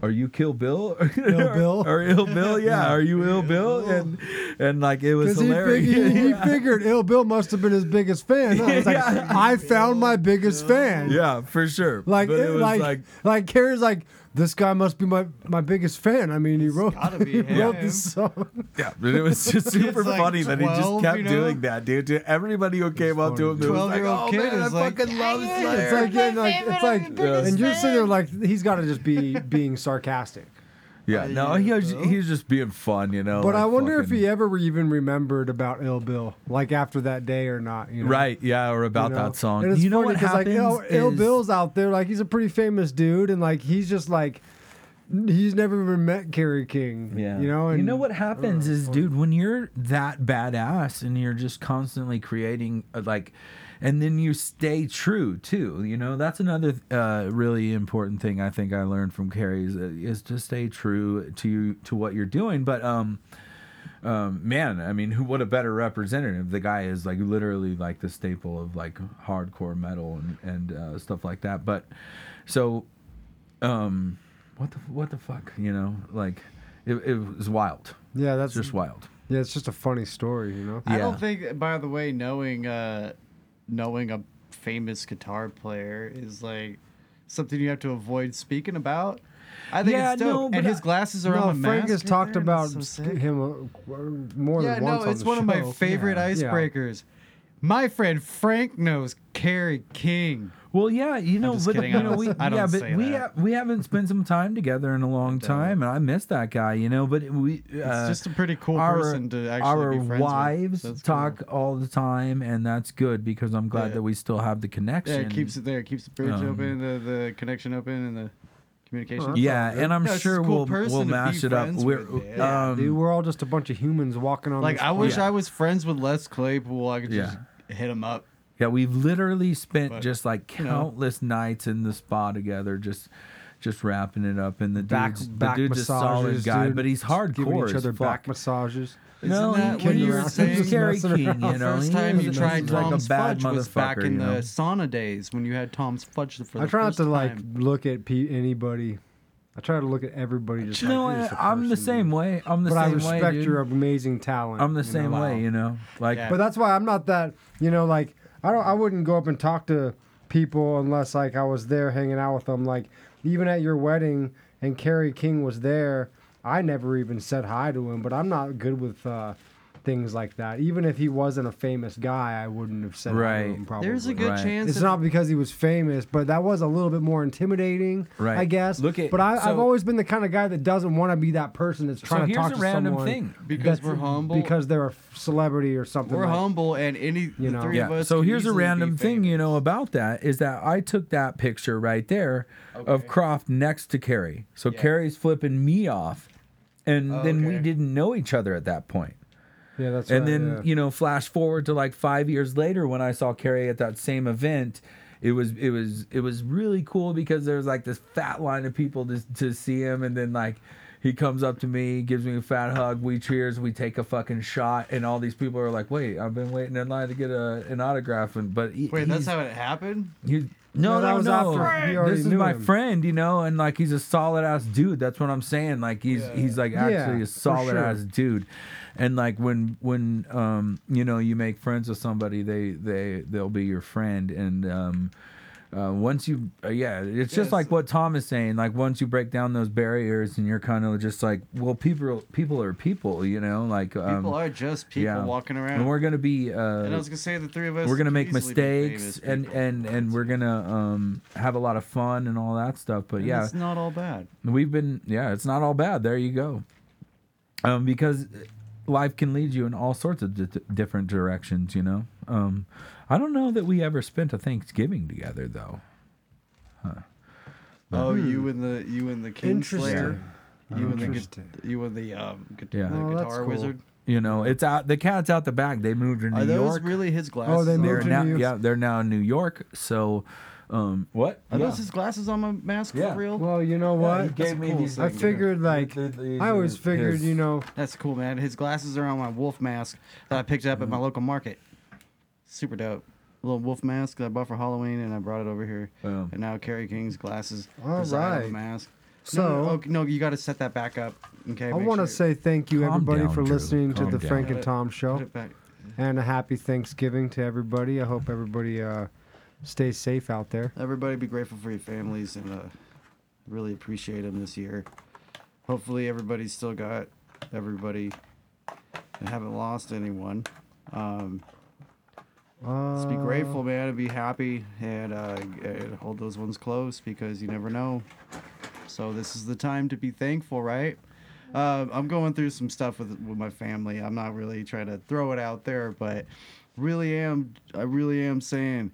Speaker 3: are you Kill Bill? Ill
Speaker 2: Bill?
Speaker 3: or Ill Bill? Yeah. Are you Ill Bill? And and like it was
Speaker 2: he, fig-
Speaker 3: hilarious.
Speaker 2: he, he figured Ill Bill must have been his biggest fan. huh? It's like, I found my biggest fan.
Speaker 3: yeah, for sure.
Speaker 2: Like,
Speaker 3: But
Speaker 2: it, like, like, Carrie's like, this guy must be my, my biggest fan. I mean, he wrote, he
Speaker 3: him.
Speaker 2: wrote this song.
Speaker 3: yeah, but it was just super
Speaker 2: It's like
Speaker 3: funny that he just
Speaker 2: 12,
Speaker 3: kept
Speaker 2: you know?
Speaker 3: doing that, dude. To everybody who came up to him, they was like, "Oh
Speaker 7: 12-year-old kid
Speaker 3: man, I
Speaker 7: is like,
Speaker 3: fucking love Slayer."
Speaker 2: It's like, yeah, like, it's like
Speaker 3: Yeah.
Speaker 2: and you're sitting there like, he's got to just be being sarcastic.
Speaker 3: yeah, no, he was he was just being fun, you know.
Speaker 2: But I
Speaker 3: like
Speaker 2: wonder
Speaker 3: fucking-
Speaker 2: if he ever even remembered about Ill Bill, like after that day or not. You know?
Speaker 3: right, yeah, or about
Speaker 2: You know?
Speaker 3: that song.
Speaker 2: And it's
Speaker 3: you know
Speaker 2: funny
Speaker 3: what
Speaker 2: 'cause, like
Speaker 3: happens?
Speaker 2: Ill, Ill
Speaker 3: is-
Speaker 2: Bill's out there, like he's a pretty famous dude, and like he's just like he's never even met Kerry King.
Speaker 3: Yeah.
Speaker 2: Mm-hmm. you know. And
Speaker 3: you know what happens is, dude, when you're that badass and you're just constantly creating, uh, like, and then you stay true too. You know, that's another uh, really important thing I think I learned from Carrie is, uh, is to stay true to to what you're doing. But um, um, man, I mean, who? What a better representative! The guy is like literally like the staple of like hardcore metal and and uh, stuff like that. But so, um, what the what the fuck? You know, like it, it was wild.
Speaker 2: Yeah, that's
Speaker 3: just wild.
Speaker 2: Yeah, it's just a funny story, you know.
Speaker 7: I don't think, by the way, knowing uh, knowing a famous guitar player is like something you have to avoid speaking about. I think
Speaker 2: Yeah,
Speaker 7: it's dope.
Speaker 2: no, but
Speaker 7: and his
Speaker 2: I-
Speaker 7: glasses are
Speaker 2: no,
Speaker 7: on the
Speaker 2: Oh, Frank
Speaker 7: mask
Speaker 2: has
Speaker 7: right
Speaker 2: talked
Speaker 7: there, and
Speaker 2: about
Speaker 7: that's so sick.
Speaker 2: him uh, w- more
Speaker 7: yeah,
Speaker 2: than once.
Speaker 7: no,
Speaker 2: on
Speaker 7: it's
Speaker 2: the
Speaker 7: one of my
Speaker 2: show.
Speaker 7: favorite
Speaker 2: Yeah.
Speaker 7: icebreakers. My friend Frank knows Carrie King.
Speaker 3: Well, yeah, you know,
Speaker 7: just
Speaker 3: but
Speaker 7: kidding,
Speaker 3: you
Speaker 7: I
Speaker 3: know,
Speaker 7: don't-
Speaker 3: we,
Speaker 7: I don't
Speaker 3: yeah, but
Speaker 7: say
Speaker 3: we
Speaker 7: that.
Speaker 3: ha- we haven't spent some time together in a long time, and I miss that guy, you know. But we, uh,
Speaker 7: just a pretty cool
Speaker 3: our,
Speaker 7: person to actually
Speaker 3: Our
Speaker 7: be friends with.
Speaker 3: wives
Speaker 7: That's
Speaker 3: talk all the time, and that's good because I'm glad that we still have the connection.
Speaker 7: Yeah, it keeps it there. It keeps the bridge
Speaker 3: Um, Uh-huh.
Speaker 7: open, the, the connection open, and the communication.
Speaker 3: yeah, and I'm
Speaker 7: No, it's just a
Speaker 3: sure
Speaker 7: cool
Speaker 3: we'll
Speaker 7: person
Speaker 3: we'll
Speaker 7: to be
Speaker 3: mash it up.
Speaker 7: friends
Speaker 3: We're
Speaker 7: with, man.
Speaker 2: Yeah,
Speaker 3: um,
Speaker 2: dude, we're all just a bunch of humans walking on.
Speaker 7: Like
Speaker 2: this
Speaker 7: I wish
Speaker 2: planet.
Speaker 7: I was friends with Les Claypool. I could just hit him up.
Speaker 3: Yeah, we've literally spent
Speaker 7: But,
Speaker 3: just like
Speaker 7: you know.
Speaker 3: countless nights in the spa together, just just wrapping it up. And the
Speaker 2: back
Speaker 3: dude's, the
Speaker 2: back
Speaker 3: dude's a solid
Speaker 2: massages,
Speaker 3: guy,
Speaker 2: dude.
Speaker 3: but he's
Speaker 2: Giving
Speaker 3: hardcore.
Speaker 2: each
Speaker 3: as
Speaker 2: other
Speaker 3: fuck.
Speaker 2: back massages.
Speaker 3: No, he
Speaker 7: Isn't that
Speaker 3: can-
Speaker 7: what
Speaker 3: he
Speaker 7: you were
Speaker 3: was- he
Speaker 7: saying?
Speaker 3: was Carrie King, you
Speaker 7: The
Speaker 3: know,
Speaker 7: Oh, first
Speaker 3: he
Speaker 7: time
Speaker 3: was
Speaker 7: you
Speaker 3: a-
Speaker 7: tried
Speaker 3: he's like a
Speaker 7: Tom's
Speaker 3: bad
Speaker 7: Fudge was back
Speaker 3: motherfucker,
Speaker 7: in
Speaker 3: you
Speaker 7: the
Speaker 3: know?
Speaker 7: sauna days when you had Tom's Fudge the first
Speaker 2: I try not to
Speaker 7: first
Speaker 2: like
Speaker 7: time.
Speaker 2: look at pe- anybody. I try to look at everybody. Just
Speaker 3: No,
Speaker 2: like, "You're just a
Speaker 3: I, am the
Speaker 2: person,
Speaker 3: same way. I'm the
Speaker 2: but I
Speaker 3: same way.
Speaker 2: respect
Speaker 3: dude.
Speaker 2: your amazing talent.
Speaker 3: I'm the
Speaker 2: you
Speaker 3: same
Speaker 2: know?
Speaker 3: way, you know. Like,
Speaker 2: But
Speaker 3: but
Speaker 2: that's why I'm not that. You know, like I don't. I wouldn't go up and talk to people unless like I was there hanging out with them. Like even at your wedding, and Carrie King was there. I never even said hi to him. But I'm not good with. uh Things like that. Even if he wasn't a famous guy, I wouldn't have said hi to
Speaker 3: Right.
Speaker 2: him. Probably.
Speaker 7: There's a good Right. chance
Speaker 2: It's
Speaker 7: that-
Speaker 2: not because he was famous, but that was a little bit more intimidating.
Speaker 3: Right.
Speaker 2: I guess.
Speaker 3: Look at-
Speaker 2: But I, I've
Speaker 3: so-
Speaker 2: always been the kind of guy that doesn't want to be that person that's trying to
Speaker 3: here's
Speaker 2: talk
Speaker 3: a
Speaker 2: to
Speaker 3: random
Speaker 2: someone
Speaker 3: thing.
Speaker 7: Because
Speaker 2: that's-
Speaker 7: we're humble.
Speaker 2: Because they're a f- celebrity or something.
Speaker 7: We're
Speaker 2: like-
Speaker 7: humble, and any the
Speaker 2: know.
Speaker 7: three of
Speaker 3: yeah.
Speaker 7: us.
Speaker 3: So
Speaker 7: could
Speaker 3: here's a
Speaker 7: easily be
Speaker 3: random
Speaker 7: famous.
Speaker 3: thing you know about that is that I took that picture right there of Croft next to Carrie. So Carrie's flipping me off, and
Speaker 2: Oh,
Speaker 3: then we
Speaker 2: okay.
Speaker 3: didn't know each other at that point.
Speaker 2: Yeah, that's
Speaker 3: and
Speaker 2: right,
Speaker 3: then
Speaker 2: yeah.
Speaker 3: you know flash forward to like five years later when i saw carrie at that same event it was it was it was really cool because there was like this fat line of people to, to see him and then like he comes up to me gives me a fat hug we cheers we take a fucking shot and all these people are like wait i've been waiting in line to get a, an autograph and but he-
Speaker 7: Wait, that's
Speaker 3: he's-
Speaker 7: how it happened.
Speaker 3: he- no,
Speaker 7: No, that
Speaker 3: no,
Speaker 7: was
Speaker 3: no.
Speaker 7: after he already
Speaker 3: This is
Speaker 7: knew
Speaker 3: my
Speaker 7: him.
Speaker 3: friend, you know, and like he's a solid ass dude. That's what I'm saying. Like he's he's like
Speaker 15: Yeah,
Speaker 3: actually
Speaker 15: for
Speaker 3: a solid
Speaker 15: sure.
Speaker 3: ass dude. And like when when um you know you make friends with somebody, they they they'll be your friend. And um uh, once you uh, yeah, it's just like what Tom is saying. Like once you break down those barriers, and you're kind of just like, well, people people are people, you know. Like um,
Speaker 7: People are just people walking around.
Speaker 3: and we're gonna be. Uh,
Speaker 7: And I was gonna say the three of us
Speaker 3: We're gonna
Speaker 7: could
Speaker 3: make
Speaker 7: easily be
Speaker 3: mistakes,
Speaker 7: famous
Speaker 3: and and and we're gonna um have a lot of fun and all that stuff. But
Speaker 7: And
Speaker 3: yeah,
Speaker 7: it's not all bad.
Speaker 3: We've been yeah, it's not all bad. There you go. Um, because life can lead you in all sorts of di- different directions. You know. Um, I don't know that we ever spent a Thanksgiving together though.
Speaker 7: Oh,
Speaker 3: Hmm.
Speaker 7: you and the you and the Kingslayer.
Speaker 3: Interesting.
Speaker 7: You and the gu-
Speaker 3: Interesting. Oh,
Speaker 7: you and the um gu-
Speaker 3: Yeah.
Speaker 7: the guitar wizard.
Speaker 3: You know, it's out. The cat's out the back. They moved to New
Speaker 7: Are those
Speaker 3: York.
Speaker 7: really his glasses?
Speaker 3: They're
Speaker 7: on?
Speaker 3: now, Yeah, they're now in New York. So, um, what?
Speaker 7: Are
Speaker 3: Yeah.
Speaker 7: those his glasses on my mask
Speaker 3: Yeah.
Speaker 7: for real?
Speaker 2: Well, you know
Speaker 7: Yeah,
Speaker 2: what?
Speaker 7: he gave me these
Speaker 2: uh, I
Speaker 7: things.
Speaker 2: figured like I always figured you know.
Speaker 7: That's cool, man. His glasses are on my wolf mask that I picked up at my local market. Super dope. little wolf mask that I bought for Halloween and I brought it over here. And now Kerry King's glasses
Speaker 2: All
Speaker 7: reside on the
Speaker 2: right.
Speaker 7: mask. No,
Speaker 2: So-
Speaker 7: no, no, okay, no, you got to set that back up. Okay.
Speaker 2: I want to say thank you
Speaker 7: Calm
Speaker 2: everybody
Speaker 7: down,
Speaker 2: for
Speaker 7: Drew.
Speaker 2: listening
Speaker 7: Calm
Speaker 2: to the
Speaker 7: down.
Speaker 2: Frank
Speaker 7: Put
Speaker 2: and
Speaker 7: it-
Speaker 2: Tom show,
Speaker 7: back.
Speaker 2: and a happy Thanksgiving to everybody. I hope everybody uh, stays safe out there.
Speaker 7: Everybody be grateful for your families and uh, really appreciate them this year. Hopefully, everybody's still got everybody and haven't lost anyone. Um, just be
Speaker 2: Uh,
Speaker 7: grateful, man, and be happy and, uh, and hold those ones close because you never know. So, this is the time to be thankful, right? Uh, I'm going through some stuff with, with my family. I'm not really trying to throw it out there, but really am. I really am saying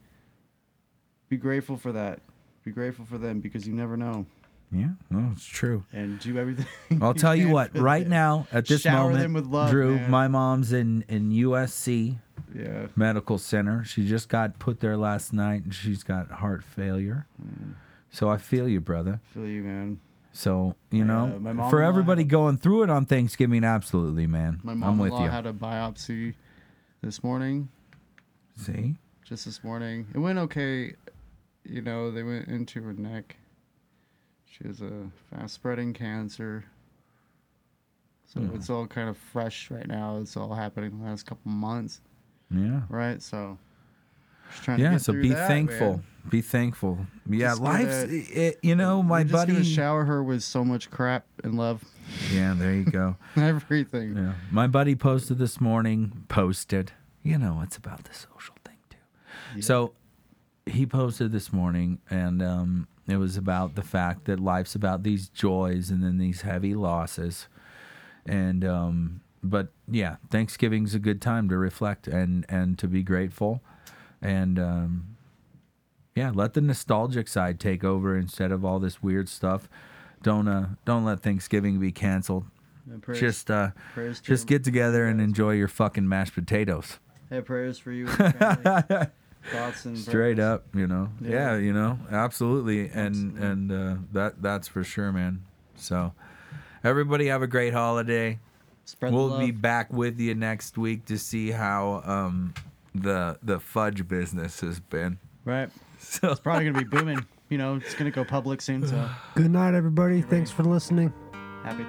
Speaker 7: be grateful for that. Be grateful for them because you never know.
Speaker 3: Yeah, no, it's true.
Speaker 7: And do everything.
Speaker 3: I'll tell you
Speaker 7: can
Speaker 3: what,
Speaker 7: for
Speaker 3: right
Speaker 7: them.
Speaker 3: now at this
Speaker 7: Shower
Speaker 3: moment,
Speaker 7: them with love,
Speaker 3: Drew,
Speaker 7: man.
Speaker 3: my mom's in in USC
Speaker 7: Yeah.
Speaker 3: Medical Center. She just got put there last night, and she's got heart failure.
Speaker 7: Mm.
Speaker 3: So I feel you, brother.
Speaker 7: Feel you, man.
Speaker 3: So you know,
Speaker 7: my mom-in-law
Speaker 3: for everybody going through it on Thanksgiving, absolutely, man.
Speaker 7: My
Speaker 3: I'm
Speaker 7: mom in
Speaker 3: with
Speaker 7: law
Speaker 3: you.
Speaker 7: had a biopsy this morning.
Speaker 3: See,
Speaker 7: Just this morning. It went okay. You know, they went into her neck. She has a fast spreading cancer. So
Speaker 3: Hmm.
Speaker 7: it's all kind of fresh right now. It's all happening in the last couple months.
Speaker 3: yeah.
Speaker 7: Right? So trying to
Speaker 3: yeah,
Speaker 7: get
Speaker 3: so
Speaker 7: through
Speaker 3: be
Speaker 7: that,
Speaker 3: thankful.
Speaker 7: man.
Speaker 3: Be thankful. Yeah,
Speaker 7: Just
Speaker 3: life's.
Speaker 7: gonna-
Speaker 3: i- i- you know, my
Speaker 7: We're just
Speaker 3: buddy.
Speaker 7: gonna shower her with so much crap and love.
Speaker 3: Yeah, there you go.
Speaker 7: Everything.
Speaker 3: Yeah. My buddy posted this morning, posted. You know, it's about the social thing too. So he posted this morning, and um, it was about the fact that life's about these joys and then these heavy losses. And, um, but yeah, Thanksgiving's a good time to reflect and, and to be grateful. And, um, yeah, let the nostalgic side take over instead of all this weird stuff. Don't uh, don't let Thanksgiving be canceled.
Speaker 7: Yeah, prayers-
Speaker 3: just uh,
Speaker 7: prayers to
Speaker 3: just get together and enjoy your fucking mashed potatoes.
Speaker 7: Have prayers for you. And your family. Thoughts and
Speaker 3: Straight up, you know.
Speaker 7: Yeah.
Speaker 3: Yeah, you know, absolutely, and and uh, that that's for sure, man. So, everybody have a great holiday.
Speaker 7: Spread the
Speaker 3: we'll be
Speaker 7: love.
Speaker 3: back with you next week to see how um, the the fudge business has been.
Speaker 7: Right. it's probably gonna be booming. You know, it's gonna go public soon. So
Speaker 8: Good night, everybody. Thanks for listening.
Speaker 7: happy.